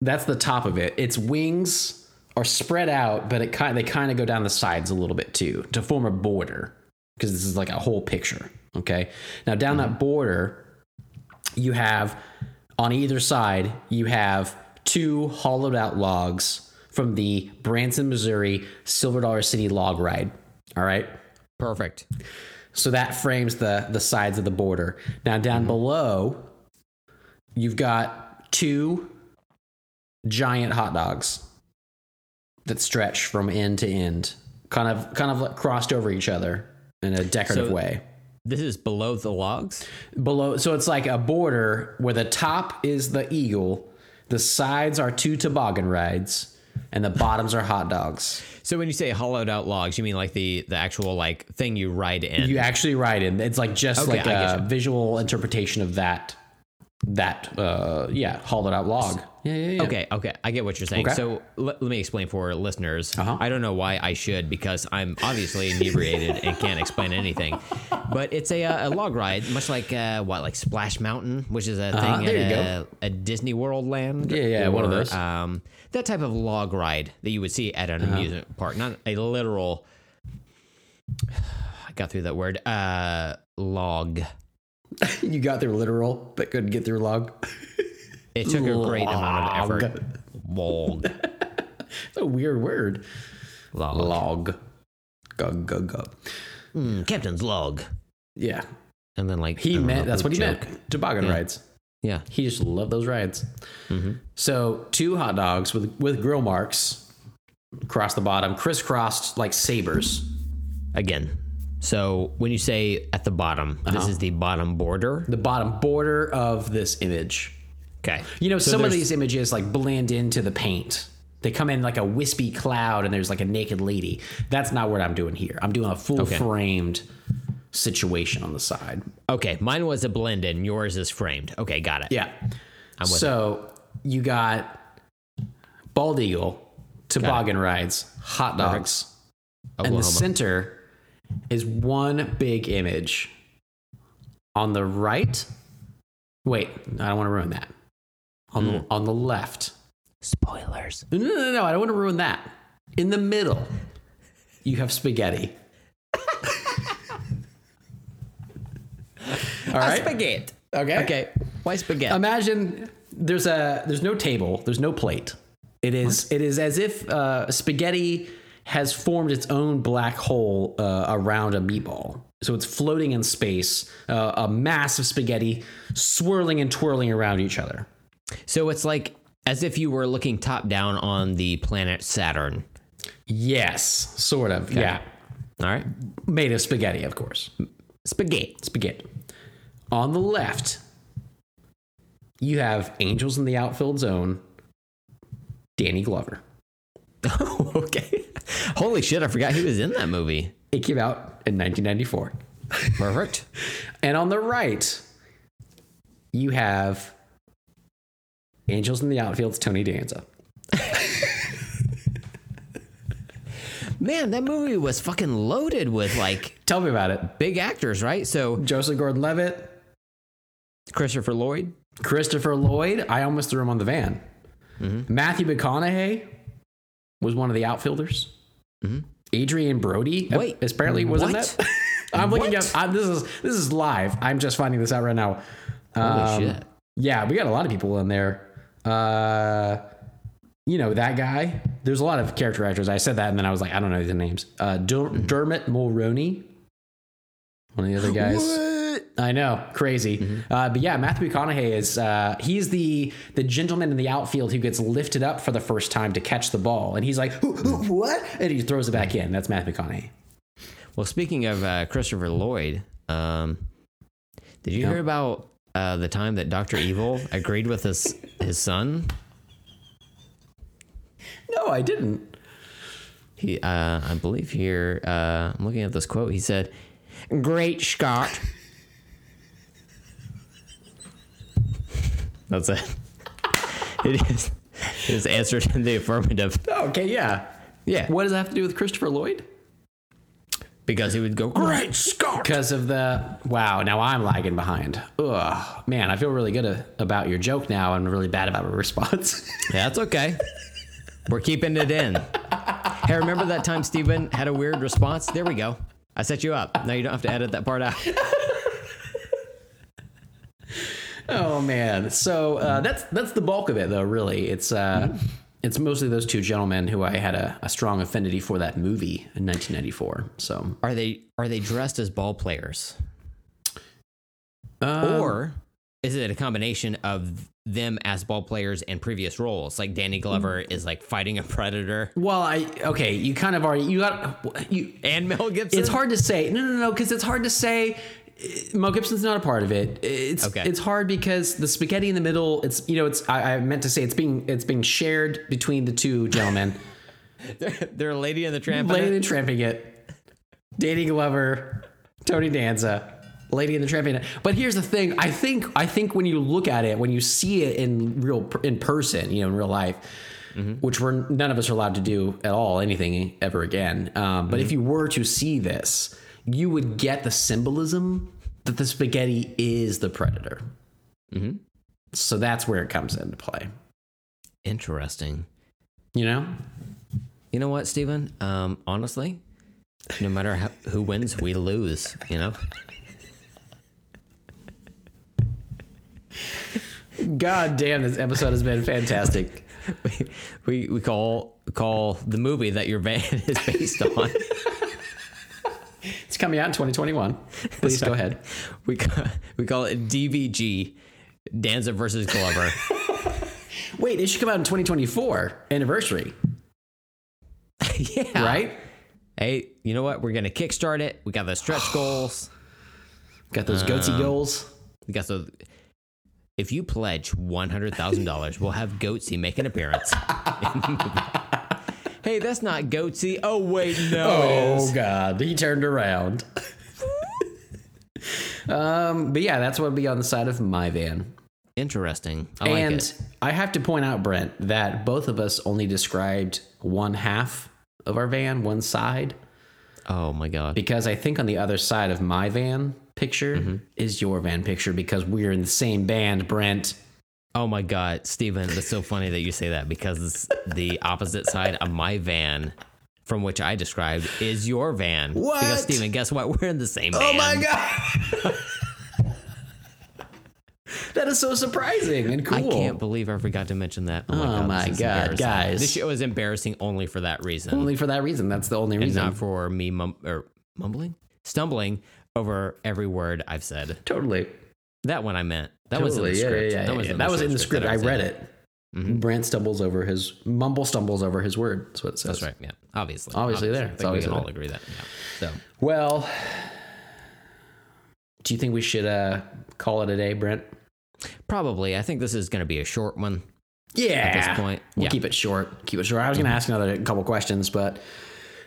A: That's the top of it. Its wings are spread out, but it kind they kind of go down the sides a little bit too to form a border because this is like a whole picture. Okay. Now down that border, you have on either side you have two hollowed out logs from the Branson, Missouri Silver Dollar City log ride. All right.
C: perfect
A: So that frames the the sides of the border. Now down below, you've got two giant hot dogs that stretch from end to end, kind of kind of like crossed over each other in a decorative
C: So-
A: way.
C: this is below the logs
A: Below, so it's like a border where the top is the eagle, the sides are two toboggan rides, and the bottoms are hot dogs.
C: so when you say hollowed out logs you mean like the the actual like thing you ride in
A: You actually write in. It's like just
C: Okay,
A: like
C: I get
A: a visual interpretation of that that uh yeah, hollowed out log. Yeah, yeah, yeah.
C: Okay, okay. I get what you're saying.
A: Okay.
C: So l- let me explain for listeners.
A: Uh-huh.
C: I don't know why I should because I'm obviously inebriated and can't explain anything. But it's a, uh, a log ride, much like uh, what, like Splash Mountain, which is a thing
A: Uh-huh, there
C: at
A: you
C: a, a Disney World land.
A: Yeah, yeah, one of those.
C: Um, that type of log ride that you would see at an
A: Uh-huh.
C: amusement park, not a literal. I got through that word. Uh, log.
A: You got through literal, but couldn't get through log.
C: It took a great
A: ah,
C: amount of effort. Log.
A: It's a weird word.
C: Log.
A: Log. Gug, gug, gug.
C: Mm, Captain's log.
A: Yeah.
C: And then like I
A: He
C: don't
A: meant,
C: know,
A: that's
C: poop
A: what he
C: joke.
A: meant. Toboggan rides.
C: Yeah.
A: He just loved those rides. Mm-hmm. So two hot dogs with, with grill marks across the bottom, crisscrossed like sabers.
C: Again. So when you say at the bottom, this is the bottom border.
A: The bottom border of this image.
C: Okay.
A: You know, some of
C: there's-
A: these images like blend into the paint. They come in like a wispy cloud and there's like a naked lady. That's not what I'm doing here. I'm doing a full
C: Okay.
A: framed situation on the side.
C: Okay. Mine was a blend in. Yours is framed. Okay. Got it.
A: Yeah.
C: with
A: so you got bald eagle, toboggan rides, hot dogs. And
C: Oklahoma.
A: the center is one big image. On the right, wait, I don't want to ruin that. On the,
C: Hmm.
A: on the left,
B: Spoilers.
A: no, no, no, no, I don't want to ruin that. In the middle, you have spaghetti. All right. Um,
C: Spaghetti.
A: okay.
C: Okay. Why spaghetti?
A: Imagine there's a there's no table, there's no plate. It is it is as if uh, spaghetti has formed its own black hole uh, around a meatball. So it's floating in space, uh, a mass of spaghetti swirling and twirling around each other.
C: so it's like as if you were looking top down on the planet Saturn.
A: Yes, sort of. Yeah,
C: All right.
A: made of spaghetti, of course.
C: Spaghetti.
A: Spaghetti. On the left, you have Angels in the Outfield Zone, Danny Glover.
C: okay. Holy shit! I forgot he was in that movie.
A: It came out in 1994.
C: Perfect.
A: And on the right, you have Angels in the Outfield's Tony Danza.
C: Man, that movie was fucking loaded with like
A: Tell me about it.
C: big actors, right? So
A: Joseph Gordon Levitt,
C: Christopher Lloyd.
A: Christopher Lloyd. I almost threw him on the van.
C: Mm-hmm.
A: Matthew McConaughey was one of the outfielders. Adrian Brody. uh,
C: Mm-hmm. Wait,
A: apparently wasn't
C: what?
A: that? I'm looking
C: What?
A: up. I'm, this is this is live. I'm just finding this out right now.
C: Holy
A: Um,
C: shit.
A: Yeah, we got a lot of people in there. Uh, you know that guy. There's a lot of character actors. I said that, and then I was like, I don't know the names. Uh, Der- Dermot Mulroney, one of the other guys. I know, crazy. Uh, but yeah, Matthew McConaughey is uh, he's the the gentleman in the outfield who gets lifted up for the first time to catch the ball, and he's like, "Who- who- "What?" and he throws it back in. That's Matthew McConaughey.
C: Well, speaking of uh, Christopher Lloyd, um, did you hear about uh, the time that Doctor Evil agreed with his his son?
A: No, I didn't.
C: He, uh, I believe here, uh, I'm looking at this quote. He said, "Great Scott." That's it. It is. It is answered in the affirmative.
A: Oh, Okay, yeah,
C: Yeah,
A: What does that have to do with Christopher Lloyd?
C: because he would go great Scott.
A: Because of the wow. Now I'm lagging behind. Ugh, man, I feel really good a, about your joke now, and really bad about my response.
C: Yeah, that's okay. We're keeping it in. Hey, remember that time Steven had a weird response? There we go. I set you up. Now you don't have to edit that part out.
A: Oh man, so uh, that's that's the bulk of it, though. Really, it's uh, it's mostly those two gentlemen who I had a, a strong affinity for that movie in 1994. So,
C: Are they are they dressed as ball players?
A: Um,
C: or is it a combination of them as ball players and previous roles? Like Danny Glover
A: Mm.
C: is like fighting a predator
A: well, I okay, you kind of already you got you.
C: and Mel Gibson.
A: It's hard to say. No, no, no, because it's hard to say. Uh, Mel Gibson's not a part of it. It's
C: Okay.
A: it's hard because the spaghetti in the middle. It's you know it's I, I meant to say it's being it's being shared between the two gentlemen.
C: They're a lady in the tramp.
A: Lady and Tramping It, Danny Glover, Tony Danza, Lady and the Trampian. But here's the thing: I think I think when you look at it, when you see it in real in person, you know, in real life, which we're none of us are allowed to do at all, anything ever again. Um, but if you were to see this, you would get the symbolism that the spaghetti is the predator. So that's where it comes into play.
C: Interesting.
A: You know,
C: You know what, Steven? Um, honestly, no matter how, who wins, we lose, you know?
A: God damn, this episode has been fantastic.
B: we we call call the movie that your van is based on.
A: It's coming out in 2021. Please go ahead.
B: we call, we call it DVG, Danza versus Glover.
A: Wait, it should come out in 2024 anniversary,
B: yeah.
A: right?
B: Hey, you know what? We're gonna kickstart it. We got the stretch goals.
A: Got those goatsy goals.
B: We got the. If you pledge one hundred thousand dollars, we'll have Goatsy make an appearance. in the movie. hey, that's not Goatsy. Oh wait, no. it is.
A: Oh God, he turned around. um, but yeah, that's what would be on the side of my van.
C: Interesting. I like
A: and
C: it.
A: I have to point out, Brent, that both of us only described one half of our van, one side,
C: Oh my God.
A: because I think on the other side of my van picture is your van picture because we're in the same band, Brent.
C: Oh my God, Steven, that's so funny that you say that because the opposite side of my van from which I described is your van.
A: What?
C: Because, Steven, guess what? We're in the same
A: Oh
C: van.
A: my god. that is so surprising and cool.
C: I can't believe I forgot to mention that. Oh my
A: Oh
C: God,
A: my
C: this is
A: God,
C: embarrassing.
A: guys.
C: This show is embarrassing only for that reason.
A: only for that reason. That's the only
C: and
A: reason.
C: not for me mum- or mumbling, stumbling over every word I've said.
A: totally.
C: That one I meant. That was
A: Totally.
C: in the
A: Yeah,
C: script.
A: yeah, yeah, yeah, yeah. That was, in the script.
C: that
A: I
C: was
A: read
C: in.
A: it.
C: Mm-hmm.
A: Brant stumbles over his mumble stumbles over his word. That's what it says.
C: That's right. Yeah, obviously.
A: Obviously there.
C: I
A: It's
C: think we
A: obviously
C: can all
A: there.
C: agree that. Yeah. So
A: Well, do you think we should uh, call it a day, Brent?
C: probably, I think this is going to be a short one.
A: Ah. Yeah.
C: At this point,
A: we'll
C: yeah. Mm-hmm.
A: keep it short. Keep it short. I was going to ask another couple questions, but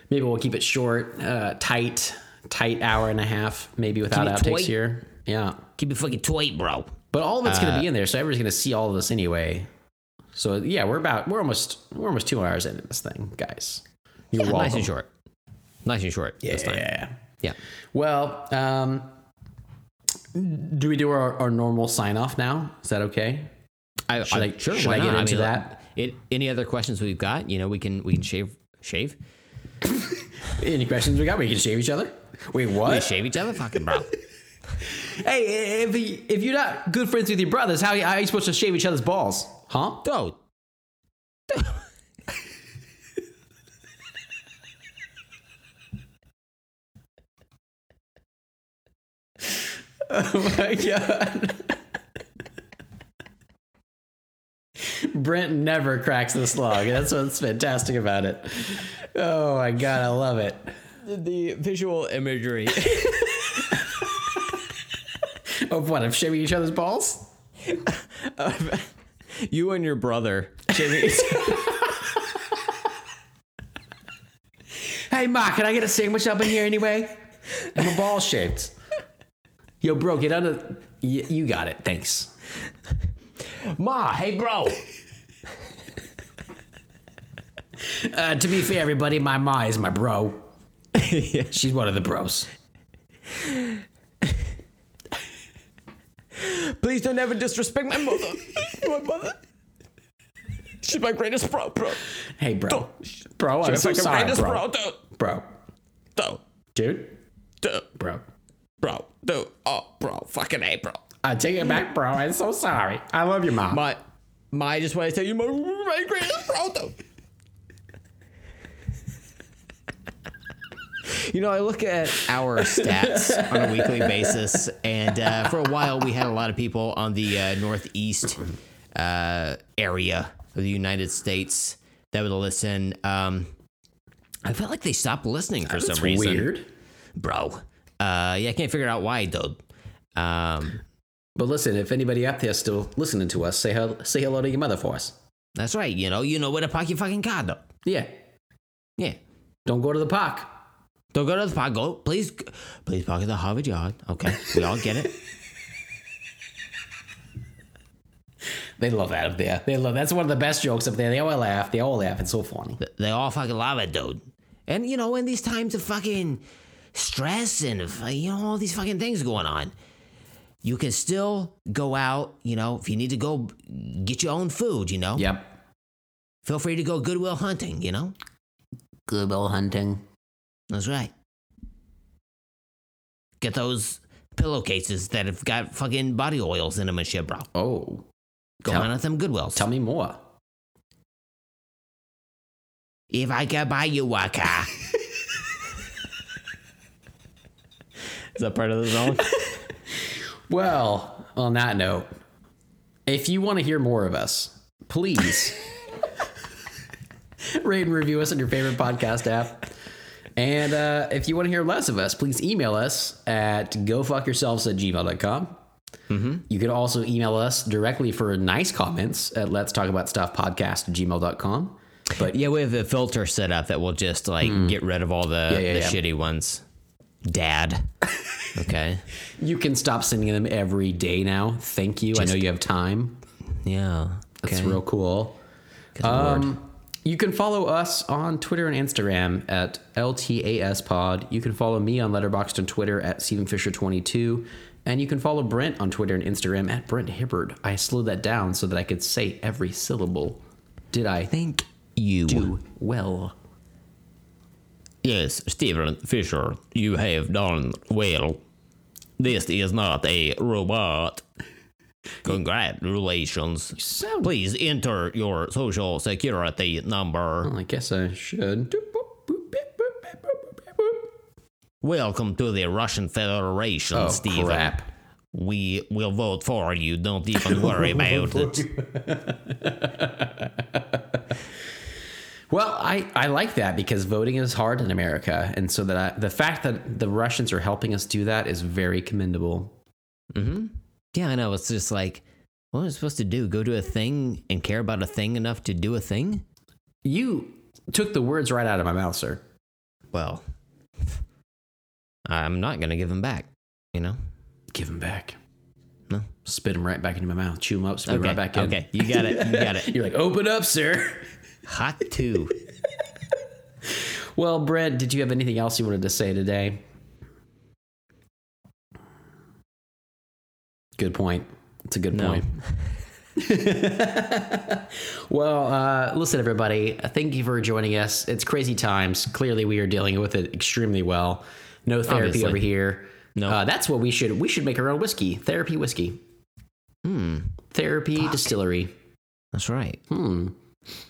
A: maybe we'll keep it short, uh, tight, tight hour and a half, maybe without
C: Keep it
A: outtakes
C: tight.
A: here. Yeah.
C: Keep it fucking tight, bro.
A: But all of it's going to
C: Uh,
A: be in there, so everybody's going to see all of this anyway. So yeah, we're about we're almost we're almost two hours into this thing, guys. You're
C: Yeah, nice
A: welcome.
C: and short. Nice and short. This time.
A: Yeah.
C: Yeah.
A: Well, um, do we do our, our normal sign off now? Is that okay?
C: I,
A: Should I-
C: sure,
A: should I
C: why
A: get
C: not?
A: into
C: mean, like,
A: that?
C: It, any other questions we've got? You know, we can we can shave shave.
A: Any questions we got? We can shave each other. Wait,
C: We
A: what?
C: shave each other, fucking bro.
A: Hey, if he- if you're not good friends with your brothers, how, how are you supposed to shave each other's balls? Huh?
C: Dude.
A: Oh my god. Brent never cracks this log. That's what's fantastic about it. Oh my god, I love it.
B: The visual imagery.
A: Of what? Of shaving each other's balls?
B: you and your brother.
A: Hey, Ma, can I get a sandwich up in here anyway? I'm a ball shaped. Yo, bro, get under. Y- you got it. Thanks.
B: Ma, hey bro.
A: Uh, to be fair, everybody, my Ma is my bro. She's one of the bros.
B: Please don't ever disrespect my mother. my mother. She's my greatest bro, bro.
A: Hey,
B: Oh,
A: bro. Bro, I'm
B: She's
A: so
B: my
A: sorry,
B: greatest
A: bro.
B: bro, dude.
A: Bro,
B: Dude,
A: dude,
B: dude,
A: bro.
B: bro, dude. Oh, bro, fucking hey, bro.
A: I take it back, bro. I'm so sorry. I love you, mom.
B: My, my, I just want to tell you, my, my greatest bro, dude. You know, I look at our stats on a weekly basis, and uh, for a while we had a lot of people on the uh, northeast uh, area of the United States that would listen. Um, I felt like they stopped listening for some reason,
A: weird.
B: bro. Uh, yeah, I can't figure out why, dude. Um,
A: But listen, if anybody up there still listening to us, say hello, say hello to your mother for us.
B: that's right. You know, you know where to park your fucking car, though.
A: Yeah.
B: Yeah.
A: Don't go to the park.
B: Don't go to the park. Go, please, please park at the Harvard Yard. Okay, we all get it.
A: They love that up there. They love that's one of the best jokes up there. They all laugh. They all laugh. It's so funny.
B: They all fucking love it, dude. And you know, in these times of fucking stress and of, uh, you know all these fucking things going on, you can still go out. You know, if you need to go get your own food, you know,
A: Yep.
B: feel free to go Goodwill hunting. You know,
A: Good old hunting.
B: that's right. Get those pillowcases that have got fucking body oils in them and shit, bro.
A: Oh,
B: Go
A: Tell-
B: on at them Goodwills.
A: tell me more.
B: If I could buy you a car.
C: Is that part of the song?
A: Well, on that note, if you want to hear more of us, please rate and review us on your favorite podcast app. And uh, if you want to hear less of us, please email us at gofuckyourselves at gmail.com. You can also email us directly for nice comments at let's talk about stuff podcast at gmail.com. But
C: yeah, we have a filter set up that will just like get rid of all the,
A: yeah,
C: the
A: yeah.
C: shitty ones.
B: Dad.
C: Okay.
A: you can stop sending them every day now. Thank you. I know you have time.
B: Yeah.
A: That's real cool. Um, you can follow us on Twitter and Instagram at LTAS Pod. You can follow me on Letterboxd and Twitter at Stephen Fisher 22. And you can follow Brent on Twitter and Instagram at Brent Hibbard. I slowed that down so that I could say every syllable. Did I
B: Thank you.
A: do well?
C: Yes, Stephen Fisher, you have done well. This is not a robot. Congratulations.
A: Sound
C: Please enter your social security number.
A: I guess I should. Doop, boop, boop, beep, boop, beep, boop, beep, boop.
C: Welcome to the Russian Federation,
A: Oh,
C: Stephen.
A: crap.
C: We will vote for you. Don't even worry about it.
A: Well, I, I like that because voting is hard in America. And so that I, the fact that the Russians are helping us do that is very commendable.
B: Yeah, I know. It's just like, what am I supposed to do? Go to a thing and care about a thing enough to do a thing?
A: You took the words right out of my mouth, sir.
B: Well, I'm not going to give them back, you know?
A: Give them back.
B: No.
A: Spit them right back into my mouth. Chew them up. Spit 'em
B: Okay,
A: right back in.
B: okay. You got it, you got it.
A: You're like, open up, sir.
B: Hot two.
A: Well, Brent, did you have anything else you wanted to say today? Good point. It's a good point. well, uh, listen, everybody. uh, Thank you for joining us. It's crazy times. Clearly, we are dealing with it extremely well. No therapy
C: Obviously.
A: over here. No, uh, that's what we should. We should make our own whiskey. Therapy whiskey. Hmm. Therapy distillery.
B: That's right.
A: Hmm.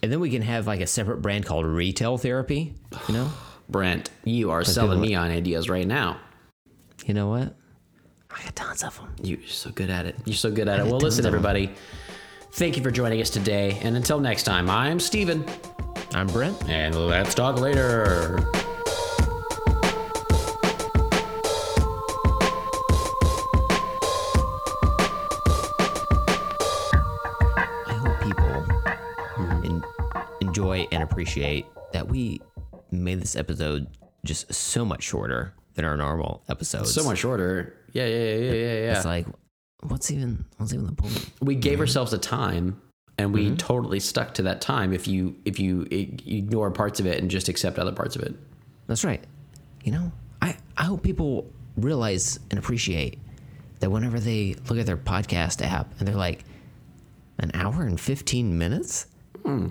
C: And then we can have like a separate brand called Retail Therapy.
B: You know?
A: Brent, you are selling me on ideas right now.
B: You know what? I got tons of them.
A: You're so good at it. You're so good at it. Well, listen, everybody. Thank you for joining us today. And until next time, I'm Steven.
C: I'm Brent.
A: And let's talk later.
B: I hope people mm-hmm, en- enjoy and appreciate that we made this episode just so much shorter than our normal episodes.
A: So much shorter. Yeah, yeah, yeah, yeah, yeah, yeah.
B: It's like, what's even, what's even the point?
A: we gave ourselves a time and
B: Mm-hmm.
A: we totally stuck to that time if you if you i- ignore parts of it and just accept other parts of it.
B: That's right. You know, I, I hope people realize and appreciate that whenever they look at their podcast app and they're like, an hour and 15 minutes? Uh,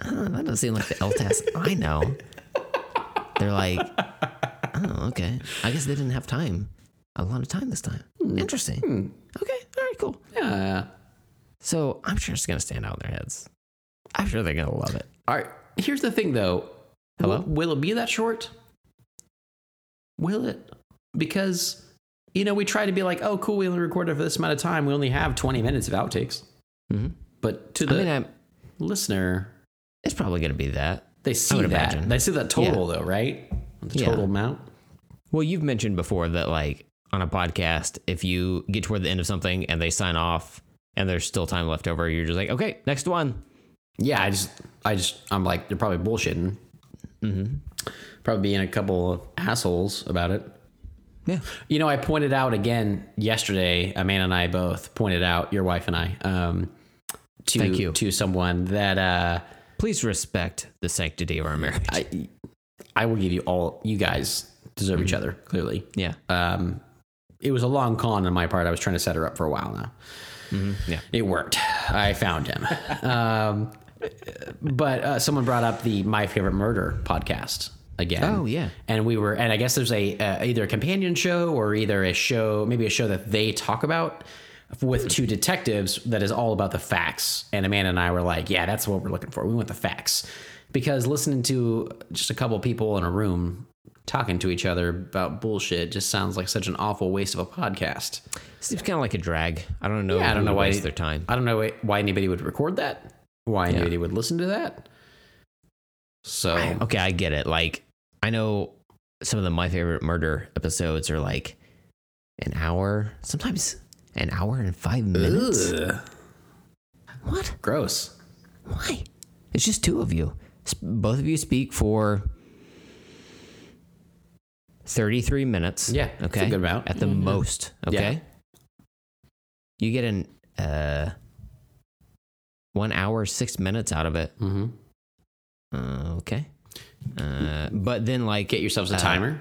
B: that doesn't seem like the LTAS I know. They're like, oh, okay. I guess they didn't have time. A lot of time this time. Interesting. Okay. All right, cool.
A: Yeah.
B: So I'm sure it's going to stand out in their heads. I'm sure they're going to love it.
A: All right. Here's the thing though.
B: Hello?
A: Will, will it be that short? Will it? Because you know, we try to be like, oh cool, we only recorded for this amount of time. We only have 20 minutes of outtakes. Mm-hmm.
B: Mhm.
A: But to
B: I
A: the
B: mean, I'm,
A: listener,
B: it's probably going to be that.
A: they see that.
B: imagine.
A: They see that total though, right? The
B: Yeah.
A: total amount.
C: Well, you've mentioned before that, like on a podcast, if you get toward the end of something and they sign off and there's still time left over, you're just like, okay, next one.
A: Yeah, I just I just I'm like, they're probably bullshitting. probably being a couple of assholes about it.
B: Yeah.
A: You know, I pointed out again yesterday. Amanda and I both pointed out your wife and I um, to
C: Thank you.
A: to someone that uh,
C: Please respect the sanctity of our marriage.
A: I I will give you all. You guys deserve each other clearly.
C: Mm-hmm. yeah.
A: Um, it was a long con on my part. I was trying to set her up for a while now.
C: Mm-hmm. yeah.
A: It worked. I found him. um, but uh, someone brought up the My Favorite Murder podcast again.
C: Oh, yeah.
A: and we were, and I guess there's a uh, either a companion show or either a show, maybe a show that they talk about with two detectives that is all about the facts. And Amanda and I were like, yeah, that's what we're looking for. We want the facts because listening to just a couple people in a room talking to each other about bullshit just sounds like such an awful waste of a podcast.
C: Seems kind of like a drag. I don't know.
A: Yeah, I
C: who
A: don't know
C: would
A: why
C: waste their time.
A: I don't know why anybody would record that. Why anybody would listen to that. So
C: okay, I get it. Like, I know some of the my favorite murder episodes are like an hour, sometimes an hour and five minutes.
A: Ugh,
B: What?
A: gross.
B: Why? It's just two of you. S- Both of you speak for
C: 33 minutes.
A: Yeah, I feel
C: Okay.
A: good Mm-hmm. about.
C: At the most. Okay. You get an uh, one hour, six minutes out of it.
A: Mm-hmm. Mm.
C: Uh, okay. Uh, but then, like,
A: Get yourselves a
C: Uh,
A: timer.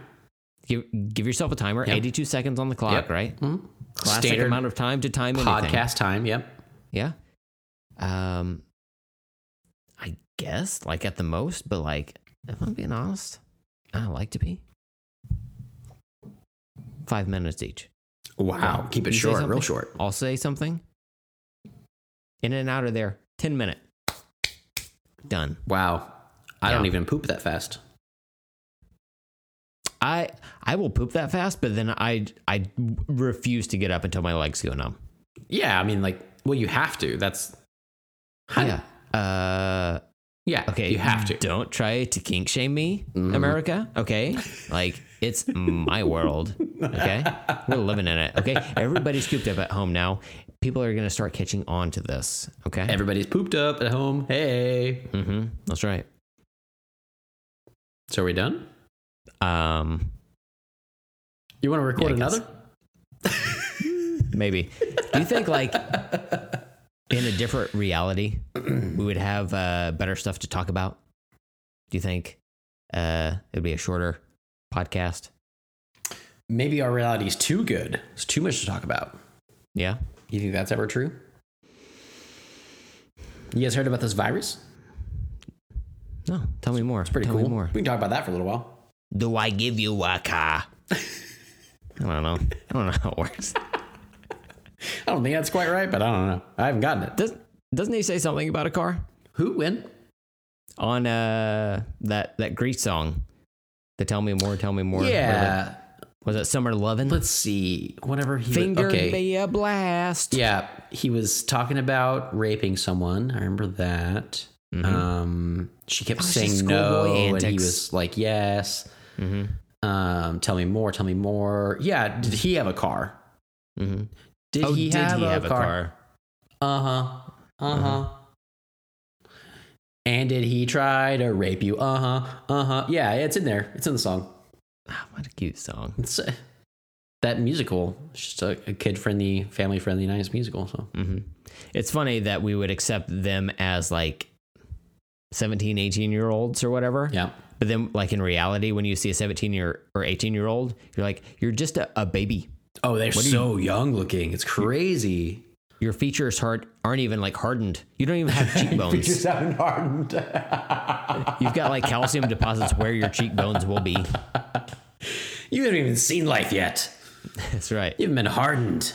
C: give, give yourself a timer, 82 seconds on the clock,
A: Yep.
C: right?
A: Mhm.
C: Classic
A: Standard
C: amount of time to time anything.
A: podcast time. Yep.
C: Yeah. Um, I guess like at the most, but like if I'm being honest, I like to be five minutes each.
A: Wow. Keep it
C: You say
A: short, real
C: something?
A: short.
C: I'll say something. In and out of there, ten minute. Done.
A: Wow. I don't
C: Yeah.
A: even poop that fast.
C: I I will poop that fast, but then I I refuse to get up until my legs go numb.
A: Yeah, I mean, like, well, you have to. That's
C: Yeah. Uh.
A: yeah.
C: Okay,
A: you have to. Mm-hmm.
C: Don't try to kink shame me, America. Okay, like it's my world. Okay, we're living in it. Okay, everybody's cooped up at home now. People are gonna start catching on to this. Okay,
A: Everybody's pooped up at home. Hey.
C: mm-hmm. that's right.
A: So are we done?
C: Um,
A: You want to record
C: Yeah, I guess.
A: another?
C: maybe. Do you think like in a different reality we would have uh, better stuff to talk about? Do you think uh, it'd be a shorter podcast?
A: Maybe our reality's too good. It's too much to talk about.
C: Yeah.
A: You think that's ever true? You guys heard about this virus?
C: No, tell me more. It's
A: Pretty
C: tell
A: cool.
C: Me more.
A: We can talk about that for a little while.
C: Do I give you a car? I don't know. I don't know how it works.
A: I don't think that's quite right, but I don't know. I haven't gotten it.
C: Doesn't doesn't he say something about a car
A: Who when?
C: on uh that that Grease song? The tell me more, tell me more. Or
A: yeah.
C: the- was it Summer Lovin'?
A: Let's see. Whatever he
C: Finger
A: okay.
C: me a blast.
A: Yeah, he was talking about raping someone. I remember that. Um, she kept
C: it's just
A: saying
C: schoolboy
A: no, and he
C: antics.
A: was like, "Yes."
C: Mhm.
A: Um, tell me more. Tell me more. Yeah, did he have a car?
C: Mhm.
A: Did
C: Oh,
A: he
C: did
A: have,
C: he
A: a,
C: have
A: car? Uh huh. Uh huh. And did he try to rape you? Uh huh. Uh huh. Yeah, it's in there. It's in the song.
C: Ah, what a cute song.
A: It's uh, that musical. It's just a, a kid friendly, family friendly, nice musical. So
C: hmm It's funny that we would accept them as like 17, 18 year olds or whatever.
A: yeah.
C: But then, like in reality, when you see a 17 year or 18 year old, you're like, you're just a, a baby.
A: Oh, they're so young looking. It's crazy.
C: Your features hard, aren't even like hardened. You don't even have cheekbones.
A: haven't hardened.
C: You've got like calcium deposits where your cheekbones will be.
A: You haven't even seen life yet.
C: That's right.
A: You haven't been hardened.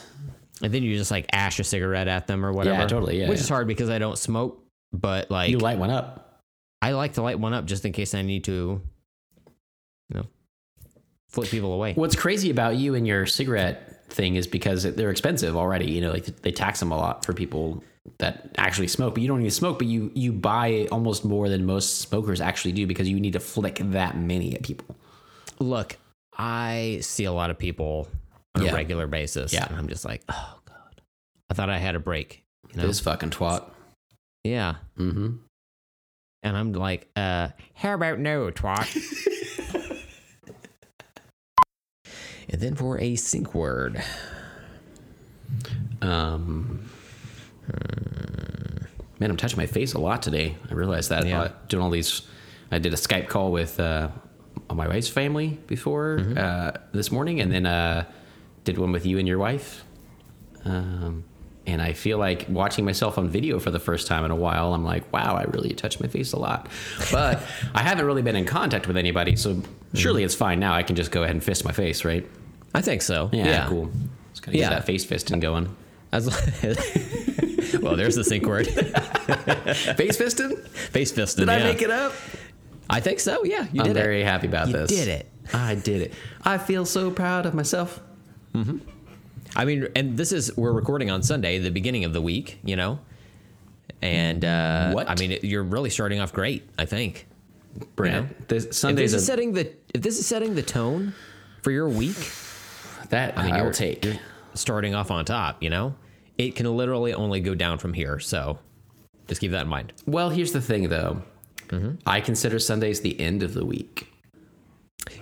C: And then you just like ash a cigarette at them or whatever.
A: totally, yeah,
C: Which
A: yeah.
C: is hard because I don't smoke, but like
A: You light one up.
C: I like to light one up just in case I need to, you know, flip people away.
A: What's crazy about you and your cigarette thing is because they're expensive already. You know, like they tax them a lot for people that actually smoke. But you don't even smoke, but you you buy almost more than most smokers actually do because you need to flick that many at people.
C: Look, I see a lot of people on
A: Yeah.
C: a regular basis.
A: Yeah.
C: And I'm just like, oh God. I thought I had a break. You know?
A: This fucking twat.
C: Yeah.
A: Mm-hmm.
C: And I'm like, uh, how about no, twat? And then for a sync word.
A: Um, man, I'm touching my face a lot today. I realized that
C: Yeah.
A: uh, doing all these. I did a Skype call with uh, my wife's family before uh, this morning, and then uh, did one with you and your wife. Um, and I feel like watching myself on video for the first time in a while. I'm like, wow, I really touched my face a lot, but I haven't really been in contact with anybody, so surely it's fine now. I can just go ahead and fist my face, right?
C: I think so.
A: Yeah, cool. Just gotta
C: Yeah.
A: get that face fisting going.
C: As lo- well, there's the sync word.
A: Face fisting?
C: Face
A: Did
C: fisted.
A: I
C: yeah.
A: make it up?
C: I think so. Yeah, you
A: I'm
C: did
A: very
C: it.
A: happy about
C: You
A: this.
C: did it.
A: I did it. I feel so proud of myself.
C: I mean, and this is we're recording on Sunday, the beginning of the week. You know, and uh,
A: What?
C: I mean, it- you're really starting off great. I think.
A: Brent, this,
C: If
A: Sunday's
C: this
A: a,
C: is setting the if this is setting the tone for your week,
A: that I,
C: you're-
A: will take.
C: starting off on top, you know, it can literally only go down from here. So just keep that in mind.
A: Well, here's the thing, though.
C: Mm-hmm.
A: I consider Sundays the end of the week.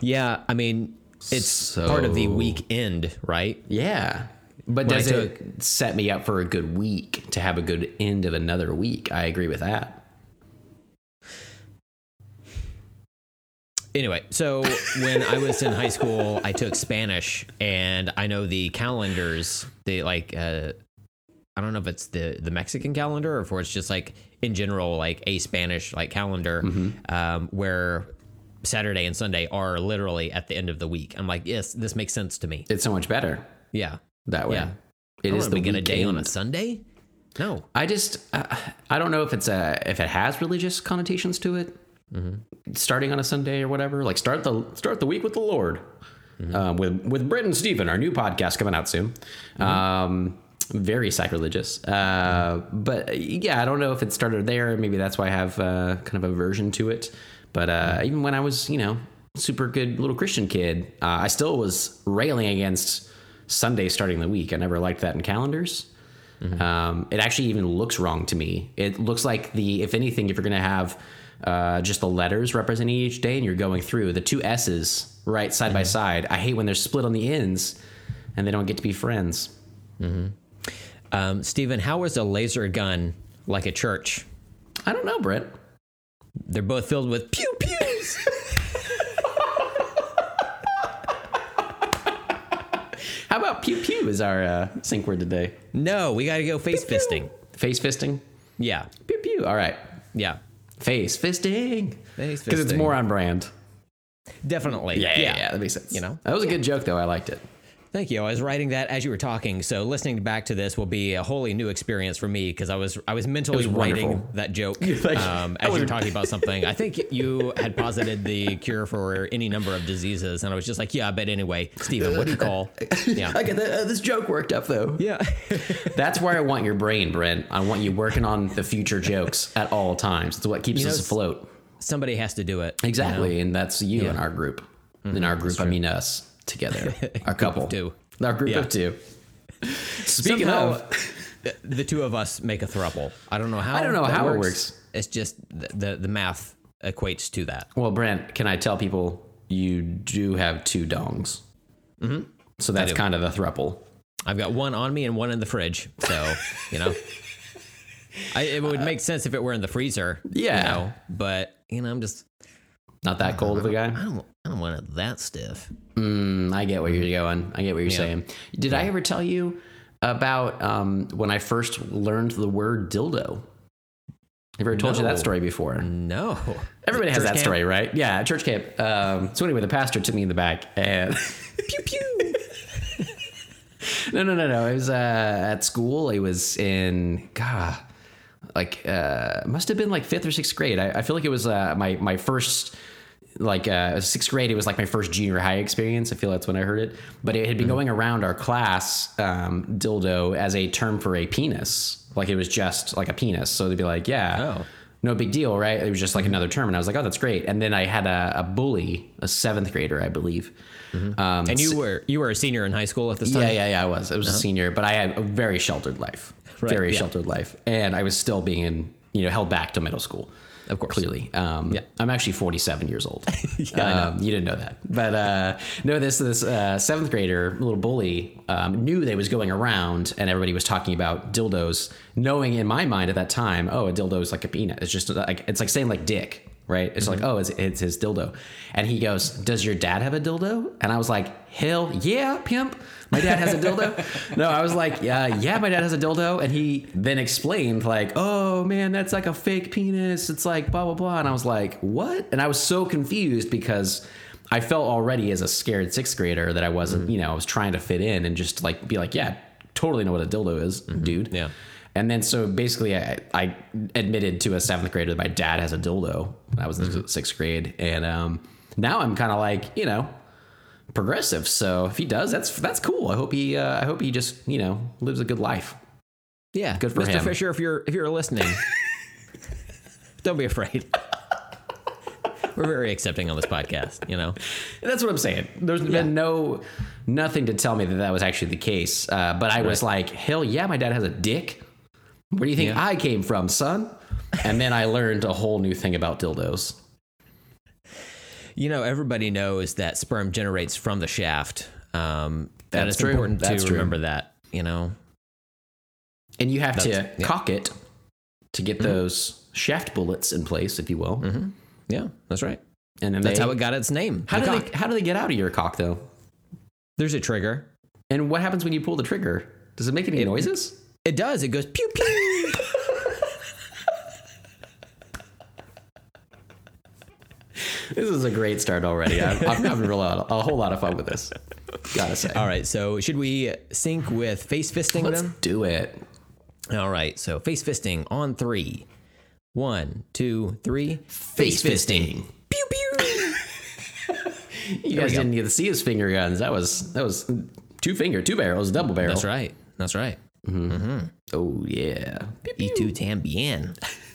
C: Yeah, I mean, it's part of the
A: So-
C: weekend, right?
A: Yeah. But
C: When I
A: does it set me up for a good week to have a good end of another week? I agree with that.
C: Anyway, so when I was in high school, I took Spanish, and I know the calendars. They like, uh, I don't know if it's the the Mexican calendar or if it's just like in general, like a Spanish like calendar,
A: Mm-hmm.
C: um, where Saturday and Sunday are literally at the end of the week. I'm like, yes, this makes sense to me.
A: It's so much better
C: Yeah,
A: that way.
C: Yeah.
A: It
C: I
A: is
C: don't
A: the
C: wanna begin a day on a
A: weekend.
C: Sunday. No,
A: I just uh, I don't know if it's a if it has religious connotations to it. Starting on a Sunday or whatever, like start the start the week with the Lord, um, with with Britt and Stephen, our new podcast coming out soon. Um, very sacrilegious, uh, but yeah, I don't know if it started there. Maybe that's why I have uh, kind of aversion to it. But uh, even when I was, you know, super good little Christian kid, uh, I still was railing against Sunday starting the week. I never liked that in calendars. Um, it actually even looks wrong to me. It looks like the, if anything, if you're going to have uh, just the letters representing each day and you're going through the two S's right side by side, I hate when they're split on the ends and they don't get to be friends.
C: um, Stephen, how is a laser gun like a church?
A: I don't know, Britt.
C: They're both filled with pew pews.
A: How about pew pew is our uh, sync word today?
C: No, we got to go face fisting.
A: Face fisting?
C: Yeah,
A: Pew pew. All right.
C: yeah,
A: Face fisting.
C: Face
A: Because it's
C: fisting.
A: more on brand.
C: definitely.
A: That makes sense.
C: You know?
A: that was a good joke, though. I liked it.
C: Thank you. I was writing that as you were talking, so listening back to this will be a wholly new experience for me because I was I was mentally
A: was
C: writing
A: wonderful.
C: that joke
A: Like,
C: um,
A: I
C: as you were
A: wasn't-
C: talking about something. I think you had posited the cure for any number of diseases, and I was just like, yeah, I bet anyway. Stephen, what do you call? Yeah,
A: I got that, uh, this joke worked up, though.
C: yeah.
A: That's where I want your brain, Brent. I want you working on the future jokes at all times. It's what keeps
C: know,
A: us
C: it's-
A: afloat.
C: Somebody has to do it. you know?
A: Exactly. And that's you in our group.
C: Mm-hmm.
A: In our group, I mean us together. Our couple.
C: two.
A: Our group
C: Yeah.
A: of two. Speaking
C: Somehow,
A: of,
C: the two of us make a thruple. I don't know how.
A: I don't know
C: that
A: how it works.
C: It's just the, the the math equates to that.
A: well, Brent, can I tell people you do have two dongs? Mm-hmm. So that's kind of the thruple.
C: I've got one on me and one in the fridge, so you know, I, it would make sense if it were in the freezer.
A: Yeah.
C: you know, but you know, I'm just
A: Not that cold of a guy.
C: I don't I don't want it that stiff.
A: I get where you're
C: Mm-hmm.
A: going. I get what you're saying. Did I ever tell you about um, when I first learned the word dildo? Ever told you
C: No.
A: that story before?
C: No,
A: Everybody has
C: Church
A: that
C: camp?
A: story, right? Yeah, at church camp. Um, so anyway, the pastor took me in the back and
H: Pew pew.
A: no, no, no, no. It was uh, at school. It was in God, like uh, must have been like fifth or sixth grade. I, I feel like it was uh, my my first like uh, sixth grade. It was like my first junior high experience. I feel that's when I heard it. But it had
C: Mm-hmm.
A: been going around our class um, dildo as a term for a penis. Like it was just like a penis. So they'd be like, yeah.
C: Oh. Mm-hmm.
A: No big deal, right? It was just like another term, and I was like, "Oh, that's great." And then I had a, a bully, a seventh grader, I believe, um,
C: Mm-hmm. and you were you were a senior in high school at this time. Uh-huh.
A: yeah, yeah, yeah. I was. I was a senior, but I had a very sheltered life, very
C: yeah.
A: sheltered life, and I was still being you know held back to middle school.
C: Of course.
A: clearly. Um,
C: Yeah.
A: I'm actually 47 years old. um, you didn't know that, but uh, no, this this uh, seventh grader, little bully, um, knew they was going around, and everybody was talking about dildos, knowing in my mind at that time, oh, a dildo is like a peanut. It's just like it's like saying like dick. Right, it's like
C: Mm-hmm.
A: oh, it's, it's his dildo, and he goes, "Does your dad have a dildo?" And I was like, "Hell yeah, pimp! My dad has a dildo." no, I was like, "Yeah, yeah, my dad has a dildo," and he then explained like, "Oh man, that's like a fake penis. It's like blah blah blah." And I was like, "What?" And I was so confused because I felt already as a scared sixth grader that I wasn't, you know, I was trying to fit in and just like be like, "Yeah, totally know what a dildo is, dude."
C: Yeah.
A: And then so basically, I, I admitted to a seventh grader that my dad has a dildo. when I was in sixth grade, and um, now I'm kind of like you know progressive. So if he does, that's that's cool. I hope he uh, I hope he just you know lives a good life.
C: Yeah,
A: Good for
C: Mr.
A: him.
C: Fisher, if you're if you're listening, don't be afraid. We're very accepting on this podcast, you know.
A: And that's what I'm saying. There's been no nothing to tell me that that was actually the case. Uh, but I was like, hell yeah, my dad has a dick. Where do you think I came from, son? And then I learned a whole new thing about dildos.
C: You know, everybody knows that sperm generates from the shaft. Um, and
A: That's
C: it's
A: true.
C: important
A: That's
C: to
A: true.
C: remember that. You know,
A: And you have to
C: That's- yeah. Mm-hmm.
A: cock it to get those shaft bullets in place, if you will.
C: yeah, that's right.
A: And then
C: Mm-hmm. That's
A: they,
C: how it got its name.
A: how
C: the
A: do
C: cock.
A: they how do they get out of your cock though?
C: There's a trigger.
A: And what happens when you pull the trigger? Does it make any noises?
C: It does. It goes pew pew.
A: This is a great start already. I'm, I'm having a, lot, a whole lot of fun with this. Gotta say.
C: All right. So should we sync with face fisting
A: Let's
C: them?
A: do it.
C: All right. So face fisting on three. One, two, three.
A: Face fisting.
C: Pew pew.
A: You guys didn't get to see his finger guns. That was that was two finger, two barrels, double barrel.
C: That's right. That's right.
A: Oh yeah.
C: E2 E tambien.